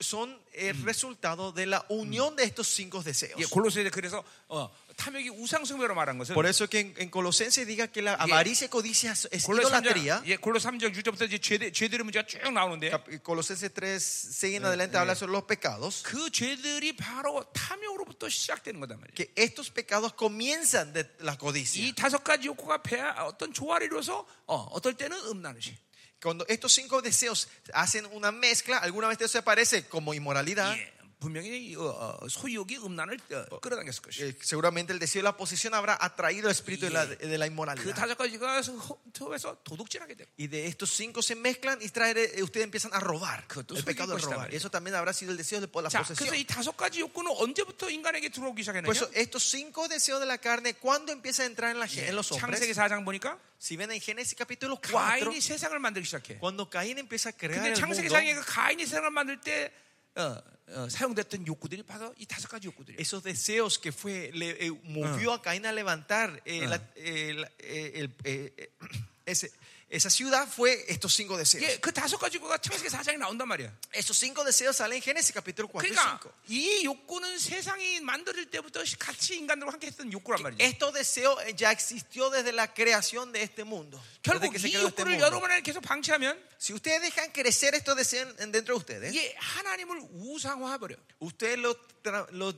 S2: son el resultado de la unión de estos cinco deseos.
S1: 예, 골로새에 그래서 어, 탐욕이 우상숭배로 말한 것은
S2: Por eso que en, en Colosenses diga que la avaricia y codicia es
S1: 골로
S2: idolatría.
S1: 3장, 예, 골로 3장 6절부터 이제 죄, 죄들의 문제가 쭉 나오는데
S2: Cap- Colosenses 3, 6 en adelante habla sobre los pecados.
S1: 그 죄들이 바로 탐욕으로부터 시작되는 거단 말이에요.
S2: Que estos pecados comienzan de la
S1: 이
S2: codicia.
S1: 다섯 가지 욕구가 배 어떤 조화를 이루어서 어, 어떨 때는 음란시,
S2: Cuando estos cinco deseos hacen una mezcla, alguna vez esto se aparece como inmoralidad.
S1: 예, 분명히 이, 어, 어, 소유욕이 음란을 어, 끌어당겼을 것이.
S2: Eh, seguramente el deseo de la posesión habrá atraído el espíritu de la,
S1: Yeah.
S2: de la
S1: 그
S2: inmoralidad.
S1: 다섯 가지가 흡에서 도둑질하게 되고
S2: Y de estos cinco se mezclan y traer, eh, ustedes empiezan a robar.
S1: 그것도
S2: El pecado de
S1: 소유일 것이다
S2: robar.
S1: 말이야.
S2: Eso también habrá sido el deseo de la
S1: 자,
S2: posesión.
S1: 그래서 이 다섯 가지 욕구는 언제부터 인간에게 들어오기
S2: Por
S1: 시작했느냐?
S2: eso, estos cinco deseos de la carne, ¿cuándo empieza a entrar en, la, gen- en los
S1: 창세기
S2: hombres?
S1: 4장 보니까
S2: Si ven en Génesis capítulo 4,
S1: 과인이 세상을 만들기 시작해.
S2: cuando Caín empieza a crear
S1: 근데
S2: el
S1: 창세기
S2: mundo,
S1: 상에 그 가인이 세상을 만들 때 어, 어, 사용됐던 욕구들이 바로 이 다섯 가지 욕구들이에요.
S2: esos deseos que fue le eh, movió a Caín a levantar eh, la- eh, la- eh, el- eh, eh, ese- esa ciudad fue estos cinco
S1: 예,
S2: deseos.
S1: 그 다섯 가지가 창세기 4장에 나온단 말이야.
S2: Esos cinco deseos salen en Génesis capítulo 4 y
S1: 그러니까
S2: 5.
S1: 이 욕구는 세상이 만들어질 때부터 같이 인간들과 함께 했던 욕구란 말이지.
S2: Estos deseos eh, ya existió desde la creación de este mundo. Desde
S1: 결국
S2: que se
S1: 이
S2: creó este
S1: 욕구를
S2: mundo.
S1: 여러분 안에 계속 방치하면
S2: Si ustedes dejan crecer estos deseos en- dentro de ustedes,
S1: 이게 하나님을 우상화해 버려.
S2: ustedes lo, tra- lo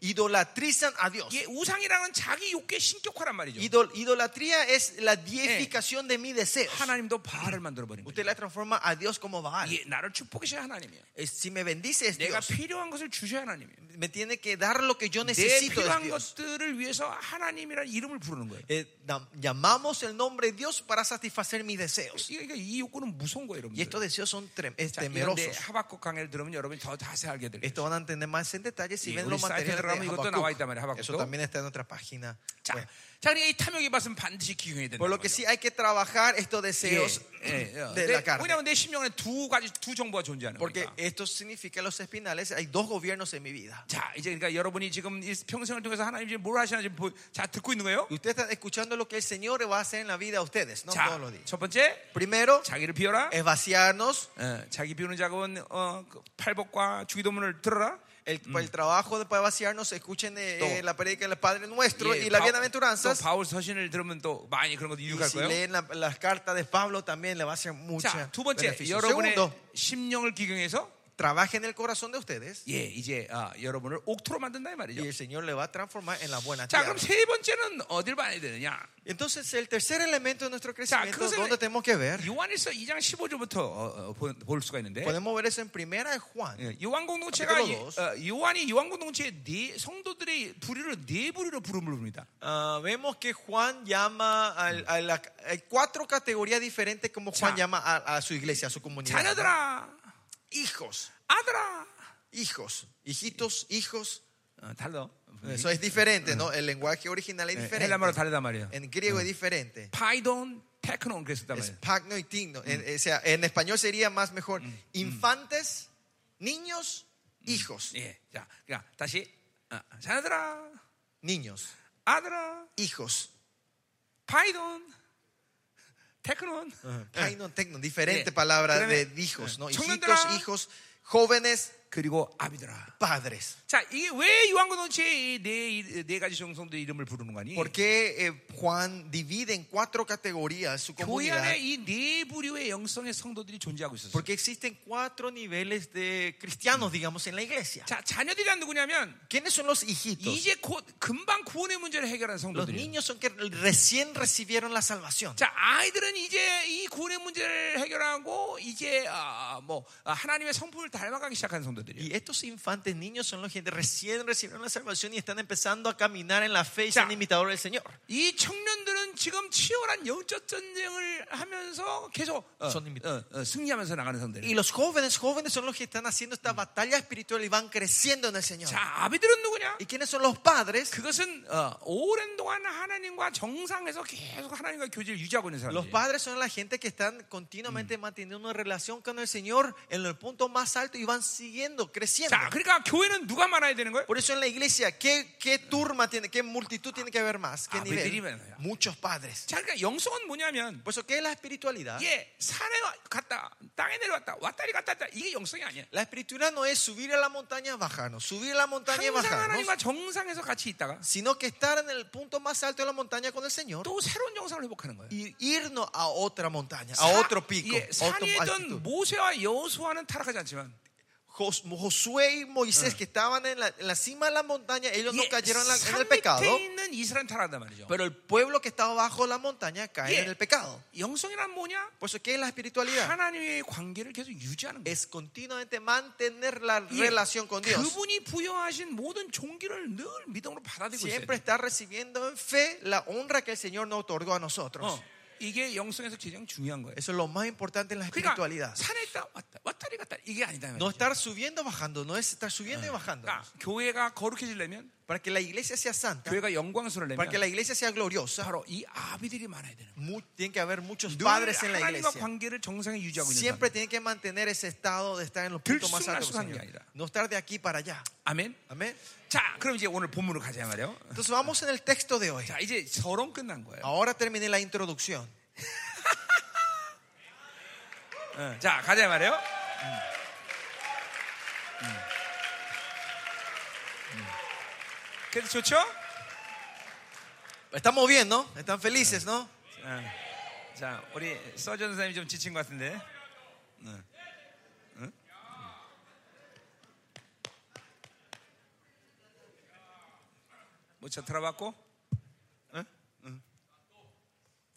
S2: idolatrizan a Dios.
S1: 이게 우상이라는 자기 욕구의 신격화란 어, 말이죠.
S2: Idol- idolatría es la deificación de mis deseos.
S1: 하나님도 바알을 만들어 버린 거예요.
S2: Usted la transforma a Dios como Baal.
S1: 이게 나를 축복해셔야 하나님이야.
S2: Eh, Si me bendice es
S1: 내가
S2: Dios.
S1: 필요한 것을 주셔야 하나님이야.
S2: Me tiene que dar lo que yo
S1: 내
S2: necesito de
S1: 필요한
S2: Dios.
S1: 것들을 위해서 하나님이라는 이름을 부르는 거예요.
S2: Eh, nam- llamamos el nombre de Dios para satisfacer mis deseos.
S1: 이- 그러니까 이 욕구는 무서운 거예요,
S2: Y estos
S1: 여러분.
S2: deseos son trem- es
S1: 그런데
S2: temerosos.
S1: 하박국 강의를 들으면 여러분이 더 자세히 알게 될 거예요.
S2: Esto van a entender más en detalle si
S1: Sí,
S2: ven
S1: 우리
S2: los
S1: 사이트에
S2: materiales de
S1: 들어가면 이것도 나와 있단 말이야, 하박국도.
S2: Habacuc. Eso también está en nuestra página.
S1: 자,
S2: web.
S1: 자, 그러니까 이 탐욕의 밭은 반드시 기경해야 된다. 예,
S2: Por lo que sí hay que trabajar estos deseos de la carne.
S1: 왜냐하면 내 심령에 두 가지 두 정보가 존재하는
S2: Porque
S1: 거니까.
S2: esto significa los espinales. Hay dos gobiernos en mi vida.
S1: 자, 이제 그러니까 여러분이 지금 이 평생을 통해서 하나님 이제 뭘 하시나 지금 보, 자 듣고 있는 거예요.
S2: Y ustedes están escuchando lo que el Señor va a hacer en la vida a ustedes, no
S1: 자,
S2: todos los días.
S1: 첫 번째
S2: Primero
S1: 자기를 비워라.
S2: es vaciarnos.
S1: 어, 자기 비우는 작업은 어, 그 팔복과 주기도문을 들어라.
S2: El, el trabajo de- para vaciarnos, escuchen eh,
S1: Todo.
S2: la predica del Padre Nuestro
S1: 예,
S2: y las
S1: 바울-
S2: bienaventuranzas.
S1: 또 바울 서신을 들으면 또 많이 그런 것도
S2: Y
S1: 유익할
S2: si
S1: 거예요.
S2: leen la- las cartas de Pablo también le va a hacer
S1: 자,
S2: mucha
S1: 두 번째
S2: beneficio.
S1: 여러분의
S2: Segundo,
S1: 심령을 기경해서
S2: trabajen el corazón de ustedes
S1: 예, 이제 아, 여러분을 옥토로 만든다 이 말이죠.
S2: y el Señor le va a transformar en la buena
S1: 자,
S2: tierra.
S1: 그럼 세 번째는 어딜 봐야 되느냐?
S2: Entonces, el tercer elemento de nuestro crecimiento,
S1: 그것은-
S2: donde tenemos que ver,
S1: 요한일서 2장 15절부터 어, 볼 수가 있는데
S2: podemos ver eso en primera de Juan.
S1: 예, 요한 공동체가 이-
S2: Capítulo dos.
S1: 어, 요한이 요한 공동체의 네 성도들의 부류를 네 부류로 부름을 부릅니다.
S2: Ah, vemos que Juan llama al- a, la- hay cuatro categorías diferentes como Juan
S1: 자.
S2: llama a, a su iglesia, a su comunidad.
S1: 자녀들아,
S2: Hijos,
S1: 아들아,
S2: hijos, hijitos, hijos.
S1: 어, 달라.
S2: Eso es diferente, ¿no? El lenguaje original es
S1: 예,
S2: diferente.
S1: 헬라말로 다르단 말이에요.
S2: En griego es diferente.
S1: 파이돈, 테크논 그랬단
S2: Es
S1: 말이에요.
S2: pagno y tigno. En, o sea, en español sería más mejor infantes, niños, hijos.
S1: 예, 자, 그러니까 다시 어, 자녀들아,
S2: Niños,
S1: 아들아,
S2: hijos.
S1: 파이돈, 테크논.
S2: Pagno, tecno,
S1: Sí.
S2: diferente palabra
S1: Créeme.
S2: de hijos, ¿no?
S1: Eh.
S2: Hijitos,
S1: Chongendra.
S2: hijos, jóvenes,
S1: 그리고 아비들아.
S2: padres.
S1: 자, 이게 왜 요한 공동체의 네네 가지 정성들의 이름을 부르는 거니?
S2: ¿Por qué eh, Juan divide en cuatro categorías su
S1: 교회
S2: comunidad?
S1: 안에 이 네 부류의 영성의 성도들이 존재하고 있었어요.
S2: Porque existen cuatro niveles de cristianos, digamos, en la iglesia.
S1: 자, 자녀들이란 누구냐면
S2: ¿Quiénes son los hijitos?
S1: 이제 곧 금방 구원의 문제를 해결한
S2: Los
S1: 성도들이에요.
S2: niños son que recién recibieron la salvación.
S1: 자, 아이들은 이제 이 구원의 문제를 해결하고 이제 아, 뭐 아, 하나님의 성품을 닮아가기 시작한 성도들이에요.
S2: Y estos infantes niños son los que recién recibieron la salvación y están empezando a caminar en la fe y
S1: Ya.
S2: son imitadores del Señor.
S1: 이 청년들은 지금 치열한 영적 전쟁을 하면서 계속 어,
S2: 손님이-
S1: 어, 어, 승리하면서 나가는
S2: Y
S1: 성도들.
S2: los jóvenes, jóvenes son los que están haciendo esta batalla espiritual y van creciendo en el Señor.
S1: 자, 아비들은 누구냐?
S2: ¿Y quiénes son los padres?
S1: 그것은 어, 오랜 동안 하나님과 정상에서 계속 하나님과 교제를 유지하고 있는
S2: Los
S1: 사람들.
S2: padres son la gente que están continuamente
S1: Mm.
S2: manteniendo una relación con el Señor en el punto más alto y van siguiendo, creciendo.
S1: 자, 그러니까 교회는 누가 많아야 되는 거예요?
S2: Por eso en la iglesia, ¿qué, qué turma tiene, qué multitud tiene que haber más? ¿Qué
S1: Ah,
S2: nivel?
S1: bedríven요.
S2: Muchos padres.
S1: 자, 그러니까 영성은 뭐냐면
S2: Por eso, ¿qué es la espiritualidad?
S1: 예, 산에 와- 갔다 땅에 내려왔다 왔다리 갔다 왔다 이게 영성이 아니야.
S2: La espiritualidad no es subir a la montaña, bajarnos, subir a la montaña y
S1: 항상
S2: bajarnos,
S1: 하나님과 정상에서 같이 있다가
S2: sino que estar en el punto más alto de la montaña con el Señor
S1: 또 새로운 정상을 회복하는 거예요.
S2: y irnos a otra montaña, a
S1: 사-
S2: otro pico,
S1: 예,
S2: a
S1: 산에
S2: otra
S1: 있던
S2: altitud.
S1: 모세와 여호수아는 타락하지 않지만
S2: Jos- Josué y Moisés que estaban en la, en la cima de la montaña, ellos no
S1: 예,
S2: cayeron en, la- en
S1: 산
S2: el pecado,
S1: 밑에 있는 이스라엘 타락한단 말이죠.
S2: pero el pueblo que estaba bajo la montaña cae
S1: Yeah.
S2: en el pecado.
S1: 영성이란 뭐냐?
S2: Por eso, ¿qué es la espiritualidad?
S1: 하나님의 관계를 계속 유지하는 거예요.
S2: Es continuamente mantener la
S1: 예,
S2: relación con Dios.
S1: 그분이 부여하신 모든 종기를 늘 믿음으로 받아들이고 있어요.
S2: Siempre está recibiendo en fe la honra que el Señor nos otorgó a nosotros.
S1: 어, 이게 영성에서 가장 중요한 거예요.
S2: Eso es lo más importante en la
S1: 그러니까
S2: espiritualidad.
S1: 산에 있다 왔다 왔다리 갔다 이게 아니다.
S2: No
S1: 말이죠.
S2: estar subiendo, bajando, no es estar subiendo y bajando.
S1: 그러니까 교회가 거룩해지려면
S2: Para que la iglesia sea santa,
S1: 교회가 영광스러울
S2: para que la
S1: 내면
S2: iglesia sea gloriosa,
S1: 바로 이 아비들이 많아야 되는 거예요.
S2: mu- tiene que haber muchos
S1: 늘
S2: padres en la
S1: 하나님과
S2: iglesia.
S1: 관계를 정상에 유지하고 있는
S2: Siempre
S1: 사람.
S2: tienen que mantener ese estado de estar en los puntos más altos. del
S1: 들쑥날쑥하는 게
S2: Señor.
S1: 아니라.
S2: No estar de aquí para allá.
S1: 아멘.
S2: Amén.
S1: 자, 그럼 이제 오늘 본문으로 가자 말이요.
S2: Entonces vamos en el texto de hoy.
S1: 자, 이제 서론 끝난 거예요.
S2: Ahora terminé la introducción.
S1: 어, 자, 가자, 이 말이에요. 음. 음. 그래서 좋죠?
S2: Estamos bien, ¿no? Están felices, ¿no?
S1: 어. 자, 우리 서전 선생님이 좀 지친 것 같은데. 어. 응? 뭐저 들어봤고? 응? 응.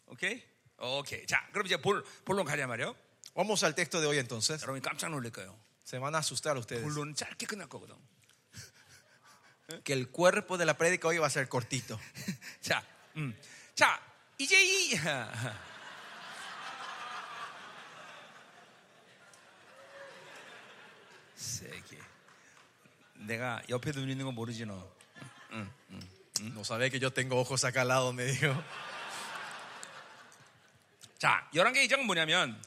S1: 오케이? 오케이. 자, 그럼 이제 본, 본론 가자 말이요.
S2: Vamos al texto de hoy entonces.
S1: 여러분이 깜짝 놀랄 거예요.
S2: Se van a asustar ustedes.
S1: 본론은 짧게 끝날 거거든.
S2: Que el cuerpo de la prédica hoy va a ser cortito.
S1: 자, 음. 자, 이제 이 세게. 내가 옆에 눈 있는 거 모르지 너.
S2: No sabe que yo tengo ojos acá al lado, me dijo.
S1: 자, 11개 이장은 뭐냐면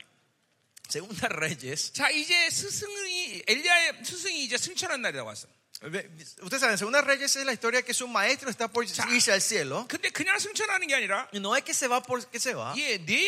S2: Segunda Reyes.
S1: 자, 이제 스승이 엘리야의 스승이 이제 승천한 날이라고 왔어.
S2: Ve- Ustedes saben, Segunda Reyes es la historia que su maestro está por irse al cielo.
S1: 근데 그냥 승천하는 게 아니라
S2: Y No es que se va porque se va,
S1: 예, 네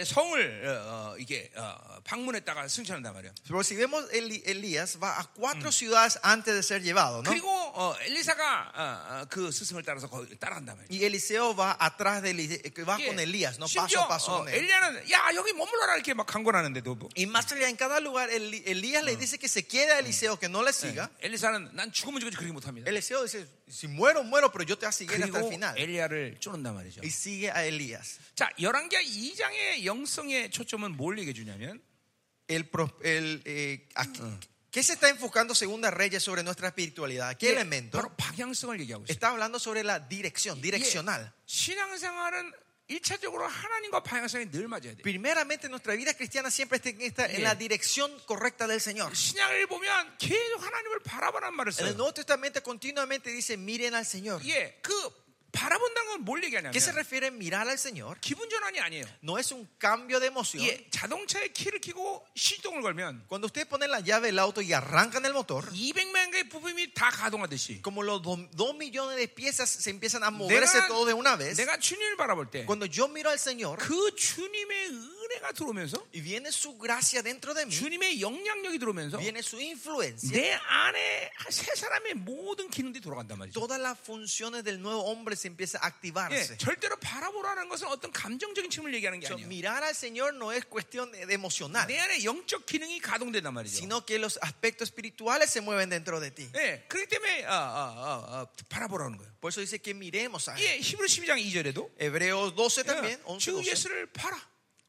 S1: 에, 성을 어, 어, 이게 어, 방문했다가 승천한단 말이야.
S2: pero si vemos Eli- Elías va a cuatro ciudades antes de ser llevado, ¿no?
S1: 그리고 어, 엘리사가 어, 어, 그 스승을 따라서 거기 따라간단 말이야.
S2: Y Eliseo va atrás de Eli- va
S1: 예,
S2: con Elías, ¿no? Paso
S1: 심지어
S2: a paso
S1: 어,
S2: con él.
S1: 엘리야는 야 여기 머물러라 이렇게 막 강권하는데도 뭐.
S2: oh, Y más allá, en cada lugar, Eli- Elías le dice que se quede a Eliseo, que no le siga.
S1: 엘리사는 난 죽으면 죽어지 그렇게 못합니다.
S2: Eliseo dice, si muero, muero, pero yo te voy a seguir hasta
S1: 그리고
S2: el final.
S1: 엘리야를 쫓는단 말이죠.
S2: Y sigue a Elías.
S1: 자, 열왕기하 2장의 영성의 초점은 뭘 얘기해 주냐면
S2: El, pro- el, eh, ¿a qué- ¿Qué se está enfocando Segunda Reyes sobre nuestra espiritualidad? ¿Qué
S1: 예,
S2: elemento?
S1: 바로 방향성을 얘기하고 있어요.
S2: Está hablando sobre la dirección, direccional.
S1: 예, 신앙생활은 1차적으로 하나님과 방향성이 늘 맞아야 돼.
S2: Primeramente, nuestra vida cristiana siempre tiene que estar en
S1: Yeah.
S2: la dirección correcta del Señor.
S1: 신약을 보면 계속 하나님을 바라보란 말을
S2: En el
S1: 써요.
S2: Nuevo Testamento continuamente dice, miren al Señor.
S1: 예, 그 바라본다는 어? 건 뭘 얘기하냐면
S2: ¿Qué se refiere en mirar al Señor?
S1: 기분 전환이 아니에요.
S2: No es un cambio de emoción.
S1: 예, 자동차의 키를 켜고 시동을 걸면
S2: Cuando ustedes ponen la llave del auto y arrancan el motor,
S1: 200만 개의 부품이 다 가동하듯이
S2: como los do- dos millones de piezas se empiezan a moverse
S1: 내가,
S2: todo de una vez,
S1: 내가 주님을 바라볼 때 그
S2: cuando yo miro al Señor
S1: 주님의 은혜가 들어오면서
S2: y viene su gracia dentro de mí,
S1: 주님의 영향력이 들어오면서
S2: viene su influencia.
S1: 내 안에 세 사람의 모든 기능들이 돌아간단 말이죠.
S2: Todas las funciones del nuevo hombre se empiezan a
S1: 예,
S2: activarse.
S1: 절대로 바라보라는 것은 어떤 감정적인 층을 얘기하는 게
S2: So,
S1: 아니에요.
S2: mirar al Señor no es cuestión de- de emocional,
S1: 내 안에 영적 기능이 가동된단 말이죠.
S2: sino que los aspectos espirituales se mueven dentro de ti.
S1: 예, 그렇기 때문에 아, 아, 아, 아, 바라보라는 거예요.
S2: Por eso dice que miremos a
S1: 예, 히브리 12장 2절에도
S2: Hebreos 12 también, 11,
S1: 주
S2: 12.
S1: 예수를 팔아.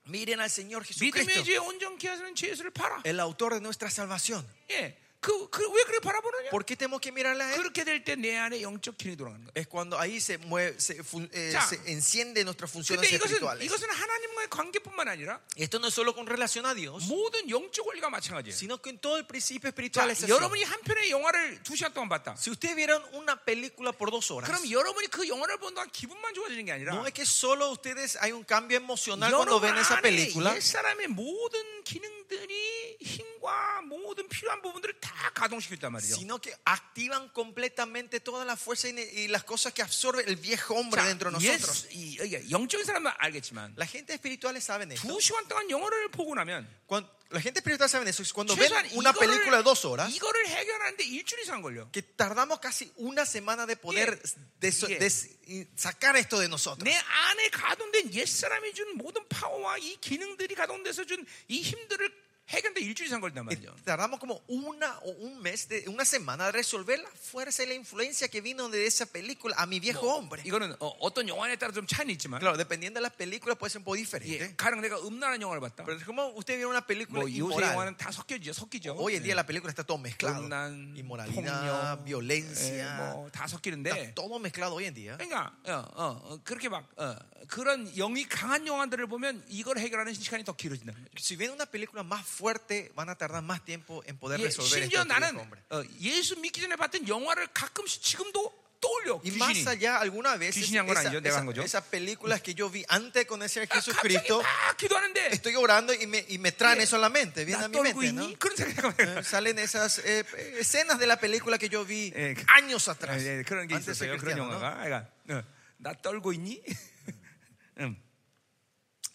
S2: Miren al Señor
S1: 믿음의
S2: Jesucristo,
S1: 죄 온전 케 하시는 주 예수를 팔아.
S2: el autor de nuestra salvación.
S1: 예. 그, 그, 왜 그래 바라보느냐?
S2: ¿Por qué tenemos que mirarle a Él?
S1: 그렇게 될 때 내 안에 영적 기능이 돌아가는 거야.
S2: Es cuando ahí se, mueve, se, fun- eh,
S1: Ya.
S2: se enciende nuestras
S1: 근데
S2: funciones
S1: 이것은,
S2: espirituales.
S1: 이것은 하나님과의 관계뿐만 아니라
S2: Esto no es solo con relación a Dios,
S1: 모든 영적 원리가 마찬가지예요.
S2: sino que en todo el principio
S1: 자,
S2: espiritual es eso.
S1: 여러분이 한 편의 영화를 두 시간 동안 봤다.
S2: Si ustedes vieron una película por dos horas,
S1: 그럼 여러분이 그 영화를 본 동안 기분만 좋아지는 게 아니라
S2: no es que solo ustedes hay un cambio emocional cuando
S1: 여러분
S2: ven esa
S1: 안에
S2: película,
S1: 옛 사람의 모든 기능들이 힘과 모든 필요한 부분들을 다 가동시키고 있단 말이죠.
S2: sino que activan completamente toda la fuerza y, y las cosas que absorbe el viejo hombre
S1: 자,
S2: dentro de
S1: 옛-
S2: nosotros.
S1: 이- 이게 영적인 사람은 알겠지만
S2: La gente espiritual saben esto.
S1: 두 시간 동안 영화를 보고 나면
S2: Cuando- la gente espiritual saben eso. Cuando ven
S1: 최소한
S2: una
S1: 이거를-
S2: película de dos horas,
S1: 이거를 해결하는데 일주일 이상 걸려.
S2: que tardamos casi una semana de poder des-
S1: Yeah.
S2: des- y sacar esto de nosotros.
S1: 내 안에 가동된 옛 사람이 준 모든 파워와 이 기능들이 가동돼서 준 이 힘들을 해결하는데 일주일 이상 걸린단
S2: Y
S1: 말이죠.
S2: Tardamos como una o un mes, de, una semana de resolver la fuerza y la influencia que vino de esa película a mi viejo hombre.
S1: 이거는 어, 떤 영화에 따라 좀 차이는 있지만
S2: Claro, dependiendo de las películas puede ser un poco diferente.
S1: 예, 가령 내가 음란한 영화를 봤다.
S2: Pero es como usted vio una película
S1: 뭐 요새
S2: inmoral.
S1: 영화는 다 섞여지죠, 섞이죠.
S2: Hoy en día
S1: 예.
S2: la película está todo mezclado.
S1: 음란,
S2: Inmoralidad,
S1: 폭력,
S2: violencia.
S1: 예, 뭐다
S2: Está
S1: 섞이는데.
S2: todo mezclado hoy en día.
S1: 그러니까 어, 어, 어, 그렇게 막 어, 그런 영이 강한 영화들을 보면 이걸 해결하는 시간이 더 길어진다는 거죠.
S2: Si ven una película más fuerte, van a tardar más tiempo en poder
S1: 예, 심지어
S2: resolver esto. que dijo,
S1: 나는
S2: hombre.
S1: 어, 예수 믿기 전에 봤던 영화를 가끔씩 지금도 떠올려
S2: Y más
S1: 귀신이
S2: allá, alguna vez
S1: 귀신이 한 건 아니죠. 내가 한 거죠.
S2: esas películas que yo vi antes con ese
S1: Ah, 아, 갑자기
S2: Jesucristo,
S1: 막 기도하는데
S2: estoy orando y me, y me traen
S1: Yeah.
S2: eso a la mente, viene
S1: 나
S2: a mi
S1: 떨고
S2: mente, ¿no?
S1: 있니? 그런 생각이
S2: Eh, Salen esas eh, escenas de la película que yo vi
S1: Eh, que-
S2: años atrás.
S1: 예, 예, 그런 그러니까, 네. 게
S2: antes de ser
S1: 있었어요. 그런
S2: cristiano, ¿no?
S1: 영화가. 그러니까, 어, 나 떨고 있니? 음.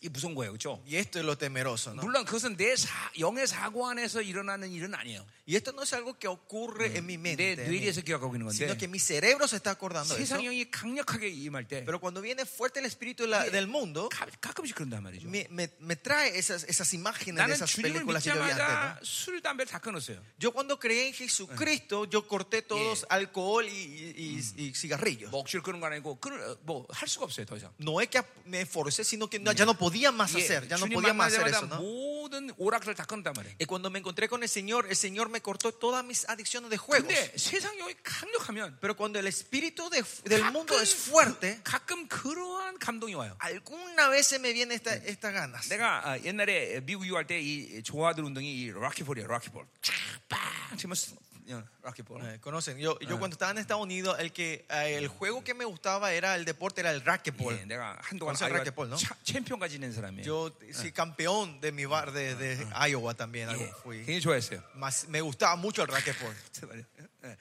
S1: 이 무서운 거예요, 그렇죠?
S2: Y esto es lo temeroso, ¿no?
S1: 물론 그것은 내 사- 영의 사고 안에서 일어나는 일은 아니에요.
S2: Y esto no es algo que ocurre en mi
S1: 내
S2: mente,
S1: 뇌리에서 기억하고 있는
S2: sino
S1: 건데
S2: que mi cerebro se está acordando de eso.
S1: 세상 영이 강력하게 임할 때
S2: Pero cuando viene fuerte el espíritu de la- del mundo,
S1: 가, 가끔씩 그런단 말이죠.
S2: me, me- me trae esas, esas imágenes de
S1: 나는
S2: esas
S1: 주님을
S2: películas que yo vi antes.
S1: 믿자마자
S2: ¿no?
S1: 술, 담배를 다 끊었어요.
S2: Yo cuando creí en Jesucristo, yo corté todos
S1: Yeah.
S2: alcohol y, y- y- y cigarrillos.
S1: 뭐 억지로 끊은 거 아니고 끊을 뭐 할 수가 없어요 더 이상.
S2: No es que me esforcé, sino que no- ya no podía más
S1: 예,
S2: hacer, ya no
S1: 주님
S2: podía más hacer
S1: 만나자마자
S2: eso, ¿no?
S1: 모든 오락을 다 끊단 말이에요.
S2: Y cuando me encontré con el Señor, el Señor me cortó todas mis adicciones de juegos.
S1: 근데 세상 영이 강력하면
S2: Pero cuando el espíritu de- del mundo
S1: 가끔-
S2: es fuerte,
S1: 가끔 그러한 감동이 와요.
S2: alguna vez se me vienen esta- estas ganas.
S1: 내가 아, 옛날에 미국 유학 때 이 조아들 운동이 이 락키볼이에요. 락키볼. 쫙빵 치면 쓰- 어, 락키볼.
S2: Eh, Conocen, yo, yo cuando estaba en Estados Unidos, el, que, eh, el juego que me gustaba era el deporte, era el racquetball.
S1: 예, 내가 한동안
S2: 벌써
S1: 아이가
S2: 락키볼, no?
S1: 차- 챔피언까지 낸 사람이에요.
S2: Yo sí, campeón de mi bar de, de Iowa también algo
S1: 예,
S2: fui.
S1: 굉장히 좋아했어요.
S2: Mas me gustaba mucho el racquetball.
S1: 그 말이에요. 예.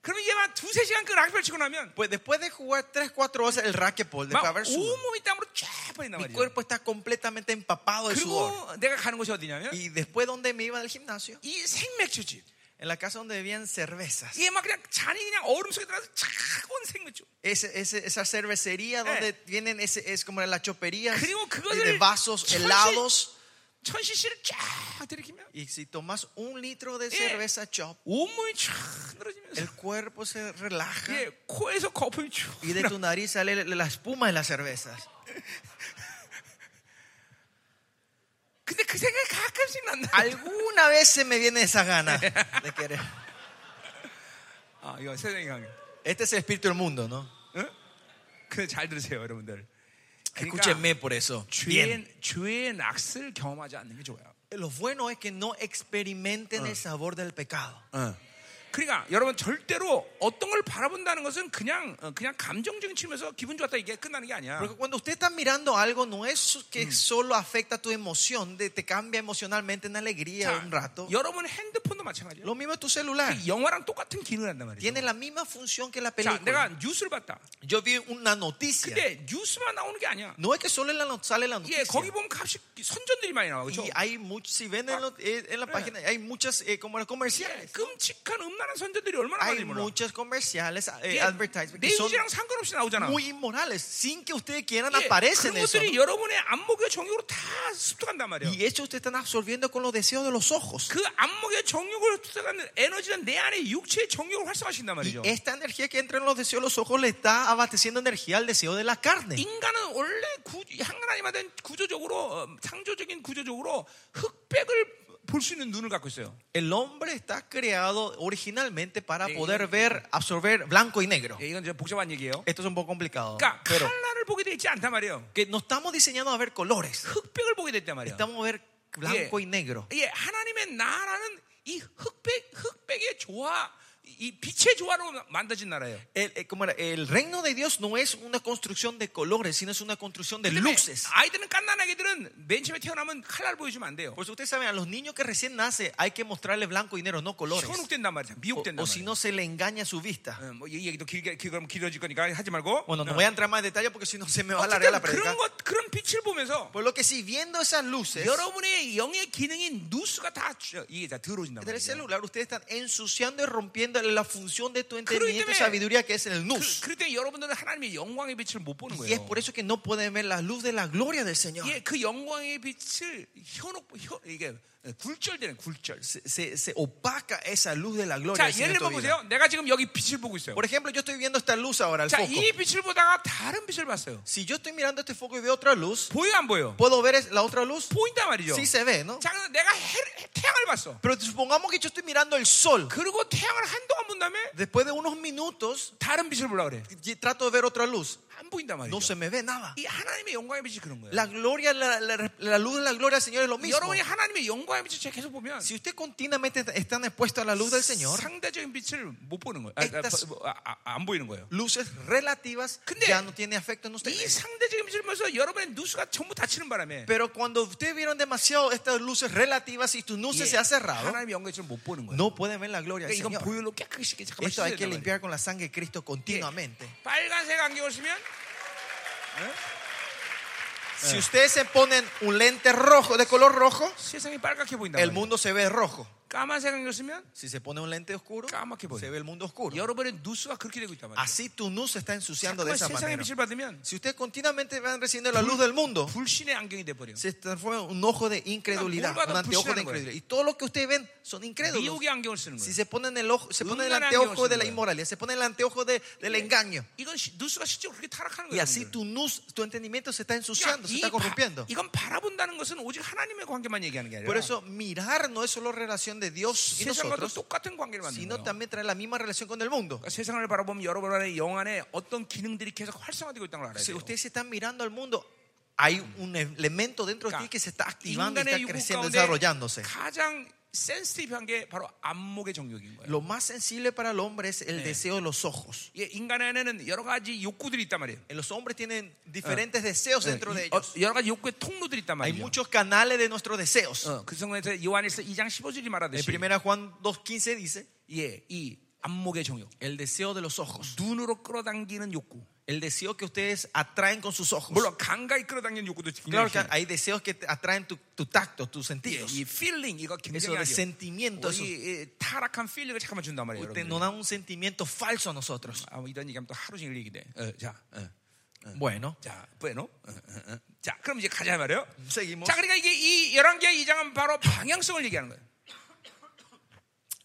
S1: 그러면 이제 막 두세 시간 그 락키볼 치고 나면
S2: Pues después de jugar 3, 4 horas el racquetball, de
S1: 막
S2: haber sudado,
S1: 온몸이 땀으로 쫙 빠진단
S2: mi
S1: 말이에요.
S2: cuerpo está completamente empapado de sudor.
S1: 그리고 내가 가는 곳이 어디냐면
S2: Y después donde me iba al gimnasio,
S1: 이 생맥주집.
S2: en la casa donde bebían cervezas.
S1: 이게 막 그냥 잔이 그냥 얼음 속에 들어가서 차가운 생맥주.
S2: Ese, ese- esa cervecería donde vienen, ese, es como la chopería
S1: 그리고 그거를
S2: de vasos
S1: 천시-
S2: helados.
S1: 천 cc를 쫙 들이키면
S2: Y si tomas un litro de
S1: 예.
S2: cerveza chop,
S1: 온몸이 쫙 늘어지면서
S2: el cuerpo se relaja
S1: 예, 코에서 거품이 쭉
S2: y de tu nariz sale la espuma de las cervezas.
S1: 근데 그 생각이 가끔씩 난다.
S2: Alguna vez se me viene esa gana de querer.
S1: 아, 이거 세상이 강해.
S2: Este es el espíritu del mundo, ¿no?
S1: 응? 그잘 들으세요, 여러분들. 그러니까
S2: Escúchenme por eso. Bien.
S1: 죄의, 죄의 낙스를 경험하지 않는 게 좋아요.
S2: Lo bueno es que no experimenten el sabor del pecado.
S1: 그러니까 여러분 절대로 어떤 걸 바라본다는 것은 그냥 어, 그냥 감정적인 측면에서 기분 좋았다 이게 끝나는 게 아니야.
S2: Porque cuando usted está mirando algo, no es que solo afecta tu emoción, de- te cambia emocionalmente en alegría
S1: 자,
S2: un rato.
S1: 여러분 핸드폰도 마찬가지야.
S2: Lo mismo es tu celular.
S1: 영화랑 똑같은 기능을 한단 말이야.
S2: Tiene la misma función que la
S1: 자, 내가
S2: película.
S1: 뉴스를 봤다.
S2: Yo vi una noticia.
S1: 근데 뉴스만 나오는 게 아니야.
S2: No es que solo en la no- sale la noticia.
S1: 예, 거기 보면 값이 선전들이 많이 나와. 그렇죠?
S2: y hay muchos, si ven en, lo- eh, en la página, hay muchas eh, como las
S1: 예,
S2: comerciales.
S1: 끔찍한 음란한 선전들이 얼마나
S2: Hay
S1: 많이 몰라.
S2: muchas comerciales, eh,
S1: 예,
S2: advertisements,
S1: 내
S2: que son
S1: 의지랑 상관없이 나오잖아.
S2: muy inmorales. Sin que ustedes quieran,
S1: 예,
S2: aparecen
S1: 그런
S2: eso.
S1: 것들이
S2: ¿no?
S1: 여러분의 안목의 정욕으로 다 습득한단 말이에요.
S2: Y eso ustedes están absorbiendo con los deseos de los ojos.
S1: 그 안목의 정욕을 습득하는 에너지는 내 안에 육체의 정욕을 활성화시킨단 말이죠.
S2: Y esta energía que entra en los deseos de los ojos le está abasteciendo energía al deseo de la carne.
S1: 인간은 원래 구, 하나님한테 구조적으로 어, 창조적인 구조적으로 흑백을 볼 수 있는 눈을 갖고 있어요.
S2: El hombre está creado originalmente para
S1: Sí.
S2: poder ver, absorber blanco y negro.
S1: 예, 이건 좀 복잡한 얘기예요.
S2: Esto es un poco complicado.
S1: 그러니까
S2: Pero
S1: 칼라를 보게 돼 있지 않단 말이에요.
S2: que no estamos diseñados a ver colores.
S1: 흑백을 보게 됐단 말이에요.
S2: Estamos a ver blanco
S1: Yeah.
S2: y negro.
S1: 예, 하나님의 나라는 이 흑백 흑백의 조화, 이 빛의 조화로 만들어진 나라예요.
S2: El, el- ¿cómo era? El reino de Dios no es una construcción de colores, sino es una construcción de
S1: 때문에
S2: luces.
S1: 아이들은 깐난 아기들은 맨 처음에 태어나면 칼라를 보여주면 안 돼요.
S2: Por eso ustedes saben, a los niños que recién nacen hay que mostrarle blanco y negro, no colores.
S1: 현혹된단 말이야.
S2: O,
S1: 미혹된단
S2: o
S1: 말이야.
S2: si no, se le engaña su vista.
S1: 어, 뭐이 얘기도 길게 길- 그럼 길어질 거니까 하지 말고.
S2: Bueno, no
S1: 어.
S2: voy a entrar más en detalle porque si no se me va a alargar la
S1: 어쨌든
S2: predica.
S1: 그런 것 그런 빛을 보면서
S2: Por lo que si viendo esas luces
S1: 여러분의 영의 기능인 누수가 다 주- 이게 다 들어진단
S2: del
S1: 말이에요.
S2: celular, ustedes están ensuciando y rompiendo la función de tu entendimiento y
S1: 때문에-
S2: sabiduría que es el
S1: 그,
S2: nus.
S1: 그럴 때 여러분들은 하나님의 영광의 빛을 못 보는
S2: Y es
S1: 거예요.
S2: por eso que no pueden ver la luz de la gloria del Señor.
S1: 예, 그 영광의 빛을 현혹 현, 이게 굴절되는 굴절.
S2: Se, se- se opaca esa luz de la gloria.
S1: 자,
S2: del Señor en
S1: 예를
S2: tu
S1: 들어
S2: vida.
S1: 보세요. 내가 지금 여기 빛을 보고 있어요.
S2: Por ejemplo, yo estoy viendo esta luz ahora, el
S1: 자,
S2: foco.
S1: 이 빛을 보다가 다른 빛을 봤어요.
S2: Si yo estoy mirando este foco y veo otra luz,
S1: 보여 안 보여?
S2: ¿puedo ver es- la otra luz?
S1: 보인단 말이죠.
S2: Sí se ve, ¿no?
S1: 자, 그럼 내가 해- 태양을 봤어.
S2: Pero supongamos que yo estoy mirando el sol.
S1: 그리고 태양을 한동안 본 다음에
S2: Después de unos minutos,
S1: 다른 빛을 보려 그래.
S2: y- trato de ver otra luz.
S1: 안 보인단
S2: No
S1: 말이죠.
S2: se me ve nada.
S1: 이 하나님의 영광의 빛이 그런 거예요.
S2: La gloria, la, la- la luz de la gloria del Señor es lo mismo.
S1: 여러분이 하나님의 영광의 빛을 계속 보면
S2: Si usted continuamente están expuestos a la luz del Señor,
S1: 상대적인 빛을 못 보는 거예요. 아, 아,
S2: Estas-
S1: 아, 아, 아, 안 보이는 거예요.
S2: luces relativas
S1: 근데
S2: ya no tiene afecto en
S1: 이
S2: ustedes.
S1: 상대적인 빛을 보면서 여러분의 누수가 전부 다치는 바람에
S2: Pero cuando ustedes vieron demasiado estas luces relativas y tu
S1: 예,
S2: luces se ha cerrado,
S1: 하나님의 영광의 빛을 못 보는 거예요.
S2: no pueden ver la gloria del
S1: 그러니까 이건
S2: Señor.
S1: 보혈로 깨끗이 씻게 잠깐만
S2: Esto
S1: 씻어야
S2: hay que
S1: 된단 말이에요.
S2: limpiar con la sangre de Cristo continuamente.
S1: 빨간색 안경 을쓰면
S2: Si ustedes se ponen un lente rojo, de color rojo,
S1: 세상이 빨갛게 보인다.
S2: el mundo se ve rojo.
S1: 까만색을 있으면
S2: Si se pone un lente oscuro,
S1: 까맣게 보여.
S2: se ve el mundo oscuro.
S1: 여러분의 누수가 그렇게 되고 있단 말이에요.
S2: Así tu luz se está ensuciando de
S1: 자꾸만
S2: esa
S1: 세상의
S2: manera.
S1: 빛을 받으면
S2: Si ustedes continuamente van recibiendo la luz del mundo,
S1: 불신의 안경이 돼 버려. 요
S2: se transforma en un ojo de incredulidad,
S1: Claro,
S2: un
S1: vulgar,
S2: anteojo de
S1: pusieron, güey.
S2: incredulidad. Y todo lo que ustedes ven son incrédulos.
S1: 미혹의 안경을 쓰는
S2: Si
S1: 거예요.
S2: se ponen el ojo, se ponen el
S1: Vulgar
S2: anteojo
S1: anteojos,
S2: de la
S1: güey.
S2: inmoralidad, se ponen el anteojo de- del engaño.
S1: 이건 시- 누수가 실제로 그렇게 타락하는
S2: Y
S1: 거예요.
S2: así
S1: 여러분들.
S2: tu luz, tu entendimiento se está
S1: 그러니까
S2: ensuciando, se
S1: 이
S2: está
S1: 바-
S2: corrompiendo.
S1: 이건 바라본다는 것은 오직 하나님의 관계만 얘기하는 게 아니라
S2: Por eso mirar no es solo relación de Dios y
S1: 세상과도
S2: nosotros,
S1: 똑같은 관계를 만드는
S2: sino
S1: 거예요.
S2: también trae la misma relación con el mundo.
S1: 그러니까 세상을 바라보면 여러분 안에 영 안에 어떤 기능들이 계속 활성화되고 있다는 걸 알아야
S2: Si
S1: 돼요.
S2: ustedes se están mirando al mundo, hay un elemento dentro de ti que se está activando, y
S1: 그러니까 인간의
S2: está
S1: 유혹
S2: creciendo,
S1: 가운데
S2: desarrollándose.
S1: 가장 센스티브한 게 바로 안목의 정욕인 거예요.
S2: Lo más sensible para el hombre es el deseo de los ojos.
S1: 예, 인간 안에는 여러 가지 욕구들이 있단 말이에요.
S2: Eh, Los hombres tienen diferentes deseos dentro de
S1: 예, 어,
S2: ellos.
S1: 여러 가지 욕구의 통로들이 있단
S2: Hay
S1: 말이에요.
S2: muchos canales de nuestros deseos.
S1: 어, 그 성경에서 요한일서 2장 15절이
S2: En
S1: 말하듯이
S2: primera Juan 2.15 dice,
S1: 예, 이 안목의 정욕,
S2: el deseo de los ojos.
S1: 눈으로 끌어당기는 욕구.
S2: El deseo que ustedes atraen con sus ojos.
S1: 물론 감각이 끌어당기는 욕구도
S2: Claro
S1: 굉장히
S2: que
S1: 중요해요.
S2: hay deseos que te atraen tu, tu tacto, tus
S1: 예,
S2: sentidos.
S1: 이 feeling 이거
S2: Eso
S1: 굉장히
S2: de
S1: 아주
S2: sentimiento, eso
S1: 이, 이 타락한 feeling을 잠깐만 준단 말이에요.
S2: te
S1: 여러분들.
S2: nos da un sentimiento falso a nosotros.
S1: 아, 뭐 이런 얘기하면 또 하루 종일 얘기돼. 어, 자, 어,
S2: Bueno,
S1: 자, bueno. 어, 어, 어. 자, 그럼 이제 가자 말이에요.
S2: seguimos.
S1: 자, 그러니까 이게 이 11개의 이장은 바로 방향성을 얘기하는 거예요.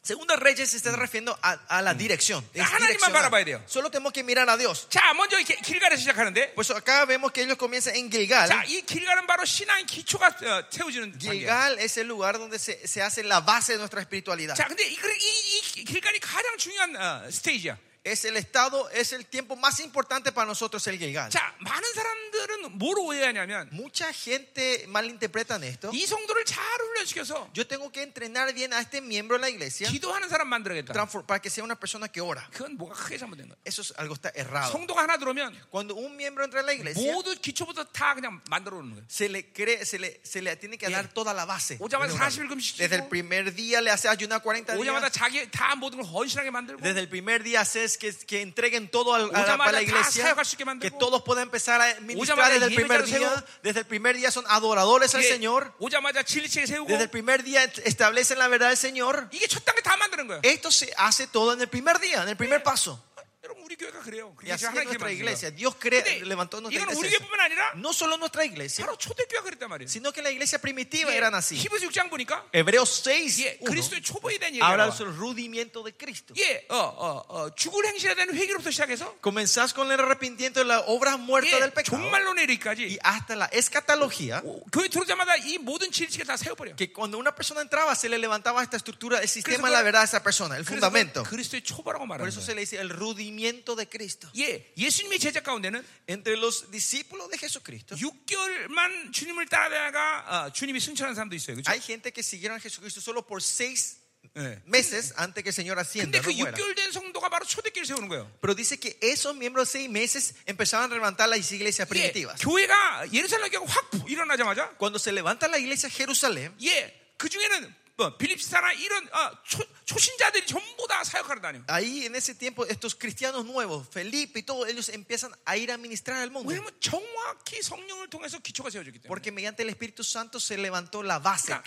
S2: Segunda Reyes se está refiriendo a, Mm. a la dirección. es
S1: 하나님만
S2: direccional.
S1: 바라봐야 돼요.
S2: Solo tenemos que mirar a Dios.
S1: 자, 먼저 이렇게 길가를 시작하는데
S2: Pues acá vemos que ellos comienzan en Gilgal.
S1: 자, 이 길가는 바로 신앙의 기초가 어, 세워지는 단계예요.
S2: Gilgal es el lugar donde se, se hace la base de nuestra espiritualidad.
S1: 자, 근데 이, 그- 이, 이 길간이 가장 중요한 어, 스테이지야.
S2: Es el estado, es el tiempo más importante para nosotros el Gilgal.
S1: 자, 많은 사람들은 뭘 오해하냐면
S2: Mucha gente malinterpretan esto.
S1: 이 성도를 잘 훈련시켜서
S2: Yo tengo que entrenar bien a este miembro de la iglesia
S1: 기도하는 사람 만들어야겠다.
S2: transfor- para que sea una persona que ora.
S1: 그건 뭐가 크게 잘못된 거야.
S2: Eso es algo está errado.
S1: 성도가 하나 들어오면
S2: Cuando un miembro entra en la iglesia,
S1: 모두 기초부터 다 그냥 만들어 놓는 거야.
S2: se le, cree, se le, se le tiene que
S1: Yeah.
S2: dar toda la base.
S1: 오자마자
S2: Bueno,
S1: 40일 금식
S2: Desde el
S1: 지키고
S2: primer día le hace ayunar 40
S1: 오자마자
S2: días.
S1: 자기 다 모든 걸 헌신하게 만들고
S2: Desde el primer día haces que, que entreguen todo al- a, la,
S1: Ojamadá
S2: para la
S1: da
S2: iglesia.
S1: sayogar su que
S2: Que
S1: mantengo.
S2: todos puedan empezar a ministrar
S1: Ojamadá
S2: desde el
S1: yebe
S2: primer
S1: jaru
S2: día.
S1: sego.
S2: Desde el primer día son adoradores al
S1: 이게
S2: Señor.
S1: 그 오자마자 진리책에 세우고
S2: Desde el primer día establecen la verdad del Señor.
S1: 이게 첫 단계 다 만드는 거야.
S2: Esto se hace todo en el primer día, en el primer paso.
S1: 여러분 우리 교회가 그래요.
S2: Y
S1: 그게
S2: así
S1: 지금
S2: es
S1: 하나님
S2: nuestra
S1: 만든
S2: iglesia.
S1: 거야.
S2: Dios
S1: 근데
S2: cre- levantó nuestra
S1: 이건 우리
S2: iglesia.
S1: 교회뿐만 아니라
S2: No solo nuestra iglesia,
S1: 바로 초대교회가 그랬단 말이에요.
S2: sino que la iglesia primitiva eran así.
S1: 히브리서 6장 보니까
S2: Hebreos
S1: 예,
S2: 6,
S1: 그리스도의 초보에 대한 얘기가
S2: habla
S1: 나와.
S2: sobre el rudimiento de Cristo.
S1: 예, 어, 어, 어, 죽을 행실에 대한 회개로부터 시작해서
S2: Comenzás con el arrepentimiento de las obras muertas del
S1: 예,
S2: pecado
S1: 종말론에
S2: y
S1: 이르기까지
S2: hasta la escatología.
S1: 오, 교회 들어오자마자 이 모든 진리책을 다 세워버려.
S2: Que cuando una persona entraba, se le levantaba esta estructura, el sistema de
S1: 그래서
S2: la verdad de esa persona, el
S1: 그래서 그걸
S2: fundamento.
S1: 그리스도의 초보라고
S2: Por
S1: 말하는
S2: eso
S1: 거예요.
S2: se le dice el rudimiento de Cristo.
S1: 예, 예수님의 제자 가운데는
S2: Entre los discípulos de Jesucristo,
S1: 6개월만 주님을 따라다가 어, 주님이 승천한 사람도 있어요. 그렇죠?
S2: hay gente que siguieron a Jesucristo solo por seis
S1: 예.
S2: meses antes que el Señor ascienda.
S1: 근데
S2: no
S1: 그
S2: muera.
S1: 6개월 된 성도가 바로 초대교를 세우는 거예요.
S2: Pero dice que esos miembros de seis meses empezaban a levantar las iglesias
S1: 예,
S2: primitivas.
S1: 교회가 예루살렘 교회가 확 일어나자마자
S2: Cuando se levanta la iglesia en Jerusalén,
S1: 예, 그 중에는 뭐, 빌립사나 이런 아, 초, 초신자들이 전부 다 사역하러 다녀요.
S2: ahí en ese tiempo estos cristianos nuevos, Felipe y todos ellos empiezan a ir a ministrar al mundo.
S1: 왜냐면 정확히 성령을 통해서 기초가 세워졌기 때문에.
S2: Porque mediante el Espíritu Santo se levantó la base
S1: 그러니까 교회는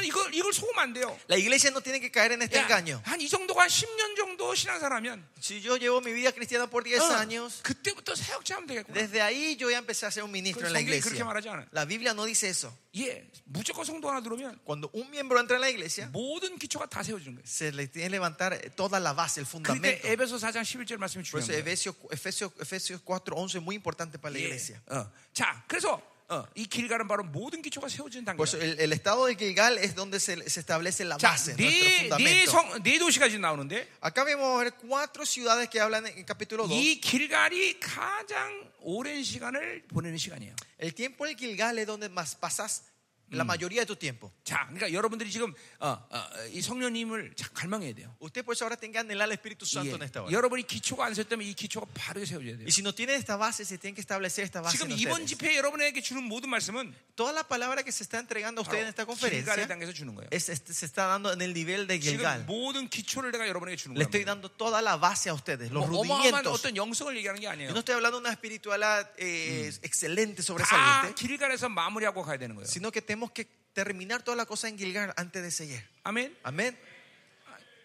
S2: claramente.
S1: 이걸 이걸 속으면 안 돼요.
S2: La iglesia no tiene que caer en este engaño.
S1: 한 이 정도가 10년 정도 신앙사라면 어,
S2: Si yo llevo mi vida cristiana por 10
S1: Ah.
S2: años,
S1: 그때부터 사역자 하면 되겠구나.
S2: desde ahí yo ya empecé a ser un ministro
S1: Pero
S2: en la
S1: 성경이 그렇게
S2: iglesia.
S1: 말하지 않아요.
S2: La Biblia no dice eso.
S1: 예, 무조건 성도 하나 들어오면
S2: Cuando un miembro entra en la iglesia,
S1: 모든 기초가 다 세워지는 거예요.
S2: se le tiene que levantar eh, toda la base, el
S1: 그런데
S2: fundamento.
S1: 에베소 4장 11절 말씀이 중요한
S2: Por eso
S1: 거예요.
S2: Efesios, Efesios, Efesios 4.11 es muy importante para la
S1: 예.
S2: iglesia.
S1: 어. 자, 그래서 어, 이 길가는 바로 모든 기초가 세워지는
S2: Por eso
S1: 단계예요.
S2: el, el estado de Gilgal es donde se, se establece la
S1: 자,
S2: base, nuestro
S1: 네, 네,
S2: fundamento.
S1: 성, 네 도시가 지금 나오는데
S2: Acá vemos a ver cuatro ciudades que hablan en el capítulo 2.
S1: 이 길갈이 가장 오랜 시간을 보내는 시간이에요.
S2: El tiempo del Gilgal es donde más pasas la mayoría de tu tiempo.
S1: 자, 그러니까 여러분들이 지금 어, 어, 이 성령님을 자, 갈망해야 돼요.
S2: Usted por eso ahora tenga que anhelar al Espíritu
S1: 예,
S2: Santo en esta hora.
S1: 여러분이 기초가 안 세웠다면 이 기초가 바르게 세워져야 돼요.
S2: Y si no tiene esta base, se tiene que establecer esta base.
S1: 지금
S2: en
S1: 이번
S2: ustedes.
S1: 집회에 여러분에게 주는 모든 말씀은
S2: Toda la palabra que se está entregando a usted en esta
S1: 바로
S2: conferencia
S1: 길갈의 단계에서 주는 거예요.
S2: es- es- se está dando en el nivel de
S1: 지금
S2: Gilgal.
S1: 모든 기초를 내가 여러분에게 주는
S2: Le
S1: 거예요.
S2: estoy dando toda la base a ustedes, los
S1: 뭐 어마어마한
S2: rudimentos.
S1: 어떤 영성을 얘기하는 게
S2: Yo
S1: 아니에요.
S2: no estoy hablando de una espiritualidad eh, excelente,
S1: 다
S2: sobresaliente,
S1: 길갈에서 마무리하고 가야 되는 거예요.
S2: sino que tenemos que terminar toda la cosa en Gilgal antes de seguir.
S1: 아멘.
S2: Amén.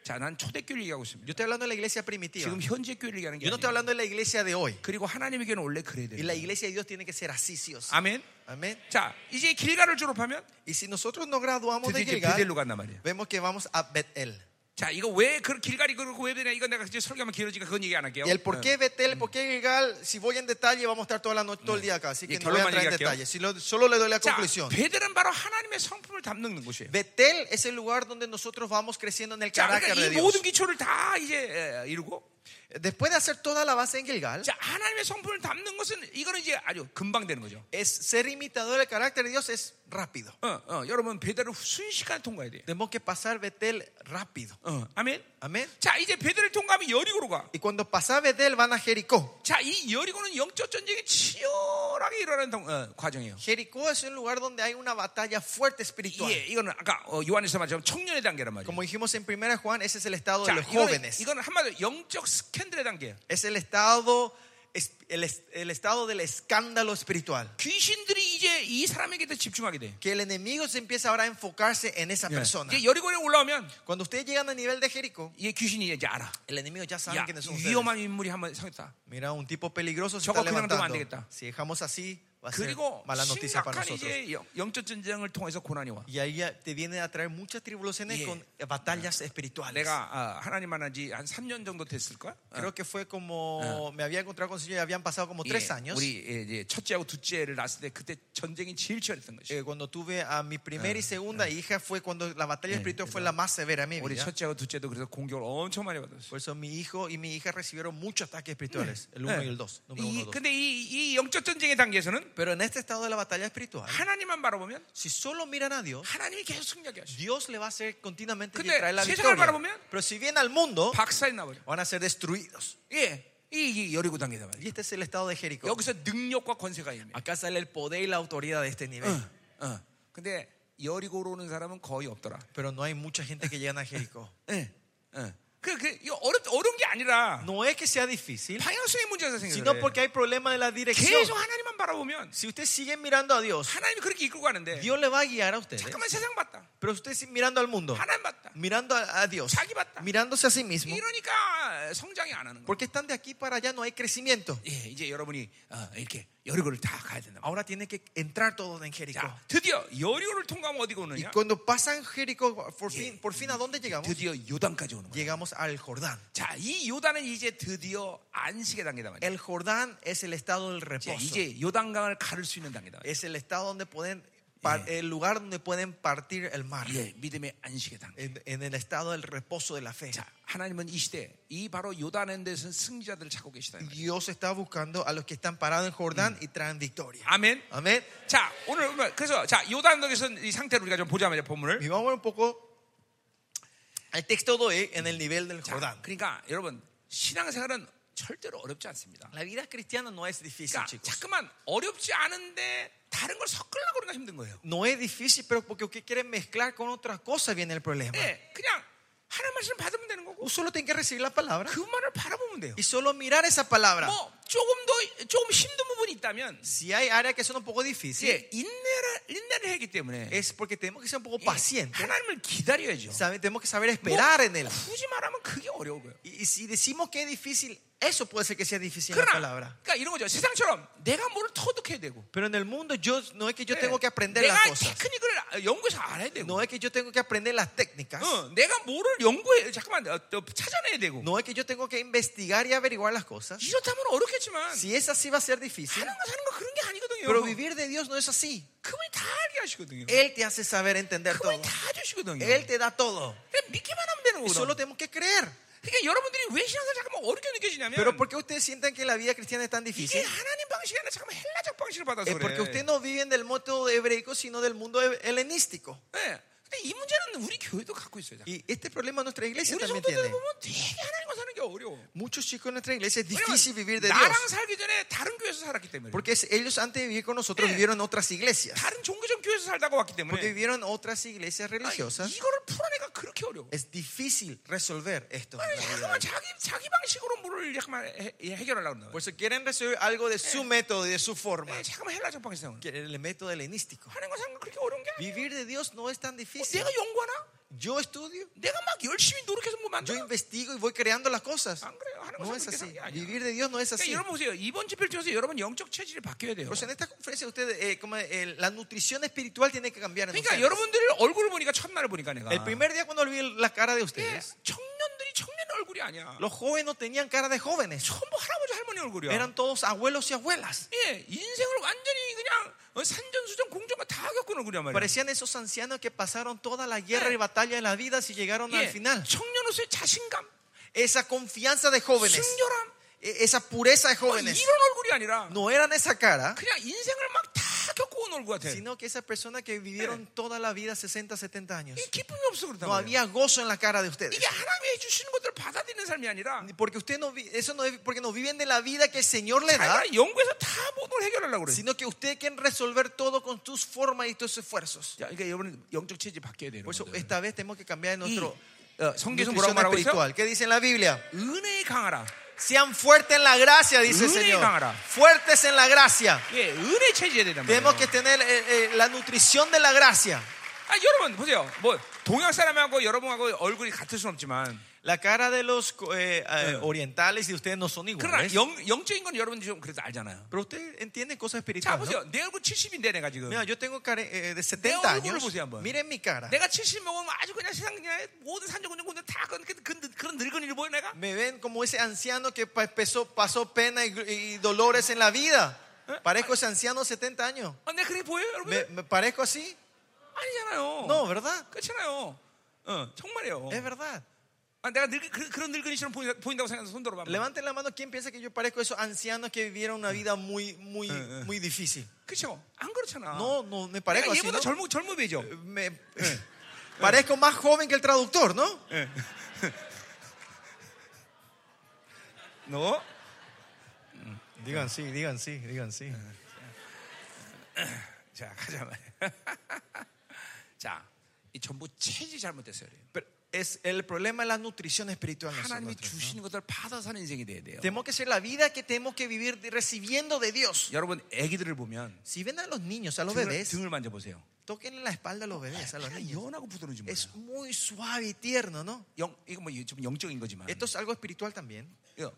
S1: 자, 난 초대교를 얘기하고 있습니다.
S2: Yo estoy hablando de la iglesia primitiva.
S1: 지금 현재 교를 얘기하는 게
S2: Yo no
S1: 아니에요.
S2: estoy hablando de la iglesia de hoy.
S1: 그리고 하나님에게는 원래 그래야
S2: Y la
S1: 돼요.
S2: iglesia de Dios tiene que ser así, sí o sí.
S1: 아멘.
S2: Amén.
S1: 자, 이제 길갈을 졸업하면
S2: Y si nosotros no
S1: 드디어
S2: graduamos de
S1: 이제
S2: Gilgal,
S1: 베델로 간단 말이에요.
S2: vemos que vamos a Betel.
S1: 자, 이거 왜 그 길갈이 그렇고 왜 되냐? 이거 내가 이제 설교하면 길어지니까 그건 얘기 안 할게요.
S2: Y el por
S1: 어.
S2: qué Betel, por qué Gilgal, si voy en detalle, vamos a estar toda la noche, todo el día acá. Así
S1: Y
S2: Mm. que no voy a
S1: 결론만
S2: entrar en
S1: 얘기할게요.
S2: detalle. Si lo- solo le doy la
S1: 어. 자,
S2: conclusión.
S1: 베델은 바로 하나님의 성품을 담는 곳이에요.
S2: Betel es el lugar donde nosotros vamos creciendo en el
S1: 네, 자,
S2: carácter
S1: 그러니까
S2: de
S1: 이 모든
S2: Dios.
S1: 기초를 다 이제 에, 이루고
S2: Después de hacer toda la base en Gilgal,
S1: 자, 하나님의 성품을 담는 것은 이거는 이제 아주 금방 되는 거죠.
S2: es ser imitador del carácter de Dios es rápido.
S1: 어, 어, 여러분 베델을 순식간에 통과해야 돼요.
S2: Tenemos que pasar Betel rápido.
S1: 어, 아멘.
S2: Amén.
S1: 자, 이제 베델을 통과하면 여리고로 가.
S2: Y cuando pasa Betel van a Jericó.
S1: 자, 이 여리고는 영적 전쟁이 치열하게 일어나는 동- 어, 과정이에요.
S2: Jericó es un lugar donde hay una batalla fuerte espiritual.
S1: 예, 이거는 아까 어, 요한에서 말처럼 청년의 단계란 말이에요.
S2: Como dijimos en 1 Juan, ese es el estado
S1: 자,
S2: de los
S1: 이거는,
S2: jóvenes.
S1: 이거는 한마디로 영적 스캔들의 단계예요.
S2: Es el estado es- el, es- el estado del escándalo espiritual.
S1: 귀신들이 이제 이 사람에게 더 집중하게 돼. 예.
S2: Que el enemigo se empieza ahora a enfocarse en esa persona.
S1: 이제 여리고에 올라오면
S2: Cuando ustedes llegan al nivel de Jericó,
S1: 이 귀신이 이제 알아.
S2: el enemigo ya sabe
S1: 야,
S2: quiénes son ustedes.
S1: 위험한 인물이 한번 생겼다.
S2: Mira, un tipo peligroso se
S1: 저거
S2: está
S1: 그냥 두면 안
S2: levantando.
S1: 되겠다.
S2: Si dejamos así, va a ser
S1: 그리고
S2: mala noticia para
S1: 심각한
S2: nosotros.
S1: 이제 영- 영적 전쟁을 통해서 고난이 와.
S2: Y ahí ya te viene a traer muchas tribulaciones
S1: Yeah.
S2: con eh, batallas espirituales.
S1: 내가 아, 하나님 만난 지 한 3년 정도 됐을 거야.
S2: Creo que fue como me había encontrado con el Señor Ah. y habían pasado como tres años.
S1: 우리 예, 이제 첫째하고 둘째를 낳았을 때 그때 전쟁이 제일 치열했던 것이.
S2: Eh, cuando tuve a mi primera y segunda hija fue cuando la batalla espiritual fue la más severa en mi
S1: 우리
S2: vida.
S1: 첫째하고 둘째도 그래서 공격을 엄청 많이 받았어.
S2: Por eso mi hijo y mi hija recibieron muchos ataques espirituales,
S1: 예,
S2: el 1 y el 2, número
S1: 이,
S2: uno Eh, y el dos.
S1: 근데 이, 이 영적 전쟁의 단계에서는
S2: Pero en este estado de la batalla espiritual,
S1: 하나님만 바라보면
S2: si solo miran a Dios,
S1: 하나님이 계속 승리하게 하셔.
S2: Dios le va a hacer continuamente y
S1: 근데
S2: traer la
S1: 세상을
S2: victoria.
S1: 바라보면
S2: Pero si vienen al mundo,
S1: 박살이 나버려.
S2: van a ser destruidos.
S1: 예, 이, 이 여리고 단계다 말이야.
S2: Y este es el estado de Jericó.
S1: 여기서 능력과 권세가 있네.
S2: Acá sale el poder y la autoridad de este nivel.
S1: 어. 근데 여리고로 오는 사람은 거의 없더라.
S2: Pero no hay mucha gente que llegan a Jericó.
S1: 예, 예. 그, 그 이거 어렵 어려운 게 아니라
S2: No es que sea difícil,
S1: 방향성의 문제가 생겨요.
S2: sino porque hay problema de la dirección.
S1: 계속 하나님만 바라보면
S2: Si ustedes siguen mirando a Dios,
S1: 하나님이 그렇게 이끌고 가는데
S2: Dios le va a guiar a ustedes.
S1: 잠깐만 세상 봤다.
S2: Pero ustedes siguen mirando al mundo,
S1: 하나님 봤다.
S2: mirando a, a Dios,
S1: 자기 봤다.
S2: mirándose a sí
S1: 뭐.
S2: mismo.
S1: 이러니까 성장이 안 하는 거예요.
S2: Porque están de aquí para allá, no hay crecimiento.
S1: 예, 이제 여러분이 어, 이렇게 여리고를 다 가야 된다.
S2: Ahora tiene que entrar todo en Jericó.
S1: 자, 드디어 여리고를 통과하면 어디가
S2: Y
S1: 오느냐?
S2: cuando pasan Jericó, por fin, por fin ¿a dónde llegamos?
S1: 드디어 요단까지 오는 거예요.
S2: Llegamos al Jordán.
S1: 자, 이 요단은 이제 드디어 안식의 단계다 말이에요.
S2: El Jordán es el estado del
S1: 이제,
S2: reposo.
S1: 이제 요단강을 가를 수 있는 단계다.
S2: es el estado donde pueden par- el lugar donde pueden partir el mar
S1: 예, 믿음의 안식의 단계.
S2: en, en el estado del reposo de la fe
S1: 자, 하나님은 이 시대 이 바로 요단에 대해서 승리자들을 찾고 계시다. 이 말이에요.
S2: Dios está buscando a los que están parados en Jordán y traen victoria
S1: 아멘.
S2: amén
S1: 자, 오늘 오늘 그래서 자, 요단에서 이 상태를 우리가 좀 보자마자 본문을.
S2: y vamos a ver un poco el texto de hoy en el nivel del
S1: 자,
S2: Jordán
S1: 그러니까 여러분 신앙생활은 절대로 어렵지 않습니다.
S2: la vida cristiana no es difícil
S1: 그러니까
S2: chicos
S1: 자꾸만 어렵지 않은데 다른 걸 섞으려고 그러니까 힘든 거예요.
S2: no es difícil pero porque usted quiere mezclar con otras cosas viene el problema
S1: 예, 그냥 하나님 말씀 받으면 되는 거고
S2: Usted solo tiene que recibir la palabra
S1: 그만을 바라보면 돼요.
S2: y solo mirar esa palabra
S1: 뭐 조금 더 조금 힘든 부분이 있다면
S2: si hay áreas que son un poco difíciles
S1: 예, 인내를 인내를 하기 때문에
S2: es porque tenemos que ser un poco
S1: 예,
S2: pacientes
S1: 하나님을 기다려야죠.
S2: Sabe, tenemos que saber
S1: 뭐
S2: esperar en él.
S1: 굳이 말하면 그게 어려운 거예요.
S2: Y, y si decimos que es difícil, eso puede ser que sea difícil en la
S1: 그러나
S2: palabra.
S1: 그러니까 이런 거죠. 세상처럼 내가 뭘 터득해야 되고
S2: Pero en el mundo yo no es que yo
S1: 예,
S2: tengo que aprender las
S1: 내가
S2: cosas.
S1: 테크닉을 연구해서 알아야 되고
S2: No es que yo tengo que aprender las técnicas.
S1: 어, 내가 뭐를 연구해 잠깐만 어, 또 찾아내야 되고
S2: No es que yo tengo que investigar y averiguar las cosas.
S1: 이렇다면 어렵겠지만
S2: Si es así va a ser difícil.
S1: 사는 거 사는 거 그런 게 아니거든요.
S2: Pero vivir de Dios no es así.
S1: 그걸 다 알게 하시거든요.
S2: Él te hace saber entender todo.
S1: 그걸 다 주시거든요.
S2: Él te da todo.
S1: 그냥 믿기만 하면 되는
S2: Y solo
S1: 거거든요.
S2: tenemos que creer.
S1: 그러니까 여러분들이 왜 신앙생활 잠깐만 어렵게 느껴지냐면
S2: Pero ¿por qué ustedes sienten que la vida cristiana es tan
S1: 이게
S2: difícil?
S1: 하나님 방식이 아니라 잠깐만 헬라적 방식을 받아서
S2: Es Eh, porque
S1: 그래.
S2: ustedes no viven del mundo hebraico, sino del mundo he- helenístico.
S1: 예. 근데 이 문제는 우리 교회도 갖고 있어요. 자꾸.
S2: Y este problema nuestra iglesia
S1: 우리
S2: también
S1: 성도들
S2: tiene.
S1: 보면 되게 하나님과 사는 게 어려워.
S2: Muchos chicos en nuestra iglesia es difícil vivir
S1: 왜냐면
S2: de Dios.
S1: 나랑 살기 전에 다른 교회에서 살았기 때문에.
S2: Porque es- ellos antes de vivir con nosotros
S1: Eh.
S2: vivieron en otras iglesias.
S1: 다른 종교적 교회에서 살다가 왔기
S2: Porque
S1: 때문에
S2: vivieron en otras iglesias
S1: 아니,
S2: religiosas.
S1: 이거를 풀어내가 그렇게 어려워.
S2: Es difícil resolver esto. en
S1: 아니,
S2: la vida.
S1: 잠깐만 자기 자기 방식으로 물을 약간 해- 해- 해결하려고 그런다.
S2: Por eso quieren resolver algo de su método y de su forma.
S1: 예, 잠깐만 헬라 적 방식 생각.
S2: Que El método helenístico.
S1: 하나님과 사는 건 그렇게 어려운 게 아니야.
S2: Vivir de Dios no es tan
S1: 뭐
S2: difícil.
S1: 내가 연구하나?
S2: Yo estudio,
S1: 내가 막 열심히 노력해서 뭐
S2: yo
S1: 만들어?
S2: investigo y voy creando las cosas.
S1: 안 그래요. 하나님과
S2: No
S1: 사는
S2: es
S1: 게
S2: así.
S1: 그게 아니야.
S2: Vivir de Dios no es
S1: 그러니까
S2: así.
S1: 여러분 보세요. 이번 집회를 통해서 여러분 영적 체질이 바뀌어야 돼요.
S2: Por eso en esta conferencia usted, eh, como, eh, la nutrición espiritual tiene que cambiar. en
S1: 그러니까
S2: ustedes.
S1: 여러분들 얼굴을 보니까 첫날을 보니까 내가
S2: El primer día cuando vi la cara de
S1: 예,
S2: ustedes,
S1: 청년들이 청년 얼굴이 아니야.
S2: los jóvenes no tenían cara de jóvenes.
S1: 전부 할아버지 할머니 얼굴이야.
S2: Eran todos abuelos y abuelas.
S1: 예, 인생을 완전히 그냥 어, 산전수전 공정과 다 겪은 얼굴이란 말이야.
S2: Parecían esos ancianos que pasaron toda la guerra y batalla de la vida si llegaron al
S1: 예,
S2: final.
S1: 청년으로서의 자신감,
S2: Esa confianza de jóvenes,
S1: 순결함,
S2: e- esa pureza de
S1: 뭐
S2: jóvenes,
S1: 이런 얼굴이 아니라
S2: no eran esa cara,
S1: 그냥 인생을 막 다 겪고 온 얼굴 같아.
S2: sino que esa persona que vivieron toda la vida 60, 70 años.
S1: 이 기쁨이 없어 그렇단
S2: No
S1: 말이야.
S2: había gozo en la cara de ustedes.
S1: 이게 하나님이 해주시는 것들을 받아들이는 삶이 아니라
S2: Porque usted no vi- eso no es porque no viven de la vida que el Señor le da,
S1: 자기가 연구해서 다 모든 걸 해결하려고 그래.
S2: sino que usted quiere resolver todo con tus formas y tus esfuerzos.
S1: 자, 그러니까 여러분 영적 체질 바뀌어야 되는
S2: Por eso
S1: 거예요.
S2: esta vez tenemos que cambiar
S1: 이
S2: nuestro
S1: 어, 성경에서 뭐라고
S2: nutrición
S1: 말하고 있어?
S2: espiritual. ¿Qué dice en la Biblia?
S1: 은혜에 강하라.
S2: Sean fuertes en la gracia, dice el
S1: Unida.
S2: Señor. Fuertes en la gracia.
S1: 예, 은혜 체질이 되단 말이에요.
S2: Tenemos que tener eh, eh, la nutrición de la gracia.
S1: 아, 여러분 보세요. 뭐 동양 사람하고 여러분하고 얼굴이 같을 수는 없지만
S2: La cara de los eh, eh, orientales y ustedes no son
S1: 그러나
S2: iguales.
S1: 영, 영적인 건 여러분 좀 그래도 알잖아요.
S2: Pero usted entiende
S1: 자
S2: cosas espirituales. ¿no?
S1: 보세요. 내 얼굴 70인데 내가 지금.
S2: Mira, yo tengo care- eh, de 70
S1: 얼굴을
S2: años.
S1: 보세요, 한번.
S2: Miren mi cara.
S1: 내가 70 먹으면 아주 그냥 세상 그냥 모든 산적 운전 군대 다 그런, 그런, 그런 늙은이를 보여 내가?
S2: Me ven como ese anciano que pa- pesó- pasó pena y, y dolores en la vida. Parezco ese anciano de 70 años.
S1: 아, 내가 그렇게 보여요 여러분?
S2: ¿Me, me parezco así?
S1: 아니잖아요.
S2: No, ¿verdad?
S1: 그렇잖아요. 어, 정말이에요.
S2: Es verdad.
S1: 아, 내가 늙, 그, 그런 늙은이처럼 보인다, 보인다고 생각해서 손 들어봐.
S2: Levanten la mano quien piensa que yo parezco a esos ancianos que vivieron una vida muy, muy, muy difícil.
S1: 그렇죠? 안 그렇잖아.
S2: No, no, me
S1: 내가
S2: parezco así.
S1: 얘보다
S2: ¿no? Eh,
S1: 젊어 젊어 보이죠.
S2: Me- parezco más joven que el traductor, ¿no?
S1: 너
S2: Digan sí, digan sí, digan sí.
S1: 자, 가자 말이야. 자, 이 전부 체질이 잘못됐어요. 그래요.
S2: Pero es el problema es la nutrición espiritual.
S1: 하나님이
S2: nosotros, ¿no?
S1: 주시는 것들을 받아 사는 인생이 돼야 돼요.
S2: Tenemos que ser la vida que tenemos que vivir de- recibiendo de Dios.
S1: 여러분, 아기들을 보면
S2: Si ven a los niños, a los
S1: 등을,
S2: bebés,
S1: 등을 만져보세요.
S2: toquen la espalda a los bebés, a los
S1: 하나
S2: niños.
S1: 연하고 부드러운지 몰라요.
S2: Es muy 수ave y tierno, ¿no?
S1: 영, 이거 뭐좀 영적인 거지만. 예.
S2: Esto es algo espiritual también.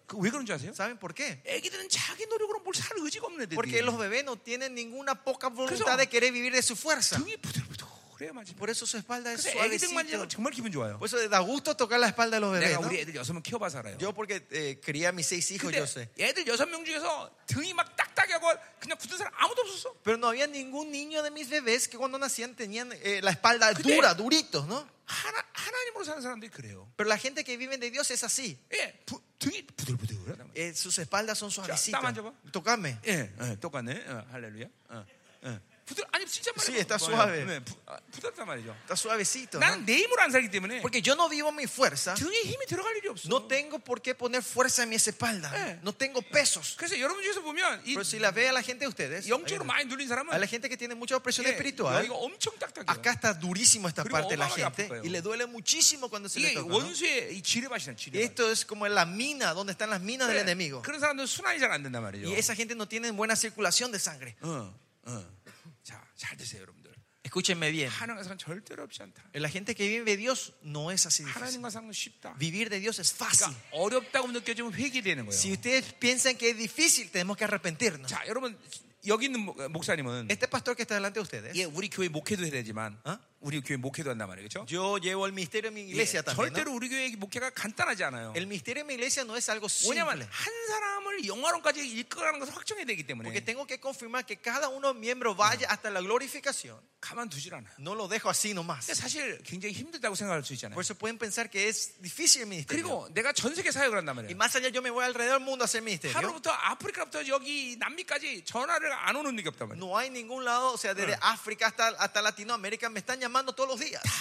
S1: 그왜 그런 줄 아세요?
S2: ¿Saben por qué?
S1: 아기들은 자기 노력으로 뭘 살 의지가 없는 애들이.
S2: Porque los bebés no tienen ninguna poca
S1: Eso.
S2: voluntad de querer vivir de su fuerza.
S1: 등이 부들부들해야 맞지.
S2: Por eso su espalda es
S1: 그래서 애기 등 만지는 거
S2: suavecita.
S1: 정말 기분 좋아요.
S2: Por eso da gusto tocar la espalda de los bebés.
S1: 내가
S2: ¿no?
S1: 우리 애들 여섯 명 키워봐서 알아요.
S2: Yo porque eh, crié a mis seis hijos,
S1: 근데
S2: yo sé.
S1: 애들 여섯 명 중에서 등이 막 딱딱하고 그냥 굳은 사람 아무도 없었어.
S2: Pero no había ningún niño de mis bebés que cuando nacían tenían eh, la espalda
S1: Pero-
S2: dura, duritos, ¿no?
S1: 하나 하나님으로 사는 사람들이 그래요.
S2: Pero la gente que vive de Dios es así.
S1: 예, 부- 등이 부들부들해.
S2: Eh, sus espaldas son suavecitas.
S1: manchaba.
S2: Tocame.
S1: 예, 예, 똑같네. 어, 할렐루야. 어, 예. 부들 아니 진짜 말이야.
S2: Sí, está
S1: 뭐,
S2: suave.
S1: 네, 부, 아, 부드럽단 말이죠.
S2: Está suavecito. ¿no?
S1: 나는 내 힘으로 안 살기 때문에
S2: Porque yo no vivo mi fuerza.
S1: 등에 힘이 들어갈 일이 없어.
S2: No tengo por qué poner fuerza en mi
S1: Eh.
S2: espalda. No tengo pesos.
S1: 그래서 여러분 중에서 보면 이
S2: Pero si la ve a la gente de ustedes,
S1: 영적으로
S2: a
S1: 많이 눌린 사람은
S2: la gente que tiene mucha opresión
S1: 예,
S2: espiritual,
S1: 여기가 엄청 딱딱해요.
S2: acá está durísimo esta
S1: Pero
S2: parte de la
S1: Obama que
S2: gente
S1: aplica,
S2: y le duele muchísimo cuando se le
S1: 이게
S2: toca. ¿no?
S1: 원수의 이 지뢰밭이란 지뢰밭.
S2: Esto es como la mina donde están las minas del
S1: 그래,
S2: enemigo.
S1: 그런 사람들은 순환이 잘 안 된단 말이죠.
S2: Y esa gente no tiene buena circulación de sangre.
S1: 어, 어. 자, 잘 드세요, 여러분들.
S2: Escúchenme bien.
S1: 하나님과 사는 절대로 없지 않다.
S2: La gente que vive de Dios no es así difícil.
S1: 하나님과 사는 건 쉽다. 예,
S2: Vivir de Dios es fácil.
S1: 그러니까 어렵다고 느껴지면 회개되는 거예요.
S2: Si ustedes piensan que es difícil, tenemos que arrepentirnos.
S1: 자, 여러분 여기 있는 목- 목사님은
S2: Este pastor que está delante de ustedes,
S1: 예, 우리 교회 목회도 해야 되지만
S2: ¿ah?
S1: 우리 교회 목회도 한단 말이에요. 그렇죠?
S2: Yo llevo el misterio de mi iglesia también. ¿no?
S1: 절대로 우리 교회 목회가 간단하지 않아요.
S2: El misterio de mi iglesia no es algo
S1: 왜냐면
S2: simple.
S1: 한 사람을 영화론까지 이끌어가는 것을 확정해야 되기 때문에
S2: Porque tengo que confirmar que cada uno de los miembros vaya hasta la glorificación.
S1: 가만두질 않아요.
S2: No lo dejo así nomás.
S1: 근데 사실 굉장히 힘들다고 생각할 수 있잖아요.
S2: Por eso pueden pensar que es difícil el ministerio.
S1: 그리고 내가 전 세계 사역을 한단
S2: Y
S1: 말이에요.
S2: más allá, yo me voy alrededor del mundo a hacer ministerio.
S1: 하루부터 아프리카부터 여기 남미까지 전화를 안 오는 일이 없단 말이에요.
S2: No hay ningún lado, o sea, desde África hasta, hasta Latinoamérica me están llamando todos los días.
S1: 다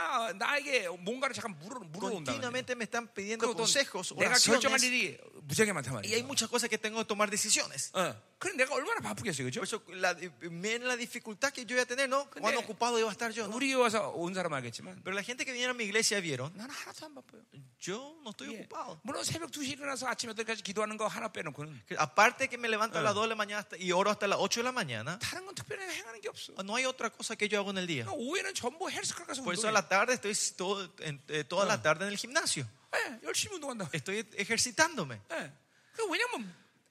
S1: 아, 나에게 뭔가를 잠깐 물어 물어온다.
S2: Continuamente me están pidiendo
S1: 그리고 또
S2: consejos,
S1: 내가 결정할
S2: oraciones.
S1: 일이 무지하게 많단
S2: Y hay
S1: 말이에요.
S2: muchas cosas que tengo que tomar decisiones.
S1: 어, 그럼 내가 얼마나 바쁘겠어요, 그죠?
S2: Por eso, la, miren la dificultad que yo voy a tener, ¿no?
S1: Pero-
S2: Cuán ocupado iba a estar yo, ¿no?
S1: 우리 와서 온 사람 알겠지만
S2: Pero la gente que vinieron a mi iglesia vieron,
S1: 나는 하나도 안 바빠요.
S2: yo no estoy
S1: 예.
S2: ocupado.
S1: 물론 새벽 2시 일어나서 아침 8시까지 기도하는 거 하나 빼놓고는
S2: Que Aparte que me levanto a las 2 de la mañana hasta- y oro hasta las 8 de la mañana,
S1: 다른 건 특별히 행하는 게 없어.
S2: no hay otra cosa que yo hago en el día.
S1: 그러니까 오후에는 전부 헬스클럽 가서
S2: Por eso a
S1: 운동해.
S2: la tarde estoy todo, en- eh, toda la tarde en el gimnasio.
S1: 예, 열심히 운동한다.
S2: Estoy ejercitándome.
S1: 예. 그 왜냐면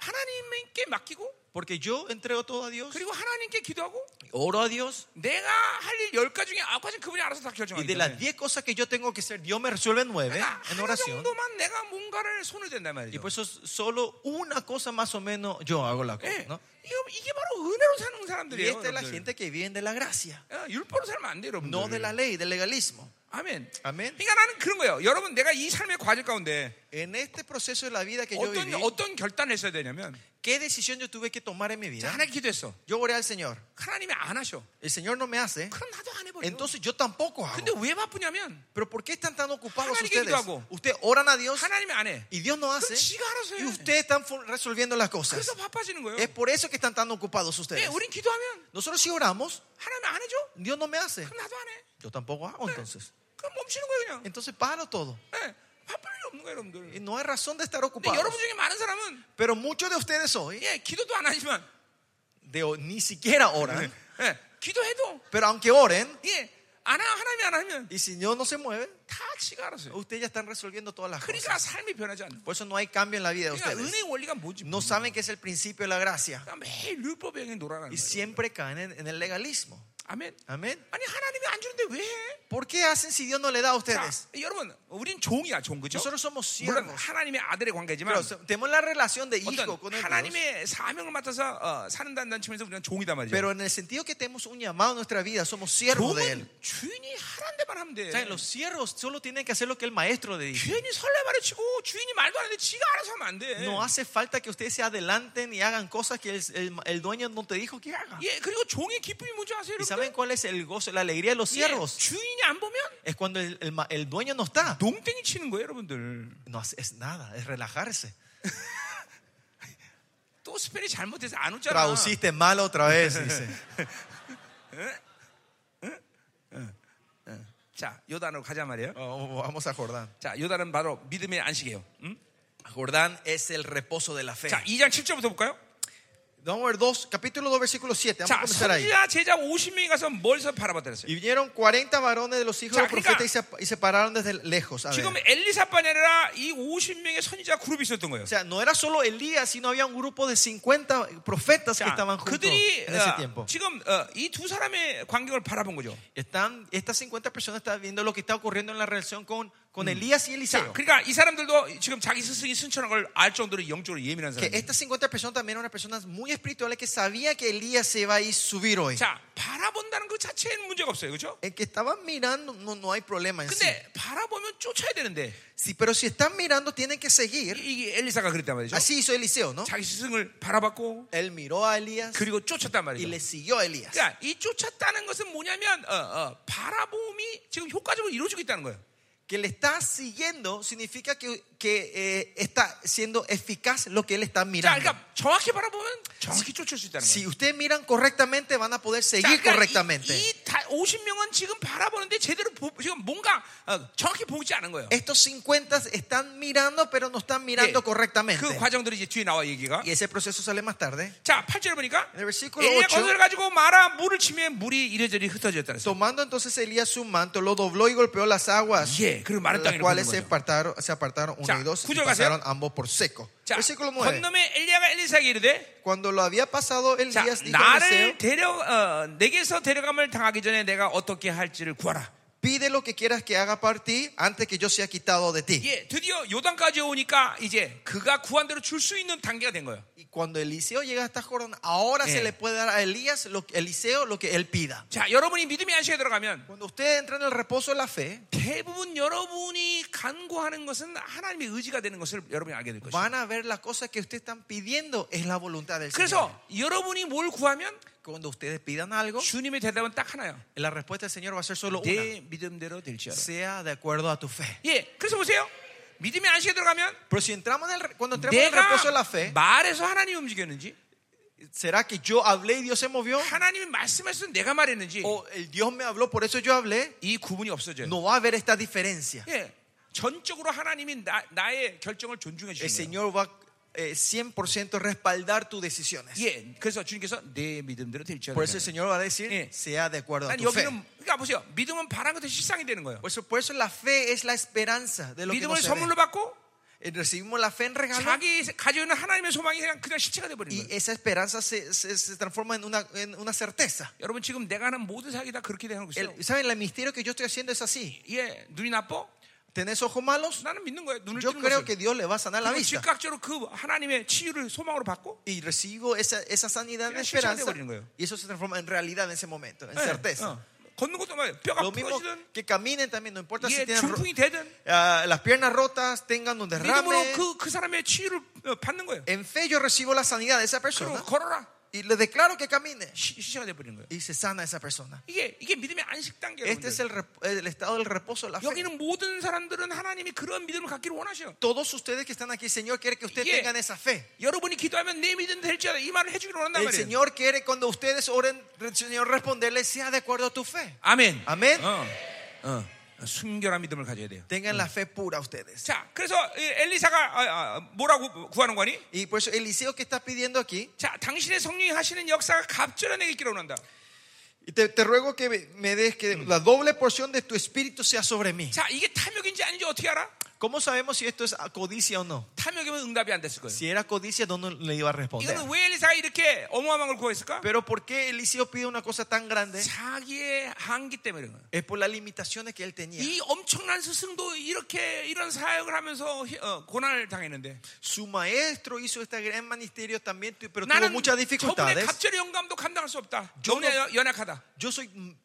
S1: 하나님께 맡기고
S2: Porque yo entrego todo a Dios,
S1: 그리고 하나님께 기도하고
S2: oro a Dios.
S1: 내가 할 일 10가지 중에 9가지는 그분이 알아서 다
S2: Y
S1: 결정하기
S2: de las
S1: 때문에
S2: 10 cosas que yo tengo que hacer, Dios me resuelve 9
S1: 그러니까
S2: en
S1: 하나
S2: oración.
S1: 정도만 내가 뭔가를 손을 댄단
S2: Y
S1: 말이죠
S2: por eso solo una cosa más o menos yo hago la cosa.
S1: 예.
S2: ¿no?
S1: 이거, 이게 바로 은혜로 사는
S2: Y
S1: 사람들이에요
S2: esta es la
S1: 여러분들.
S2: gente que viene de la gracia,
S1: 예, 율법으로 살면 안 돼요 여러분들
S2: no de la ley, del legalismo.
S1: 아멘.
S2: 아멘.
S1: 그러니까 나는 그런 거예요 여러분 내가 이 삶의 과제 가운데
S2: En este proceso de la vida que yo
S1: 어떤,
S2: viví,
S1: 어떤 결단을 했어야 되냐면
S2: ¿qué decisión yo tuve que tomar en mi
S1: 자,
S2: vida?
S1: 하나님 기도했어
S2: Yo oré al Señor.
S1: 하나님이 안 하셔
S2: El Señor no me hace.
S1: 그럼 나도 안 해버려
S2: Entonces yo tampoco
S1: 근데
S2: hago.
S1: 왜 바쁘냐면
S2: Pero ¿por qué están tan ocupados
S1: 하나님께
S2: ustedes?
S1: 기도하고.
S2: Ustedes oran a Dios
S1: 하나님이 안해
S2: y Dios no
S1: 그럼
S2: hace.
S1: 지가 알아서
S2: Y
S1: 해
S2: ustedes están fu- resolviendo las cosas.
S1: 그래서 바빠지는 거예요
S2: Es por eso que están tan ocupados
S1: 예,
S2: ustedes.
S1: 우린 기도하면
S2: Nosotros si oramos,
S1: 하나님이 안 해줘
S2: Dios no me hace.
S1: 그럼 나도 안해
S2: Yo tampoco hago entonces.
S1: 그럼 멈추는 거예요 그냥
S2: Entonces paro todo.
S1: 예, 바쁠 일 없는 거예요
S2: Y
S1: 여러분들
S2: no hay razón de estar
S1: 근데
S2: ocupados.
S1: 여러분 중에 많은 사람은
S2: Pero muchos de ustedes hoy
S1: 예, 기도도 안 하지만
S2: de- ni siquiera oran.
S1: 예, 기도해도
S2: Pero aunque oren,
S1: 예, 안 하, 하나님이 안 하면
S2: y si Dios no se mueve,
S1: 다 지가 알아서 해요
S2: ustedes ya están resolviendo todas las cosas.
S1: 그러니까 삶이 변하지 않는
S2: Por eso no hay cambio en la vida de
S1: 그러니까
S2: ustedes.
S1: 은혜의 원리가 뭐지
S2: 어, No saben que es el principio de la gracia.
S1: 그러니까 매일 율법에 의해 놀아라는
S2: Y
S1: 거예요
S2: siempre caen en, en el legalismo.
S1: 아멘
S2: Amén.
S1: 아니 하나님이 안 주는데 왜 해?
S2: ¿Por qué hacen si Dios no le da
S1: 자,
S2: a ustedes?
S1: 여러분 우린 종이야 종 그죠?
S2: Nosotros somos
S1: 물론
S2: siervos. 그렇죠.
S1: 하나님의 아들의 관계지만
S2: Pero so- tenemos la relación de hijo con
S1: 어떤
S2: el Dios.
S1: 하나님의 사명을 맡아서 어, 사는다는 측면에서 우리는 종이다 말이죠
S2: Pero en el sentido que tenemos un llamado a nuestra vida, somos siervos de Él.
S1: 종은 주인이 하라는 데만 하면 돼
S2: O sea, los siervos solo tienen que hacer lo que el maestro le dice.
S1: 주인이 설레발을 치고 주인이 말도 안 하는데 지가 알아서 하면 안 돼.
S2: No hace falta que ustedes se adelanten y hagan cosas que el, el- el dueño no te dijo que haga.
S1: 예, 그리고 종의 기쁨이 뭔지 아세요, 여러분?
S2: ¿Y
S1: 예,
S2: saben cuál es el gozo, la alegría de los siervos?
S1: 주인이 안 보면
S2: Es cuando el, el ma- el dueño no está.
S1: 농땡이 치는 거예요, 여러분들.
S2: No hace- es nada, es relajarse.
S1: 또 스펠이 잘못해서 안 웃잖아.
S2: Traduciste mal otra vez, dice.
S1: 자, 요단으로 가자 말이에요.
S2: Oh, Vamos a Jordán.
S1: 자, 요단은 바로 믿음의 안식이에요. 음?
S2: Jordán es el reposo de la fe.
S1: 자, 2장 7절부터 볼까요?
S2: Vamos a ver dos, capítulo 2, versículo 7. Vamos a
S1: 자,
S2: comenzar ahí.
S1: 선지자 제자 50명이 가서 멀리서 바라봤다랬어요.
S2: Y vinieron 40 varones de los hijos
S1: Ya,
S2: de los profetas y se, y se pararon desde lejos. A ver.
S1: 지금 엘리사뿐이 아니라 이 50명의 선지자 그룹이 있었던 거예요.
S2: O sea, no era solo Elías, sino había un grupo de 50 profetas que
S1: 자,
S2: estaban juntos
S1: 그들이
S2: en ese
S1: 어,
S2: tiempo.
S1: 지금 이 두 사람의 관계를 바라본 거죠.
S2: Están, estas 50 personas están viendo lo que está ocurriendo en la relación con, con Elías y
S1: 자,
S2: Eliseo.
S1: 그러니까 이 사람들도 지금 자기 스승이 승천한 걸 알 정도로 영적으로 예민한
S2: Que
S1: 사람들.
S2: estas 50 personas también eran personas muy espirituales que sabía que Elías se iba a ir subir hoy.
S1: 자, 바라본다는 그 자체에는 문제가 없어요. 그렇죠?
S2: El que estaban mirando no, no hay problema en sí.
S1: 근데 바라보면 쫓아야 되는데
S2: Sí, Pero si están mirando tienen que seguir.
S1: 이- 이게 엘리사가 그랬단 말이죠.
S2: Así hizo Eliseo, ¿no?
S1: 자기 스승을 바라봤고
S2: Él miró a Elías
S1: 그리고 쫓았단
S2: y
S1: 말이죠.
S2: le siguió a Elías.
S1: 그러니까 이 쫓았다는 것은 뭐냐면 어, 어, 바라봄이 지금 효과적으로 이루어지고 있다는 거예요.
S2: Que le está siguiendo significa que, que, eh, está siendo eficaz lo que él está
S1: 자,
S2: mirando.
S1: 그러니까 정확히 바라보면 정확히 쫓을 수 있다는 거예요.
S2: Si ustedes miran correctamente, van a poder
S1: 자,
S2: seguir
S1: 그러니까
S2: correctamente.
S1: 이, 이 다- 50명은 지금 바라보는데 제대로 보- 지금 뭔가 어, 정확히 보이지 않은 거예요.
S2: Estos 50 están mirando, pero no están mirando
S1: 예,
S2: correctamente.
S1: 그 과정들이 이제 뒤에 나와 얘기가.
S2: Y ese proceso sale más tarde.
S1: 자, 8절에 보니까
S2: 네, versículo
S1: 엘리야
S2: 8.
S1: 건설을 가지고 마라 물을 치면 물이 이래저리 흩어졌다 그랬어.
S2: Tomando entonces Elías su manto, lo dobló y golpeó las aguas,
S1: 예, 그리고 마른
S2: las
S1: 땅에
S2: cuales se
S1: 자,
S2: apartaron, se apartaron uno y dos, y
S1: 구절 가세요.
S2: pasaron ambos por seco.
S1: 자,
S2: versículo 9.
S1: 건너에 엘리야가 엘리사에게 이르되
S2: Cuando lo había pasado
S1: 자,
S2: Elías dijo a
S1: 나를
S2: Eliseo,
S1: 데려 어, 내게서 데려감을 당하기 전에 내가 어떻게 할지를 구하라.
S2: pide lo que quieras que haga para ti antes que yo sea quitado de ti.
S1: 예, 드디어 요단까지 오니까 이제 그가 구한 대로 줄 수 있는 단계가 된 거예요.
S2: Y cuando Eliseo llega hasta Jordán, ahora
S1: Eh.
S2: se le puede dar a Elías, lo, Eliseo, lo que él pida.
S1: 자, 여러분이 믿음의 안식에 들어가면
S2: Cuando usted entra en el reposo de la fe,
S1: 대부분 여러분이 간구하는 것은 하나님의 의지가 되는 것을 여러분이 알게 될 것이에요.
S2: van a ver las cosas que ustedes están pidiendo es la voluntad del Señor.
S1: 그래서 여러분이 뭘 구하면
S2: Cuando ustedes pidan algo,
S1: 주님의 대답은 딱 하나요.
S2: la respuesta del Señor va a ser solo una.
S1: 내 믿음대로 될지어다.
S2: Sea de acuerdo a tu fe.
S1: 예, 그래서 보세요. 믿음의 안식에 들어가면
S2: Pero si entramos en el, re- cuando entramos en el
S1: 내가
S2: reposo de la fe,
S1: 말해서 하나님이 움직였는지,
S2: ¿será que yo hablé y Dios se movió?
S1: 하나님이 말씀하셔서 내가 말했는지
S2: ¿O el Dios me habló, por eso yo hablé?
S1: 이 구분이 없어져요.
S2: No va a haber esta diferencia.
S1: 예, 전적으로 하나님이 나, 나의 결정을 존중해
S2: El
S1: 주시는 거예요.
S2: Señor va a eh, 100% respaldar tus decisiones.
S1: 예, 그래서 주님께서 내 믿음대로 될지어다.
S2: Por eso el Señor va a decir,
S1: Eh.
S2: sea de acuerdo a
S1: 아니
S2: tu fe.
S1: 여기는 그러니까 보세요. 믿음은 바란 것에 실상이 되는 거예요.
S2: Por eso, por eso la fe es la esperanza de lo que
S1: 믿음을
S2: nos
S1: 선물로 받고
S2: Eh, Recibimos la fe en regalo
S1: 자기 가지고 있는 하나님의 소망이 그냥 그냥 실체가 돼 버리는
S2: y
S1: 거예요.
S2: esa esperanza se, se- se transforma en una, en una certeza.
S1: 여러분 지금 내가 하는 모든 사역이 다 그렇게 되는 거예요.
S2: El- ¿Saben? El misterio que yo estoy haciendo es así.
S1: 예, 눈이 나빠?
S2: ¿Tenés ojos malos?
S1: 나는 믿는 거예요. 눈을
S2: Yo
S1: 뜨는
S2: creo
S1: 거예요.
S2: que Dios le va a sanar la
S1: 그리고
S2: vista.
S1: 즉각적으로 그 하나님의 치유를 소망으로 받고
S2: Y recibo esa, esa sanidad de Eh,
S1: 그냥 실체가
S2: esperanza.
S1: 돼버리는 거예요.
S2: Y eso se transforma en realidad en ese momento, en
S1: 예,
S2: certeza.
S1: 어. 걷는 것도 말이에요. 뼈가
S2: Lo mismo
S1: 부러지든
S2: que caminen también, no importa si
S1: 예,
S2: tienen ro-
S1: 중풍이 되든
S2: ah, las piernas rotas, tengan un derrame.
S1: 믿음으로 그, 그 사람의 치유를 어, 받는 거예요.
S2: En fe yo recibo la sanidad de esa
S1: 그리고
S2: persona
S1: 걸어라.
S2: y le declaro que camine.
S1: 시- 실체가 돼 버리는 거예요.
S2: Y se sana esa persona.
S1: 이게 이게 믿음의 안식 단계예요.
S2: Este es el, rep- el estado del reposo de la fe.
S1: 여기는 모든 사람들은 하나님이 그런 믿음을 갖기를 원하셔.
S2: Todos ustedes que están aquí, el Señor quiere que ustedes
S1: Yeah.
S2: tengan esa fe.
S1: 여러분이 기도하면 내 믿음 될지 알아. 이 말을 해주기를 원한단
S2: El
S1: 말이에요.
S2: Señor quiere cuando ustedes oren, el Señor responderle sea de acuerdo a tu fe.
S1: 아멘.
S2: 아멘.
S1: 어, 어, 순결한 믿음을 가져야 돼요.
S2: Tengan la fe pura ustedes.
S1: 자, 그래서 이 엘리사가 아, 아, 뭐라고 구하는 거니?
S2: Y por eso Eliseo que está pidiendo aquí,
S1: 자, 당신의 성령이 하시는 역사가 갑절한 내게 있기를 원한다.
S2: y te, te ruego que me- me des que la doble porción de tu espíritu sea sobre mí.
S1: 자, 이게 탐욕인지 아닌지 어떻게 알아?
S2: ¿Cómo sabemos si esto es codicia o no?
S1: 탐욕이면 응답이 안 됐을 거예요.
S2: Si era codicia, no no le iba a responder.
S1: 이거는 왜 엘리사가 이렇게 어마어마한 걸 구했을까?
S2: Pero ¿por qué Eliseo pide una cosa tan grande?
S1: 자기의 한기 때문에 그런 거예요.
S2: Es por las limitaciones que él tenía.
S1: 이 엄청난 스승도 이렇게 이런 사역을 ha면서 어, 고난을 당했는데
S2: Su maestro hizo este gran ministerio también, tu- pero tuvo
S1: 나는
S2: muchas
S1: 저분의
S2: dificultades.
S1: 갑절의 영감도 감당할 수 없다.
S2: 저는-
S1: 너무나 연- 연약하다.
S2: Yo soy mm,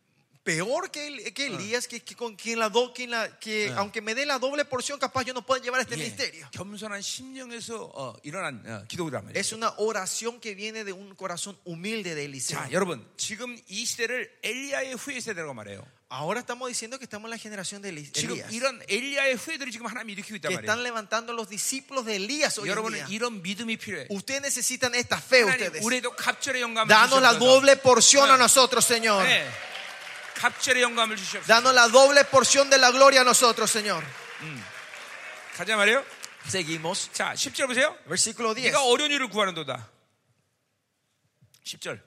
S2: peor que, el- que Elías, que, que con quien la do- quien la- que aunque me dé la doble porción, capaz yo no puedo llevar este
S1: 예,
S2: ministerio.
S1: 겸손한 심령에서 어, 일어난 어, 기도란 말이에요.
S2: Es una oración que viene de un corazón humilde de Eliseo.
S1: 자, 여러분 지금 이 시대를 엘리야의 후예 세대라고 말해요.
S2: Ahora estamos diciendo que estamos en la generación de Eli-
S1: 지금
S2: Elías,
S1: 이런 엘리야의 후예들이 지금 하나님이 일으키고 있단
S2: que
S1: 말이에요.
S2: están levantando los discípulos de Elías hoy en
S1: 여러분은
S2: día.
S1: 이런 믿음이 필요해.
S2: Ustedes necesitan esta fe, ustedes.
S1: 하나님, 우리도 갑절의 영감을
S2: Danos la
S1: 주시옵소서.
S2: doble porción
S1: Ah.
S2: a nosotros, Señor.
S1: 네. 갑절의 영감을 주시옵소서.
S2: Danos la doble porción de la gloria a nosotros, Señor.
S1: 가자 말이에요.
S2: Seguimos. "Oh,
S1: 자, 10절 보세요.
S2: Versículo 10.
S1: 네가 어려운 일을 구하는도다. 10절.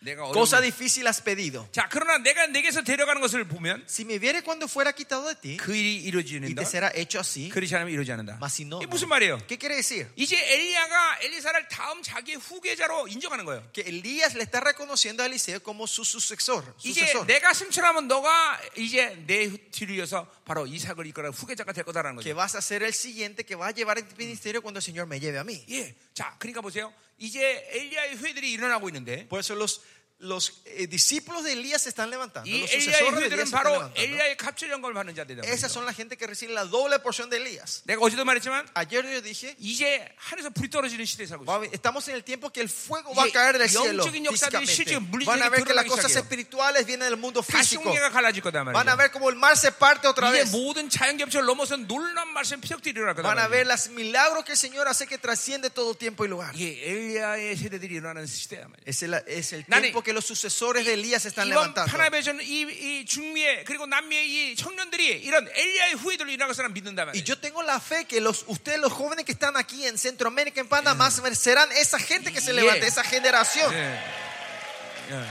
S1: 내가 어려운
S2: Cosa
S1: 일-
S2: difícil has pedido.
S1: 자, 그러나 내가 내게서 데려가는 것을 보면
S2: Si me viere cuando fuera quitado de ti
S1: 그 일이
S2: y
S1: 이루어지는다.
S2: te será hecho así,
S1: 그렇지 않으면 이루지 않는다.
S2: mas si no.
S1: 이게
S2: no.
S1: 무슨 말이에요?
S2: ¿Qué quiere decir?
S1: 이제 엘리야가 엘리사를 다음 자기 후계자로 인정하는 거예요.
S2: Que Elías le está reconociendo a Eliseo como su sucesor.
S1: 이제
S2: sucesor.
S1: 내가 승천하면 너가 이제 내 뒤를 이어서 바로 이 사역을 이끌어 후계자가 될 거다라는
S2: Que
S1: 거죠.
S2: vas a ser el siguiente que va a llevar el ministerio cuando el Señor me lleve a mí.
S1: 예, 자, 그러니까 보세요. 이제 엘리야의 후예들이 일어나고 있는데
S2: Por eso los, los eh, discípulos de Elías se están levantando.
S1: 이
S2: Los
S1: 엘리야의
S2: sucesores de Elías
S1: 후예들은
S2: se están
S1: 바로
S2: levantando.
S1: 엘리야의 갑질 영감을 받는 자들이다.
S2: Esas son la gente que recibe la doble porción de Elías.
S1: 내가 어제도 말했지만
S2: Ayer yo dije,
S1: 이제 하늘에서 불이 떨어지는 시대에 살고
S2: Va a
S1: 있어.
S2: haber- Estamos en el tiempo que el fuego va a
S1: 이제
S2: caer del cielo.
S1: 영적인 역사들이
S2: físicamente.
S1: 실제 물리적인
S2: Van a ver que las
S1: 드러나기
S2: cosas
S1: 시작해요.
S2: espirituales vienen del mundo
S1: 다시
S2: físico.
S1: 홍해가 갈라질 거다
S2: Van a
S1: 말이야.
S2: ver como el mar se parte otra
S1: 이제
S2: vez.
S1: 모든 자연겹처를 넘어서 놀라운 말씀 피력들이 일어날 거다.
S2: Van a
S1: 말이에요.
S2: ver los milagros que el Señor hace que trasciende todo tiempo y lugar.
S1: 이게 엘리야의 세대들이 일어나는 시대야 말이야.
S2: Es el, es el
S1: Nani,
S2: tiempo que los sucesores de Elías se están
S1: 이번
S2: levantando.
S1: 파나베전 이, 이 중미의 그리고 남미의 이 청년들이 이런 엘리야의 후예들로 일어날 사람 믿는다
S2: Y
S1: 말이야.
S2: yo tengo la fe que los, ustedes, los jóvenes que están aquí en Centroamérica, en Panamá, serán esa gente que se
S1: Yeah.
S2: levante, esa generación.
S1: 예.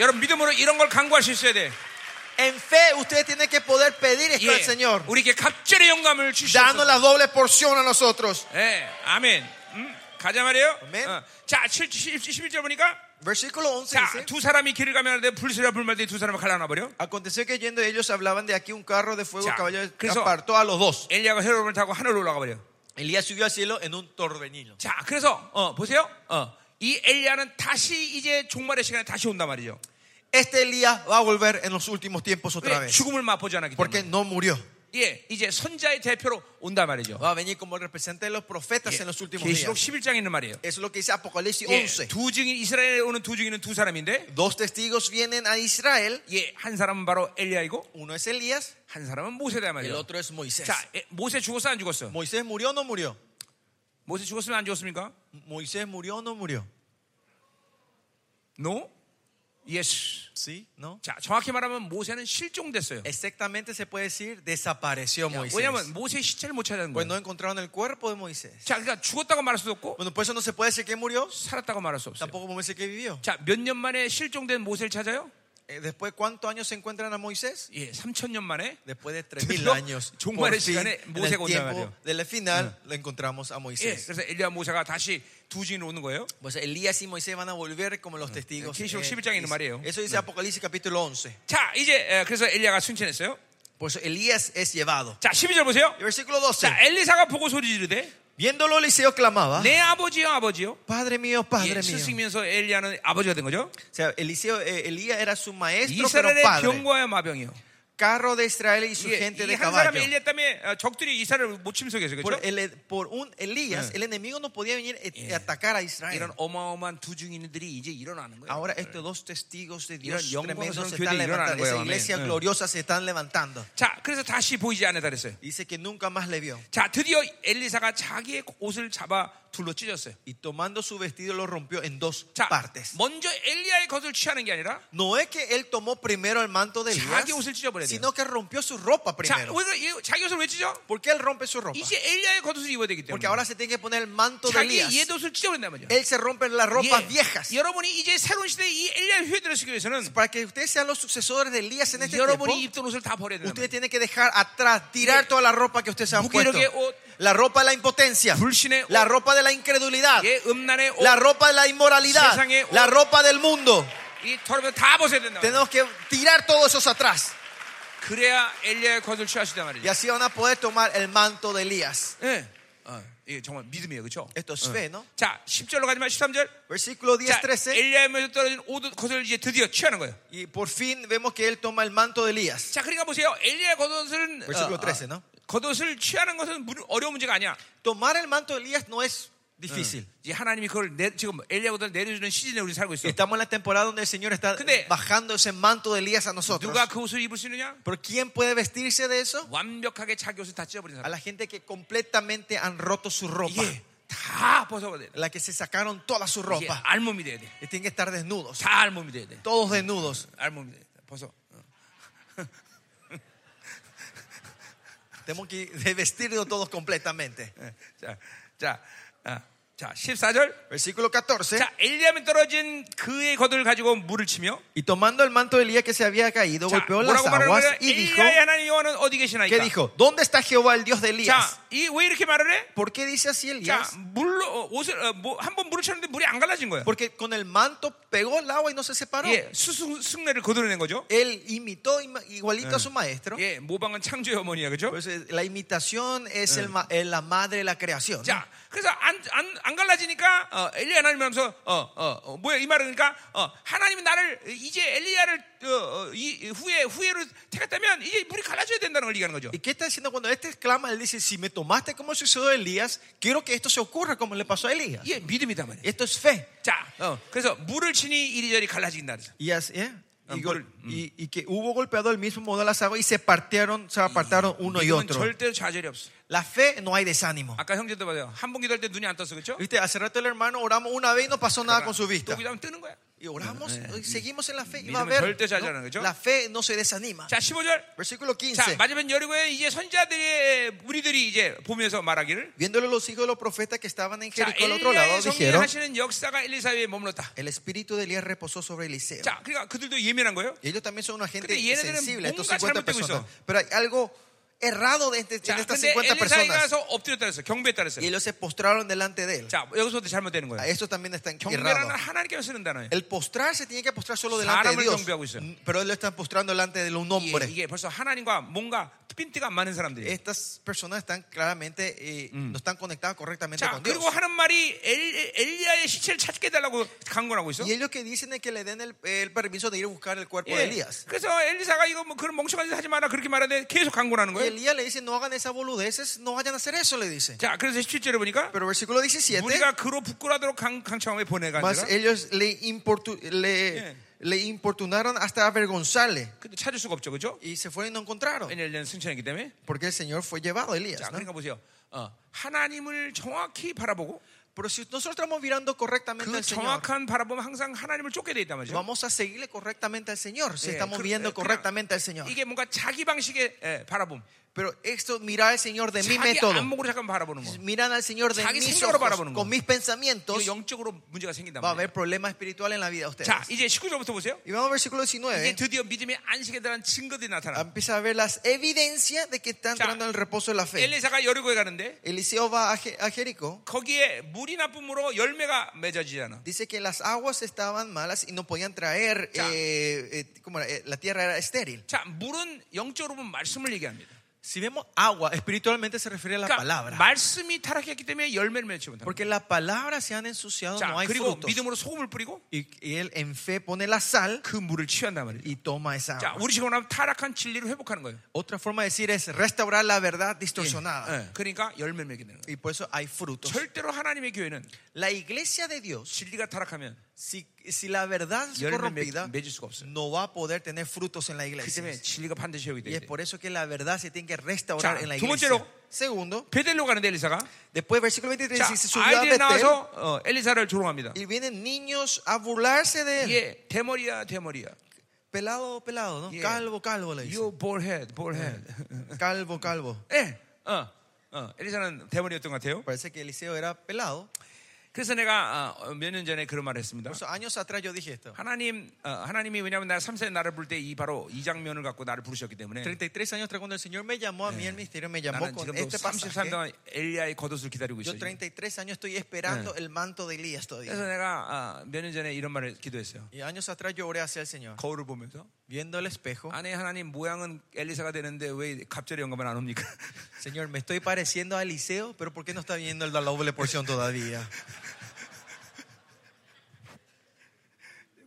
S1: 여러분 믿음으로 이런 걸 강구할 수 있어야 돼.
S2: En fe, ustedes tienen que poder pedir esto al
S1: 예,
S2: Señor,
S1: 우리에게 갑절의 영감을
S2: dando
S1: 주시옵소서.
S2: la doble porción a nosotros.
S1: 예, 아멘. 음, 가자 말이에요.
S2: 아멘.
S1: 어, 자, 7, 11절 보니까
S2: Versículo 11
S1: 자,
S2: dice:
S1: 두 사람이 길을 가면 하는데 불세라 불말대 두 사람을 갈라놔 버려.
S2: Aconteció que yendo ellos hablaban de aquí un carro de fuego,
S1: Ya.
S2: caballo
S1: 그래서-
S2: apartó a los dos.
S1: 엘리야가 헤로를 타고 하늘로 올라가 버려.
S2: Elías subió al cielo en un torbellino.
S1: 자, 그래서 어, 보세요. 어, 이 엘리야는 다시 이제 종말의 시간에 다시 온단 말이죠.
S2: Este Elías va a volver en los últimos tiempos otra
S1: 왜?
S2: vez,
S1: 죽음을 맛보지 않았기
S2: porque
S1: 때문에.
S2: no murió.
S1: 예, 이제 선자의 대표로 온단 말이죠. 예.
S2: Va a venir como el representante de los profetas en los últimos días.
S1: 계시록 11장에 있는 말이에요.
S2: Eso es lo que dice Apocalipsis
S1: 예,
S2: 11.
S1: 두 증인 이스라엘에 오는 두 증인은 두 사람인데,
S2: Dos testigos vienen a Israel.
S1: 예, 한 사람은 바로 엘리야이고
S2: Uno es Elías,
S1: 한 사람은 모세다
S2: el
S1: 말이에요.
S2: otro es Moisés.
S1: 자, 예, 모세 죽었어 안 죽었어?
S2: ¿Moisés murió o no murió?
S1: 모세 죽었으면 안 죽었습니까?
S2: ¿Moisés murió o no murió?
S1: No. Yes.
S2: Sí, ¿no?
S1: 자, 정확히 말하면 모세는 실종됐어요.
S2: Exactamente se puede decir, desapareció Moisés.
S1: 왜냐하면 모세의 시체를 못 찾아낸
S2: Pues
S1: 거예요.
S2: no encontraron el cuerpo de Moisés.
S1: 자, 그러니까 죽었다고 말할 수도 없고
S2: Bueno, por eso no se puede decir que murió,
S1: 살았다고 말할 수 없어요.
S2: tampoco podemos decir que vivió.
S1: 자, 몇 년 만에 실종된 모세를 찾아요?
S2: Eh, Después, ¿cuántos años se encuentran a Moisés?
S1: 예, 3천 년 만에.
S2: Después de 3.000
S1: Pero,
S2: años.
S1: 종말의
S2: por fin,
S1: 시간에
S2: en
S1: 모세가
S2: el
S1: 온단
S2: tiempo
S1: 말이에요.
S2: del final, lo encontramos a
S1: 예,
S2: Moisés.
S1: 그래서 엘리야 모세가 다시 두 증인 오는 거예요.
S2: Pues Elías y Moisés van a volver como los testigos.
S1: 계시록
S2: Eh,
S1: 11장에 있는 말이에요.
S2: eso dice Apocalipsis capítulo 11.
S1: 자, 이제 에, 그래서 엘리야가 순천했어요.
S2: Por eso Pues Elías es llevado.
S1: 자, 12절 보세요.
S2: Y versículo 12.
S1: 자, 엘리사가 보고 소리 지르되
S2: Viéndolo, Eliseo clamaba:
S1: 내 아버지요, 아버지요.
S2: Padre mío,
S1: 예,
S2: Padre mío.
S1: 스승이면서 엘리야는 아버지가 된 거죠.
S2: O sea, Eliseo, eh, Elías era su maestro, pero
S1: 이스라엘의
S2: padre.
S1: 병과의 마병이요. 예,
S2: Carro de Israel y su gente de
S1: 이한
S2: caballo.
S1: 사람이 엘리야 때문에 어, 적들이 이스라엘을 못 침투해서
S2: Por,
S1: 그렇죠.
S2: el- por un Elías, el enemigo no podía venir a a atacar a Israel.
S1: 이런 어마어마한 두 증인들이 이제 일어나는 거예요.
S2: Ahora estos dos testigos de Dios
S1: 이런
S2: tremendos
S1: 영광스러운
S2: se
S1: 교회들이
S2: están
S1: 일어나는
S2: levantando. Esa
S1: 거예요,
S2: iglesia
S1: 아멘.
S2: gloriosa se están levantando.
S1: 자, 그래서 다시 보이지 않는다 그랬어요.
S2: Dice que nunca más le vio.
S1: 자, 드디어 엘리사가 자기의 옷을 잡아 둘로 찢었어요.
S2: Y tomando su vestido lo rompió en dos
S1: 자,
S2: partes.
S1: 먼저 엘리야의 것을 취하는 게 아니라
S2: No es que él tomó primero el manto de Elías,
S1: 자기 옷을 찢어버려야 돼요.
S2: sino que rompió su ropa
S1: 자,
S2: primero.
S1: 왜, 이- 자기 옷을 왜 찢어?
S2: ¿Por qué él rompe su ropa?
S1: 이제 엘리야의 겉옷을 입어야 되기 때문에.
S2: Porque ahora se tiene que poner el manto de
S1: 자기
S2: Elías.
S1: 옛옷을 찢어버린단 말이죠.
S2: Él se rompe las ropas viejas.
S1: 여러분이 이제 새로운 시대에 이 엘리야의 후예들을 쓰기 위해서는
S2: Para que ustedes sean los sucesores de Elías en este tiempo,
S1: 여러분이 입던 옷을 다 버려야 돼요.
S2: ustedes tienen que dejar atrás, tirar toda la ropa que ustedes se han puesto.
S1: 무기력의 옷,
S2: La ropa de la impotencia,
S1: 불신의 옷,
S2: la ropa de la incredulidad,
S1: 예, 음란의 옷,
S2: la ropa de la inmoralidad,
S1: 세상의 옷.
S2: la ropa del mundo.
S1: 이 털어버 다 벗어야 된다. 말이에요.
S2: Tenemos que tirar todos esos atrás.
S1: 그래야 엘리야의 겉을 취하시단
S2: Y
S1: 말이죠.
S2: así van a poder tomar el manto de Elías.
S1: 예. 어, 이게 정말 믿음이에요. 그렇죠?
S2: Esto es fe, ¿no?
S1: 자, 10절로 가지만 13절.
S2: Versículo 10,
S1: 자,
S2: 13.
S1: 엘리야의 몸에서 떨어진 옷 겉을 이제 드디어 취하는 거예요.
S2: Y por fin vemos que él toma el manto de Elías.
S1: 자, 그러니까 보세요. 엘리야의 겉옷은 어, 아,
S2: Versículo 13, ¿no?
S1: 겉옷을 취하는 것은 무- 어려운 문제가 아니야.
S2: Tomar el manto de Elías no es difícil.
S1: 이제 하나님이 그걸 내, 지금 엘리야 겉을 내려주는 시즌에 우리 살고 있어.
S2: Estamos en la temporada donde el Señor está
S1: 근데-
S2: bajando ese manto de Elías a nosotros.
S1: 누가 그 옷을 입을 수 있느냐?
S2: ¿Pero quién puede vestirse de eso?
S1: 완벽하게 자기 옷을 다 찢어버린
S2: A
S1: 사람.
S2: la gente que completamente han roto su ropa.
S1: 이게 다 벗어버려야 돼.
S2: La que se sacaron toda su
S1: 이게
S2: ropa.
S1: 알몸이 돼야 돼.
S2: Y tienen que estar desnudos.
S1: 다 알몸이 돼야 돼.
S2: Todos desnudos.
S1: 알몸이 돼야 돼. 벗어. 어.
S2: Tenemos que de- vestirnos todos completamente.
S1: 예. 자, 자, 아, 자, 14절.
S2: Versículo 14.
S1: 자, 엘리야면 떨어진 그의 겉을 가지고 물을 치며.
S2: Y tomando el manto de Elías que se había caído,
S1: 자,
S2: golpeó las
S1: 뭐라고 말하는
S2: aguas
S1: 거야?
S2: y dijo:
S1: 엘리야의 하나님 여호와는 어디
S2: ¿Qué
S1: 계시나이까?
S2: dijo? ¿Dónde está Jehová, el Dios de Elías?
S1: 자, 이 왜 이렇게 말을 해?
S2: ¿Por qué dice así
S1: 자,
S2: Elías?
S1: 물로 어, 옷을 어, 뭐, 한번 물을 쳤는데 물이 안 갈라진 거야.
S2: Porque con el manto pegó el agua y no se separó.
S1: 예, 수승 승례를 거드러낸 거죠.
S2: Él imitó ima- igualito a su maestro.
S1: 예, 모방은 창조의 어머니야, 그죠?
S2: Por eso es- la imitación es el ma- eh, la madre de la creación. ¿no?
S1: 자, 그래서 안 안 안 갈라지니까 어, 엘리야 하나님 하면서 어어 어, 뭐야 이 말은 그러니까 어, 하나님이 나를 이제 엘리야를 어, 어, 이 후에 후회로 택했다면 이제 물이 갈라져야 된다는 걸 얘기하는 거죠.
S2: ¿Y qué está diciendo cuando este clama? Él dice: Si me tomaste como sucedió a Elías, quiero que esto se ocurra como le pasó a Elías.
S1: 이게 예, 믿음이다 말이야.
S2: Esto es fe.
S1: 자, 어, 그래서 물을 치니 이리저리 갈라진다. 그래서.
S2: Y, así, ¿eh?
S1: Ah,
S2: y,
S1: por
S2: gol-
S1: el-
S2: y- y que hubo golpeado el mismo modo a las aguas y se partieron, se apartaron uno y
S1: 이건
S2: otro.
S1: 절대로 좌절이 없어.
S2: La fe no hay desánimo.
S1: 아까 형제도 봐요. 한 번 기도할 때 눈이 안 떴어, 그렇죠?
S2: Viste, hace rato el hermano oramos una vez y no pasó nada con su
S1: 또
S2: vista.
S1: 기도하면 뜨는 거야.
S2: Y oramos, y seguimos en la fe. Y
S1: 믿음은
S2: va a ver,
S1: 절대 자지
S2: ¿no?
S1: 않는 거죠?
S2: La fe no se desanima.
S1: 자, 15절.
S2: Versículo
S1: 자,
S2: 15.
S1: 마지막 여리고에 이제 선자들의 무리들이 이제 보면서 말하기를
S2: Viéndolo los hijos de los profetas que estaban en
S1: 자,
S2: Jericó al otro lado,
S1: 엘리야의
S2: dijeron:
S1: 성리하시는 역사가 엘리사에 머물렀다.
S2: El espíritu de Elías reposó sobre Eliseo.
S1: 자, 그러니까 그들도 예민한 거예요.
S2: Y ellos también son una gente
S1: Pero 얘네들은
S2: sensible, estos
S1: 뭔가
S2: 50
S1: 잘못되고
S2: personas.
S1: 있어.
S2: Pero hay algo errado de este-
S1: 자,
S2: en estas
S1: 근데
S2: 50
S1: 엘리사에
S2: personas.
S1: 가서 엎드렸다 그랬어요. 경배했다
S2: Y
S1: 그랬어요.
S2: ellos se postraron delante de él.
S1: 자, 뭐 여기서부터 잘못되는 거예요.
S2: Esto también está errado.
S1: 경배라는 하나님께서 쓰는 단어예요.
S2: El postrar se tiene que postrar solo delante de
S1: 사람을
S2: Dios. Mm,
S1: 경배하고 있어요.
S2: Pero él lo están postrando delante de un
S1: 이게,
S2: hombre.
S1: 이게 벌써 하나님과 뭔가 핀트가 안 맞는 사람들이에요.
S2: Estas personas están claramente, eh, no están conectadas correctamente
S1: 자,
S2: con Dios.
S1: 그리고 하는 말이 엘, 엘리야의 시체를 찾게 해달라고 강권하고 있어.
S2: Y ellos que dicen es que le den el, el permiso de ir a buscar el cuerpo de
S1: 예.
S2: Elías.
S1: 그래서 엘리사가 이거 뭐 그런 멍청한 짓 하지 마라 그렇게 말하는데 계속 강권하는
S2: Y
S1: 거예요.
S2: Elías le dice, no hagan esas boludeces, no vayan a hacer eso, le dice.
S1: 자, 그래서 17절에 보니까
S2: Pero versículo 17,
S1: 우리가 그로 부끄러도록 강, 강창호에 보내가
S2: más
S1: 아니라
S2: ellos le, importu- le,
S1: Yeah.
S2: le importunaron hasta avergonzarle.
S1: 근데 찾을 수가 없죠, 그죠?
S2: Y se fueron y no encontraron.
S1: 왜냐면 엘리야는 승천했기 때문에.
S2: Porque el Señor fue llevado,
S1: 자,
S2: Elías. ¿no?
S1: 그러니까 보세요. 어, 하나님을 정확히 바라보고
S2: Pero si nosotros estamos mirando correctamente
S1: 그
S2: al Señor,
S1: 정확한 바라보면 항상 하나님을 쫓게 돼 있단 말이죠.
S2: vamos a seguirle correctamente al Señor. Si
S1: 예,
S2: estamos
S1: 그-
S2: viendo
S1: 그냥
S2: correctamente al Señor.
S1: 이게 뭔가 자기 방식의 예, 바라봄.
S2: Pero esto, mirar al Señor
S1: 네,
S2: de mi
S1: 자기
S2: método.
S1: 안목으로 잠깐 바라보는 거.
S2: Miran al Señor de
S1: 자기
S2: mis
S1: 생각으로 바라보는 거.
S2: ojos, con mis pensamientos.
S1: 이거 영적으로 문제가 생긴단
S2: Va a
S1: 말이에요.
S2: haber problemas espirituales en la vida de ustedes.
S1: 자, 이제 19절부터 보세요.
S2: Y vamos al versículo
S1: 이제
S2: 19.
S1: 드디어 믿음의 안식에 대한 증거들이 나타나.
S2: Empieza a ver las evidencias de que está entrando en el reposo de la fe.
S1: 엘리사가 여리고에 가는데
S2: Eliseo va a Je- a Jericó.
S1: 거기에 물이 나쁨으로 열매가 맺어지지 않아.
S2: Dice que las aguas estaban malas y no podían traer,
S1: Ya.
S2: eh, eh, ¿cómo era? Eh, la tierra era estéril.
S1: 자, 물은 영적으로 보면 말씀을 얘기합니다.
S2: Si vemos agua, espiritualmente se refiere a la
S1: 그러니까 말씀이 타락했기 때문에 열매를 맺지 못한다.
S2: Porque las palabras se han ensuciado,
S1: 자,
S2: no hay
S1: 그리고
S2: frutos.
S1: 믿음으로 소금을 뿌리고
S2: Y, y él en fe pone la sal
S1: 그 물을 취한단 말이에요.
S2: y toma esa
S1: 자,
S2: agua.
S1: 우리 식으로 하면 타락한 진리를 회복하는 거예요.
S2: Otra forma de decir es restaurar la verdad
S1: 예,
S2: distorsionada.
S1: 예, 그러니까 열매를 맺는다는 거예요.
S2: Y por eso hay frutos.
S1: 절대로 하나님의 교회는
S2: La iglesia de Dios,
S1: 진리가 타락하면
S2: si, si la verdad es
S1: 열매를
S2: corrompida,
S1: 맺- 맺을 수가 없어요.
S2: no va a poder tener frutos en la
S1: 그
S2: iglesia.
S1: 때문에 진리가 반드시 회복이
S2: Y
S1: 돼야
S2: es
S1: 돼.
S2: por eso que la verdad se tiene que restaurar
S1: 자,
S2: en la
S1: 두
S2: iglesia.
S1: 번째로.
S2: Segundo,
S1: 베델로 가는데 엘리사가
S2: después versículo 23
S1: 자,
S2: dice, subió a
S1: 아이들이
S2: Betel
S1: 나와서 어, 엘리사를 조롱합니다.
S2: y vienen niños a burlarse de él.
S1: 예, 대머리야, 대머리야.
S2: Pelado, pelado, ¿no?
S1: Yeah.
S2: Calvo, calvo, le dice.
S1: You bald head, bald head.
S2: Calvo, calvo.
S1: 예, 어, 어, 엘리사는 대머리였던 것 같아요.
S2: Parece que Eliseo era pelado.
S1: 그래서 내가 어, 몇 년 전에 그런 말을 했습니다.
S2: Por eso años atrás yo dije esto.
S1: 하나님, 어, 하나님이 왜냐하면 나 3세 나를 부를 때 이 바로 이 장면을 갖고 나를 부르셨기 때문에
S2: 33 años atrás cuando el Señor me llamó a mí, el ministerio me llamó
S1: 나는
S2: con
S1: 지금도
S2: este
S1: 33
S2: pasaje.
S1: 동안 엘리야의 겉옷을 기다리고 있어요.
S2: Yo
S1: 지금.
S2: 33 años estoy esperando el manto de Elías
S1: 그래서
S2: todavía.
S1: 내가 어, 몇 년 전에 이런 말을 기도했어요.
S2: Y años atrás yo oré hacia el Señor,
S1: 거울을 보면서
S2: viendo el espejo.
S1: 아니 하나님 모양은 엘리사가 되는데 왜 갑절의 영감은 안 옵니까?
S2: Señor, me estoy pareciendo a Eliseo, pero ¿por qué no está viendo el de la doble porción todavía?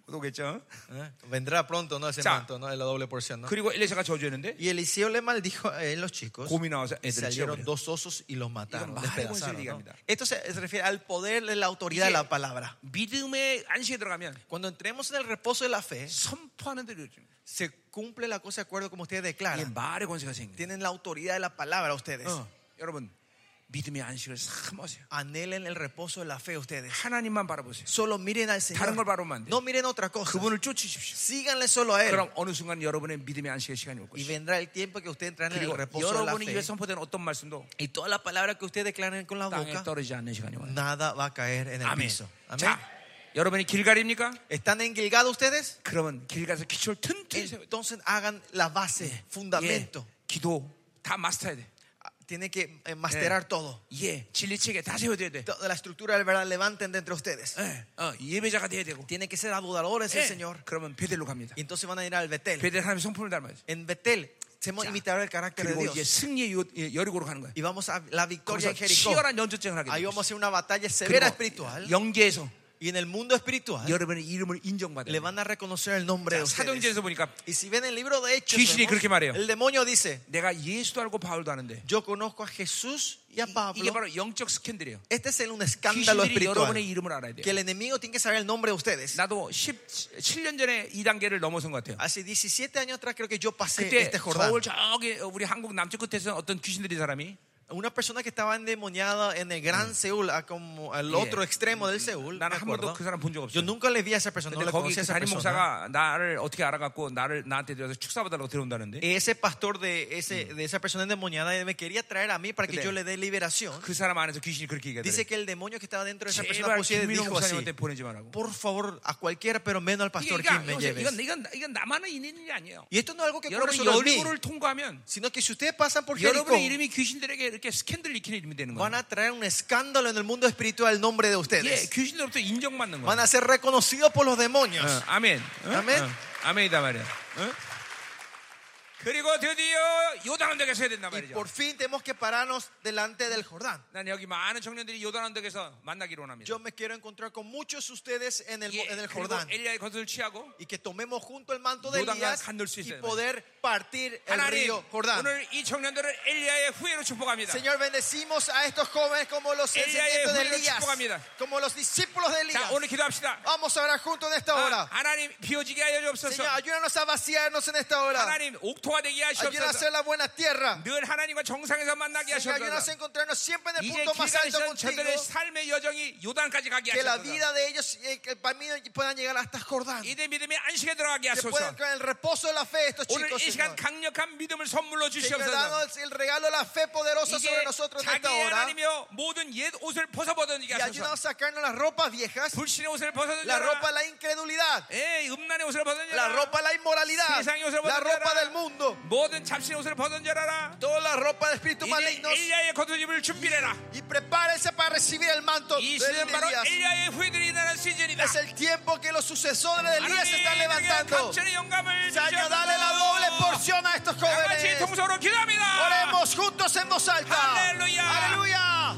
S1: 곧 오겠죠?
S2: ¿Eh? Vendrá pronto, ¿no? Ese
S1: Ya.
S2: manto, ¿no? De la doble porción, ¿no?
S1: 그리고 엘리사가 저주했는데
S2: Y Eliseo le maldijo a él, los chicos.
S1: 곰이 나와서 애들을
S2: Salieron
S1: 치워버려.
S2: dos osos y los mataron.
S1: Iban bajo
S2: Despedazaron,
S1: el
S2: ¿no?
S1: significado.
S2: Esto se, se refiere al poder de la autoridad de
S1: Dice-
S2: la palabra.
S1: 믿음의 안식에 들어가면
S2: Cuando entremos en el reposo de la fe,
S1: 선포하는 대로 요즘
S2: se cumple la cosa de acuerdo como ustedes
S1: 이게
S2: declaran.
S1: 말의 권세가 생겨.
S2: Tienen la autoridad de la palabra ustedes.
S1: 어, 여러분 믿음의 안식을 삼으세요.
S2: Anhelen el reposo de la fe ustedes.
S1: 하나님만 바라보세요.
S2: Solo miren al Señor.
S1: 다른 걸 바라보면 안 돼요.
S2: No miren otra cosa.
S1: 그분을 쫓으십시오.
S2: Síganle solo a Él.
S1: 그럼 어느 순간 여러분의 믿음의 안식의 시간이 올
S2: Y
S1: 것이죠.
S2: vendrá el tiempo que usted entrarán en el
S1: 그리고
S2: reposo de la
S1: 여러분이 입에
S2: fe.
S1: 선포된 어떤 말씀도
S2: Y toda la palabra que usted declaren con la
S1: 땅에
S2: boca,
S1: 떨어지지 않는 시간이 와요.
S2: nada va a caer en el
S1: 아멘.
S2: piso. Amén.
S1: 자, 여러분이 길갈입니까?
S2: ¿Están en Gilgado ustedes?
S1: 그러면 길가서 기초를 튼튼히 세워야 돼.
S2: Entonces hagan la base,
S1: 예,
S2: 예. 네. fundamento.
S1: 기도 다 마스터해야 돼.
S2: Tiene que eh, masterar todo.
S1: 예, 진리 체계 다 세워야 돼.
S2: Toda la estructura de verdad levanten de entre ustedes.
S1: 예, 어, 예배자가 돼야 되고.
S2: Tienen que ser adoradores del
S1: 예,
S2: Señor.
S1: 그러면 베델로 갑니다.
S2: Y entonces van a ir al Betel.
S1: 베델 하나님의 성품을 닮아야 돼.
S2: En Betel, se hemos
S1: Ya.
S2: imitado el carácter de
S1: 그리고 이제
S2: Dios.
S1: 승리의 요- 예, 여리고로 가는 거야.
S2: Y vamos a la
S1: 거기서
S2: victoria en Jericó.
S1: 치열한 연전쟁을 하게
S2: Ahí
S1: 돼.
S2: vamos a hacer una batalla severa
S1: 그리고
S2: espiritual.
S1: 영계에서
S2: Y en el mundo espiritual
S1: 여러분의 이름을 인정받아요.
S2: le van a reconocer el nombre de
S1: 자,
S2: ustedes.
S1: 사도행전에서 보니까
S2: Y si ven el libro de Hechos,
S1: 귀신이
S2: vemos,
S1: 그렇게 말해요.
S2: el demonio dice,
S1: 내가 예수도 알고 바울도 아는데
S2: yo conozco a Jesús y
S1: 이-
S2: a
S1: 이게
S2: Pablo.
S1: 바로 영적 스캔들이에요.
S2: Este es el- un escándalo
S1: 귀신들이
S2: espiritual.
S1: 여러분의 이름을 알아야 돼요.
S2: Que el enemigo tiene que saber el nombre de ustedes.
S1: 나도 17년 전에 이 단계를 넘어선 것 같아요.
S2: Hace 17 años atrás creo que yo pasé
S1: 그때
S2: este Jordán.
S1: 서울 저기 우리 한국 남쪽 끝에서 어떤 귀신들이 사람이
S2: Una persona que estaba endemoniada en el gran Seúl, a como al
S1: 예.
S2: otro extremo del Seúl. me
S1: 나는 한 번도
S2: acuerdo.
S1: 그 사람 본 적 없어요.
S2: Yo nunca le vi a esa persona, no
S1: 근데
S2: le
S1: 거기
S2: conocí a
S1: 그
S2: esa
S1: 담임
S2: persona.
S1: 목사가 나를 어떻게 알아갖고 나를 나한테 들어서 축사받으라고 데려온다는데
S2: Ese pastor de, ese, de esa persona endemoniada me quería traer a mí para que
S1: 근데
S2: yo le dé liberación.
S1: 그 사람 안에서 귀신이 그렇게 얘기하더래.
S2: Dice que el demonio que estaba dentro de esa
S1: 제발
S2: persona posee
S1: 김민호
S2: dijo así:
S1: 목사님한테 보내지 말라고.
S2: Por favor, a cualquiera, pero menos al
S1: 이게
S2: pastor Kim me
S1: 그러니까
S2: lleves.
S1: 이건 이건 이건 나만은 있는 일이 아니에요.
S2: Y esto no es algo que ocurre
S1: 여러분
S2: solo en mí,
S1: 열고를 통과하면
S2: sino que si ustedes pasan por Jericó,
S1: 그러니까 여러분의 이름이 귀신들에게 이렇게 스캔들 익히는 이름이 되는
S2: van
S1: 거예요.
S2: a traer un escándalo en el mundo espiritual el nombre de
S1: 예,
S2: ustedes.
S1: 귀신으로부터 인정받는
S2: Van
S1: 거예요.
S2: a ser reconocidos por los
S1: 어,
S2: demonios.
S1: 아멘. 어?
S2: 아멘.
S1: 어, 아멘이다 말이야. 어? 그리고 드디어 요단 언덕에 서야 된단
S2: Y
S1: 말이죠.
S2: por fin tenemos que pararnos delante del Jordán.
S1: 난 여기 많은 청년들이 요단 언덕에서 만나기로 합니다.
S2: Yo me quiero encontrar con muchos de ustedes en el,
S1: 예,
S2: en el
S1: 그리고
S2: Jordán.
S1: 엘리야의 것을 취하고
S2: Y que tomemos junto el manto de
S1: Jordán
S2: Elías
S1: 간- 간들 수
S2: y
S1: 있어야 돼.
S2: poder partir el
S1: 하나님
S2: río Jordán.
S1: 오늘 이 청년들을 엘리야의 후예로 축복합니다.
S2: Señor, bendecimos a estos jóvenes como los
S1: Elías
S2: descendientes de
S1: 후예로
S2: Elías,
S1: 축복합니다.
S2: como los discípulos de Elías.
S1: 자, 오늘 기도합시다.
S2: Vamos a orar juntos en esta
S1: 아,
S2: hora.
S1: 하나님 비워지게 하여 주옵소서.
S2: Señor, ayúdanos a vaciarnos en esta hora.
S1: 아, 하나님 옥토가 되게
S2: Ayúdanos a
S1: 하시옵소서.
S2: hacer la buena tierra.
S1: 늘 하나님과 정상에서 만나게
S2: Señor, ayúdanos a
S1: 하시옵소서.
S2: encontrarnos siempre en el
S1: 이제
S2: punto más alto
S1: 기다리던
S2: contigo.
S1: 저들의 삶의 여정이 요단까지 가게
S2: Que la
S1: 하시옵소서.
S2: vida de ellos, eh, que el camino puedan llegar hasta Jordán.
S1: 이내 믿음이 안식에 들어가게
S2: Que puedan
S1: 하소서.
S2: con el reposo de la fe estos
S1: 오늘
S2: chicos.
S1: 이 시간
S2: Señor.
S1: 강력한 믿음을 선물로
S2: Señor,
S1: 주시옵소서.
S2: danos el regalo de la fe poderosa
S1: 이제
S2: sobre nosotros en
S1: 자기
S2: esta hora. Y
S1: 하나님이여 모든 옛 옷을 벗어 벗어던지게 하소서.
S2: ayúdanos a sacarnos las ropas viejas,
S1: 불신의 옷을 벗어던지라.
S2: la ropa de la incredulidad,
S1: 예, 음란의 옷을
S2: la
S1: 벗어던져라.
S2: ropa de la inmoralidad,
S1: 세상의 옷을
S2: la ropa del
S1: 벗어던져라.
S2: mundo,
S1: 모든 잡신 옷을 벗어던져라.
S2: toda la ropa de espíritus
S1: 이제
S2: malignos.
S1: 엘리야의 거두집을 준비해라.
S2: Y prepárense para recibir el manto de
S1: 이 시즌 바로
S2: Elías.
S1: 네, 엘리야의 후예들이 일어나는 시즌이다.
S2: Es el tiempo que los sucesores de Elías se están levantando.
S1: 감천의 영감을
S2: Señor, dale la doble porción a estos
S1: 다 같이
S2: jóvenes.
S1: 통성으로 기도합니다.
S2: Oremos juntos en voz alta.
S1: Aleluya.
S2: Aleluya.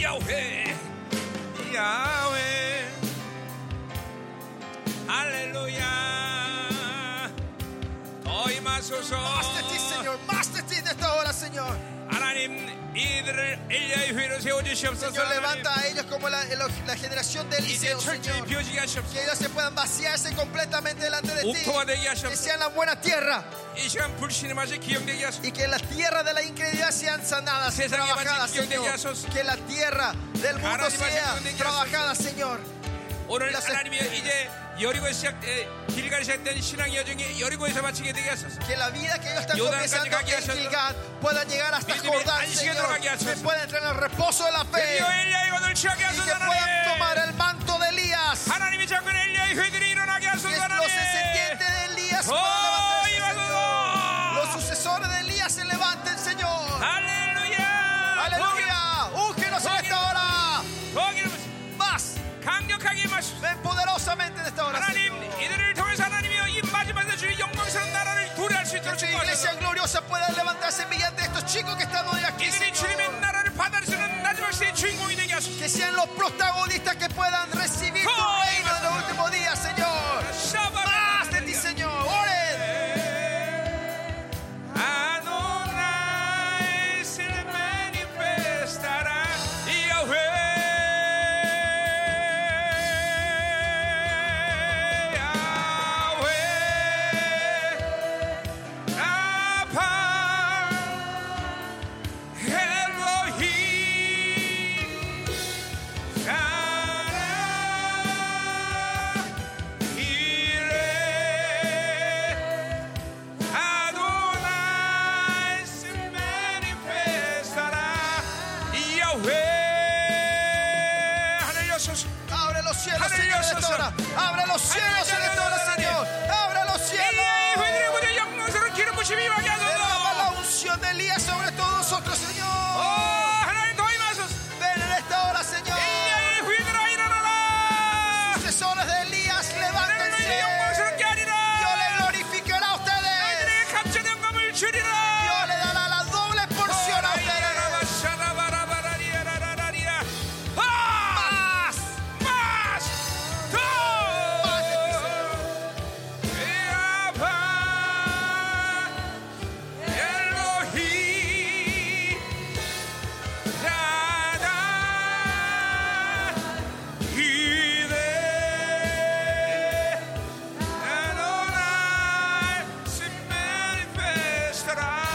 S1: 야훼 야훼 할렐루야 너희 마소서
S2: Más de ti, Señor. Más de ti en esta hora, Señor.
S1: 하나님 이들을 엘리야의 후예로 세워주시옵소서
S2: Señor,
S1: 하나님.
S2: levanta a ellos como la, la- la generación de
S1: 이제
S2: Eliseo,
S1: 철저히
S2: Señor.
S1: 비워지게
S2: Que
S1: 하시옵소서
S2: ellos se puedan vaciarse completamente delante de ti.
S1: 옥토가 되게
S2: Que
S1: 하시옵소서
S2: sean la buena tierra
S1: 이 시간 불신의 맛이 기억되게 하소서
S2: y que la tierra de la incredulidad sean sanadas y
S1: Señor,
S2: trabajadas,
S1: que
S2: Señor.
S1: ellos-
S2: Que la tierra del mundo
S1: Ahora,
S2: sea
S1: que ellos-
S2: trabajada, Señor.
S1: 오늘
S2: Gracias.
S1: 하나님이 이제 여리고에 시작 에, 길가에 시작된 신앙 여정이 여리고에서 마치게 되게 하소서
S2: Que la vida que ellos están
S1: Yodan,
S2: comenzando
S1: que
S2: en
S1: hacer-
S2: Gilgad puedan llegar hasta
S1: Mire,
S2: Jordán,
S1: ahí sí que
S2: Señor.
S1: droga que hacer.
S2: Que puedan entrar en el reposo de la fe
S1: 드디어 엘리야의 것을 취하게
S2: y
S1: 하소서
S2: que puedan tomar
S1: 하나님
S2: el manto de Elías.
S1: 하나님이 작은 엘리야의 회들이 일어나게
S2: Que
S1: 하소서
S2: los descendientes
S1: 하나님
S2: de Elías puedan
S1: ¡Oh,
S2: levantarse, Señor. Los
S1: Ibadodo!
S2: sucesores de Elías se levanten, Señor.
S1: 할렐루야
S2: Aleluya. Úngenos en esta hora.
S1: 거기를 보세요.
S2: Más.
S1: 강력하게 마시소서
S2: Ven poderosamente en esta hora.
S1: 하나님
S2: Señor.
S1: 이들을 통해서 하나님이여 이 마지막 날 주의 영광스러운 나라를 도래할 수
S2: Que
S1: 있도록
S2: tu iglesia
S1: 축복하소서
S2: gloriosa pueda levantarse mediante estos chicos que están hoy aquí.
S1: 이들이 주님의
S2: Señor.
S1: 나라를 받아들이는 마지막 시대의 주인공이 되게 하소서
S2: Que sean los protagonistas que puedan recibir tu
S1: ¡Oh!
S2: reino en los últimos días, Señor. Más de ti,
S1: 샤바라
S2: Señor. Oren.
S1: Adonai se manifestará Yahweh, Yahweh, Rapha, Elohim, Shaddai. Oh.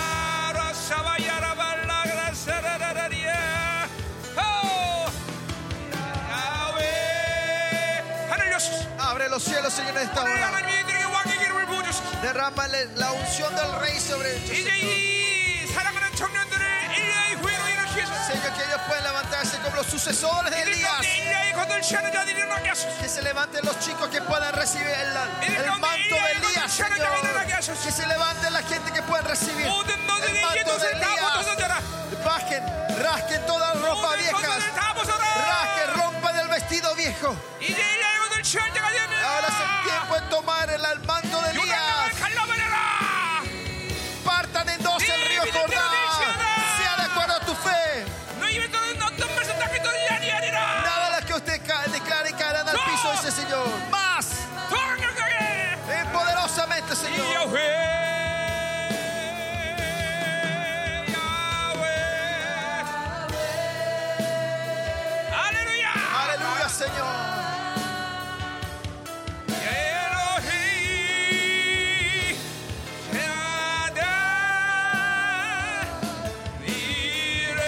S1: Oh!
S2: Derrámalo, Señor, en esta
S1: 오늘
S2: hora.
S1: 하나님이 들에게 왕의 기름을 부어주시고
S2: Derrámale la unción del Rey sobre ellos.
S1: 이제
S2: Señor,
S1: 이 사랑하는 청년들을 엘리야의 후예로 일으키게 하소서
S2: Señor, que ellos puedan levantarse como los sucesores de
S1: 이들
S2: Elías.
S1: 가운데 엘리야의 거들치하는 자들이 일어나게 하소서
S2: Que se levanten los chicos que puedan recibir el, el manto de Elías, Señor. Que se levante la gente que pueda recibir
S1: 모든
S2: el
S1: 너들의 이
S2: manto de
S1: 옷을 다
S2: Elías.
S1: 벗어져라
S2: Rasquen, rasquen toda ropa
S1: 모든
S2: vieja.
S1: 것들을 다
S2: Rasquen,
S1: 벗어라
S2: rompan el vestido viejo.
S1: 이제 엘리야의 거들치할 때가
S2: Ahora es el
S1: 되면
S2: tiempo en tomar el, el manto de
S1: 요단강을
S2: Elías.
S1: 갈라버려라
S2: Partan en dos el río Jordán. Sea de acuerdo a tu fe.
S1: 너희 믿는 어떤 말씀 땅에 떨어지지 아니하리라
S2: Nada de las que usted ca- declare caerán al piso, dice el Señor. Más,
S1: 더 강력하게
S2: eh, poderosamente,
S1: 야외 야외
S2: Señor.
S1: 할렐루야
S2: Aleluya, Señor.
S1: 엘로히 야단 미래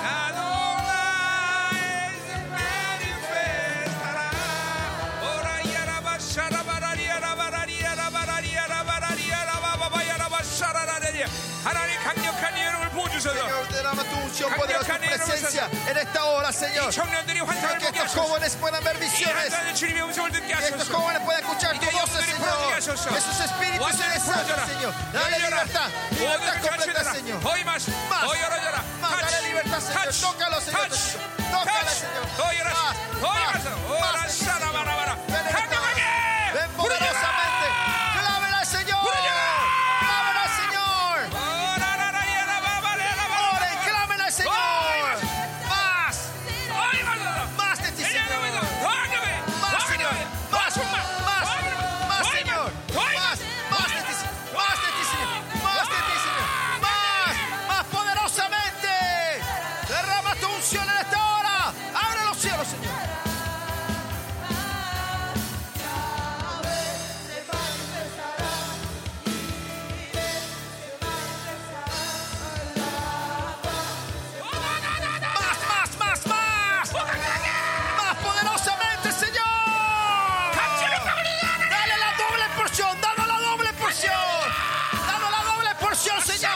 S1: 아도나의 메리페스타라 오라야라바샤라바라리야라바라리야라바라리야라바라리야라바바바야라바샤라라리야 하나님 강력한 예능을 보여주셔서
S2: Señor, derrama tu unción poderosa, tu presencia en esta hora, Señor.
S1: 청년들이 환상을
S2: Señor, que
S1: 보게
S2: estos
S1: 하소서
S2: jóvenes puedan ver
S1: 이
S2: visiones.
S1: 한단의 주님의 음성을 듣게
S2: Que estos
S1: 하소서
S2: jóvenes puedan escuchar tu
S1: 이제
S2: voz,
S1: 영들이 풀어지게
S2: Señor.
S1: 하소서
S2: Que sus espíritus se
S1: 완전히 풀어져라
S2: desaten, Señor. Dale
S1: 열려라
S2: libertad, libertad
S1: 모든
S2: completa,
S1: 가르쳐라
S2: Señor.
S1: 더 임하시
S2: Más.
S1: 더 열어져라
S2: Más, dale libertad, Señor.
S1: touch
S2: Tócalo, Señor.
S1: touch
S2: Tócala,
S1: touch
S2: Señor.
S1: 더 열어서
S2: Más,
S1: 더
S2: más,
S1: 임하소서
S2: más,
S1: 오라 샤라바라바라
S2: Ven en esta hora.
S1: 강력하게
S2: Ven poderosamente.
S1: 부르라
S2: Clávela al Señor. Clávela al Señor. Oren, clávela al Señor. Más, más de ti, Señor. Más, Señor. Más, más, más, Señor. Más, más de ti, Señor. Más de ti, Señor. Más de ti, Señor. Más, más poderosamente. Derrama tu unción en esta hora. Abre los cielos, Señor. Más, más, más, más. Más poderosamente, Señor. Dale la doble porción, dale la doble porción. Dale la doble porción, Señor.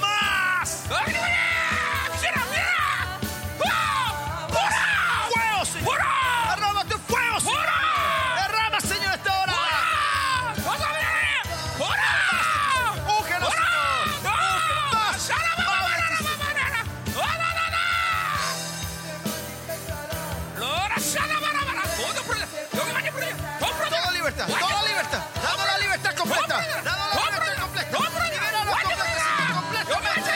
S2: Más. Fuego, Señor. Derrama tu fuego, Señor. Derrama, Señor, esta hora. Úngenos, Señor. Más, más de ti, Señor.
S1: Oh,
S2: Toda libertad, toda libertad. Dame la libertad completa. Dame la libertad completa. Libéralo completamente, Señor, completamente.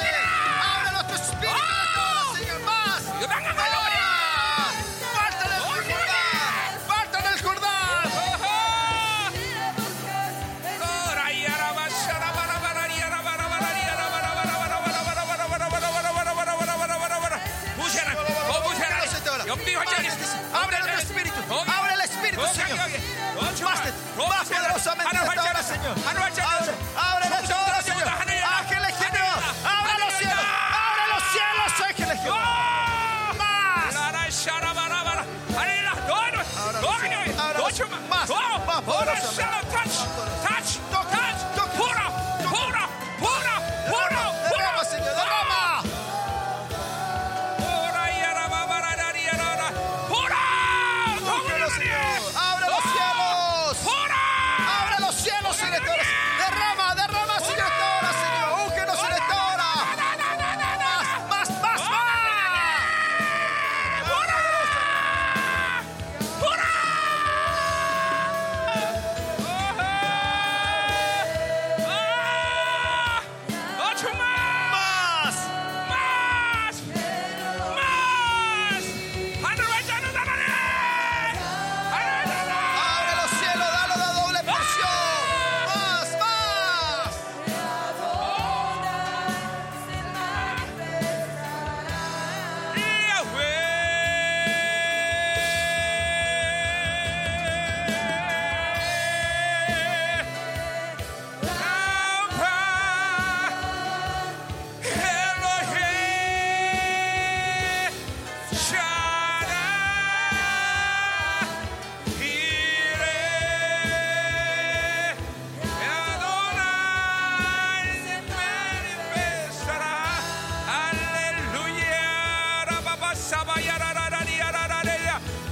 S2: Abre los tus espíritus, Señor. Más. Más. Falta en el Jordán. Falta en el Jordán.
S1: 옆뒤 활짝
S2: Abre el espíritu. Abre el espíritu, Señor. Más, más poderosamente en esta hora, Señor. Abre, abre en esta hora, Señor. Ángeles Jehová. Abre los cielos. Abre los cielos, ángeles Jehová. Más. Derrama, Señor. Derrama. Úngenos, Señor. Abre los cielos. Abre los cielos en esta hora. ¡Ah!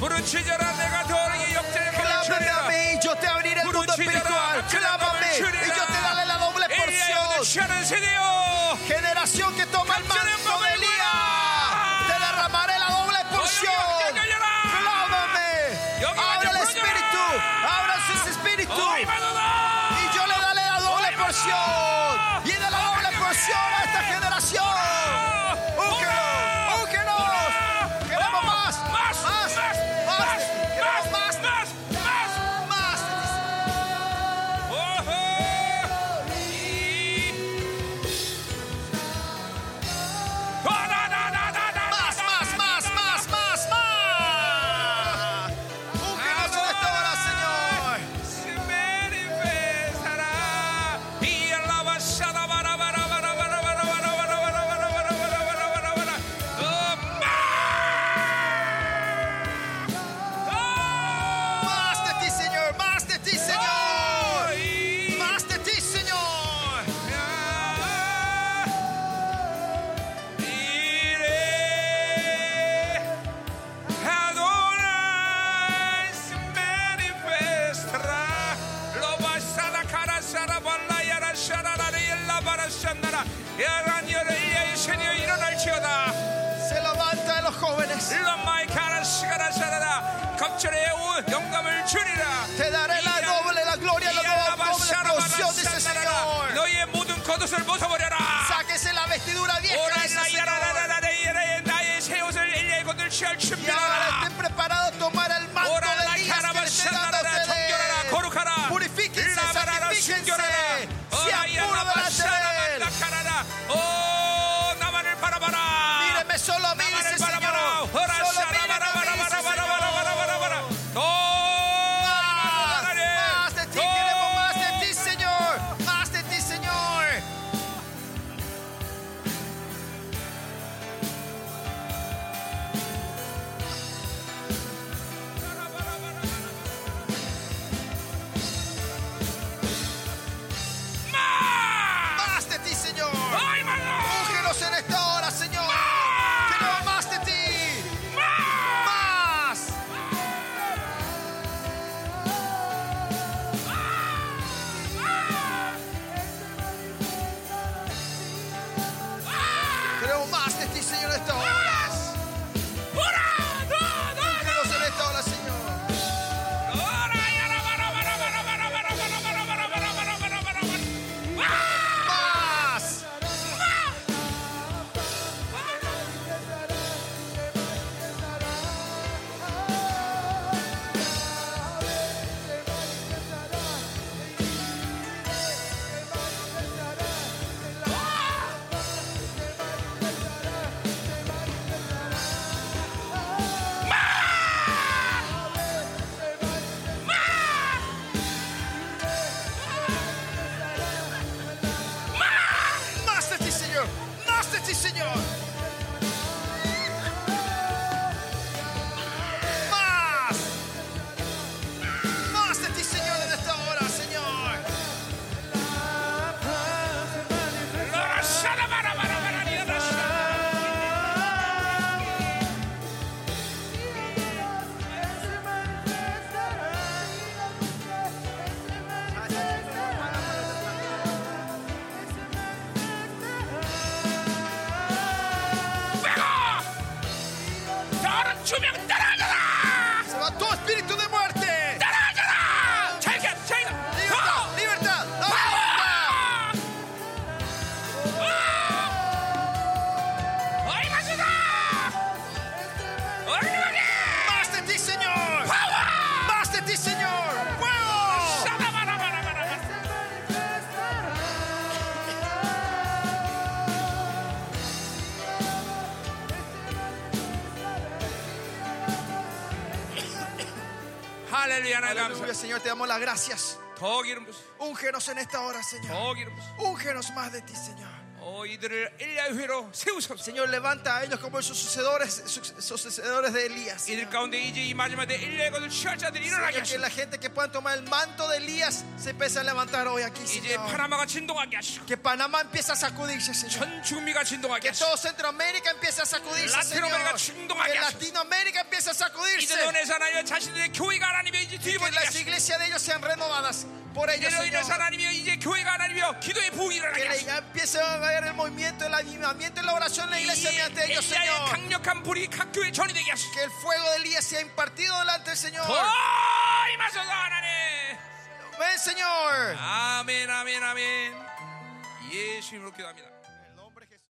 S1: 부르짖어라 내가 너에게 역전의 문을 주리라
S2: Clámame y yo te abriré el mundo espiritual. Clámame y yo te daré la doble
S1: 엘리야의
S2: porción.
S1: 취하는 세대요
S2: Generación que toma el manto de Elías. Te derramaré la doble porción. Clámame. Abre el espíritu. Abre sus
S1: 어이
S2: espíritus.
S1: 받아라
S2: Y yo le daré la doble porción. Y de la doble porción a esta generación. Úngenos, úngenos. Queremos más, más, más, más. Queremos más, más. Más, más, más, más, más, más. Úngenos en esta hora, Señor. Más de ti, Señor. Más de ti,
S1: Oh,
S2: Señor. Más de ti, Señor. Se levanta de los jóvenes.
S1: 갑절의 영감을 주리라.
S2: Te daré la doble, la gloria, la doble porción, dice el Señor.
S1: 너희의 모든 겉옷을 벗어버려라.
S2: Sáquese la vestidura vieja,
S1: 오라
S2: dice el Señor.
S1: 나야라라라라라라라라라라라라라라라라라라라라라라 나의 새 옷을 일리의 것을 취할
S2: Y ahora
S1: 준비하라
S2: estén preparados a tomar el manto
S1: 오라
S2: de Elías que les estoy dando a
S1: 나야라라라라라 정결하라
S2: ustedes.
S1: 거룩하라
S2: Purifíquense,
S1: 일라바라라
S2: santifíquense.
S1: 순결하라
S2: Sean puros delante de Él.
S1: 어라야라바샤라만다카라라 오 나만을 바라봐라
S2: Míreme solo a mí, dice
S1: 나만을
S2: el Señor.
S1: 바라봐라
S2: Solo míreme a mí, dice el
S1: 허라샤라바라바라바라바라바라바라바라
S2: Señor. Más, más de ti, queremos más de ti,
S1: 더
S2: Señor. Más de ti, Señor.
S1: 마!
S2: Más de ti, Señor.
S1: ¡Ay, mano!
S2: Úngenos en esta hora, Señor. Queremos más de ti.
S1: ¡Más!
S2: Más. Queremos más de ti, Señor, en esta hora.
S1: ¡Hurra! ¡No, no, no!
S2: Úngenos en esta hora, Señor.
S1: ¡Hurra! ¡Yara, bara, bara, bara, bara, bara, bara, bara, bara, bara, bara, bara, bara, bara! ¡Ah!
S2: Más. Más de ti, Señor. Más de ti, Señor. Más. Más de ti, Señor, en esta hora, Señor.
S1: ¡Hurra! ¡Shara, bara, bara, bara, yara, shara! 빼고! 너는 주명 따라가라!
S2: Se va todo espíritu de muerte.
S1: 따라가라! 제게, 제게!
S2: Libertad,
S1: 더!
S2: libertad. ¡No!
S1: 아! 아! 어이, 마시다! 어이, 마리!
S2: Más de ti, Señor.
S1: 파워!
S2: Más de ti, Señor. ¡Fuego!
S1: 샤바바라바라바라바라. 할렐루야, 나 감사.
S2: Aleluya, Señor, te damos las gracias.
S1: 더 기름 부으세요.
S2: Úngenos en esta hora, Señor.
S1: 더 기름 부으세요.
S2: Úngenos más de ti, Señor.
S1: 오, 어, 이들을 엘리야의 회로 세우소서.
S2: Señor, levanta a ellos como sus sucesores, sus- sus sucesores de Elías.
S1: 이들 가운데 이제 이 마지막 때 엘리야의 것을 취할 자들이 일어나게
S2: Señor, que
S1: 하시고
S2: la gente que pueda tomar el manto de Elías se empiece a levantar hoy aquí,
S1: 이제
S2: Señor.
S1: 파나마가 진동하게 하시고
S2: Que Panamá empiece a sacudirse, Señor.
S1: 전 주미가 진동하게
S2: Que
S1: 하시고
S2: todo Centroamérica empiece a sacudirse,
S1: Latinoamérica
S2: Señor.
S1: ching동하게
S2: Que
S1: 하소서.
S2: Latinoamérica empiece a sacudirse.
S1: 이들로 인해서 하나님 자신들의 교회가 하나님의 이제
S2: Que
S1: 뒤집어지게
S2: las
S1: 하시고
S2: iglesias de ellos sean renovadas por ellos,
S1: 이들로 인해서
S2: Señor.
S1: 하나님이여 이제 교회가 하나님이여 기도의 부흥이
S2: Que
S1: 일어나게
S2: la-
S1: 하시고
S2: ya empiece a haber el movimiento, el avivamiento y la oración en la
S1: 이
S2: iglesia mediante ellos,
S1: 엘리야의
S2: Señor.
S1: 강력한 불이 각 교회 전이되게 하시고
S2: Que el fuego de Elías sea impartido delante del Señor.
S1: 더 임하소서 하나님
S2: Ven, Señor.
S1: 아멘 아멘 아멘 예수 이름으로 기도합니다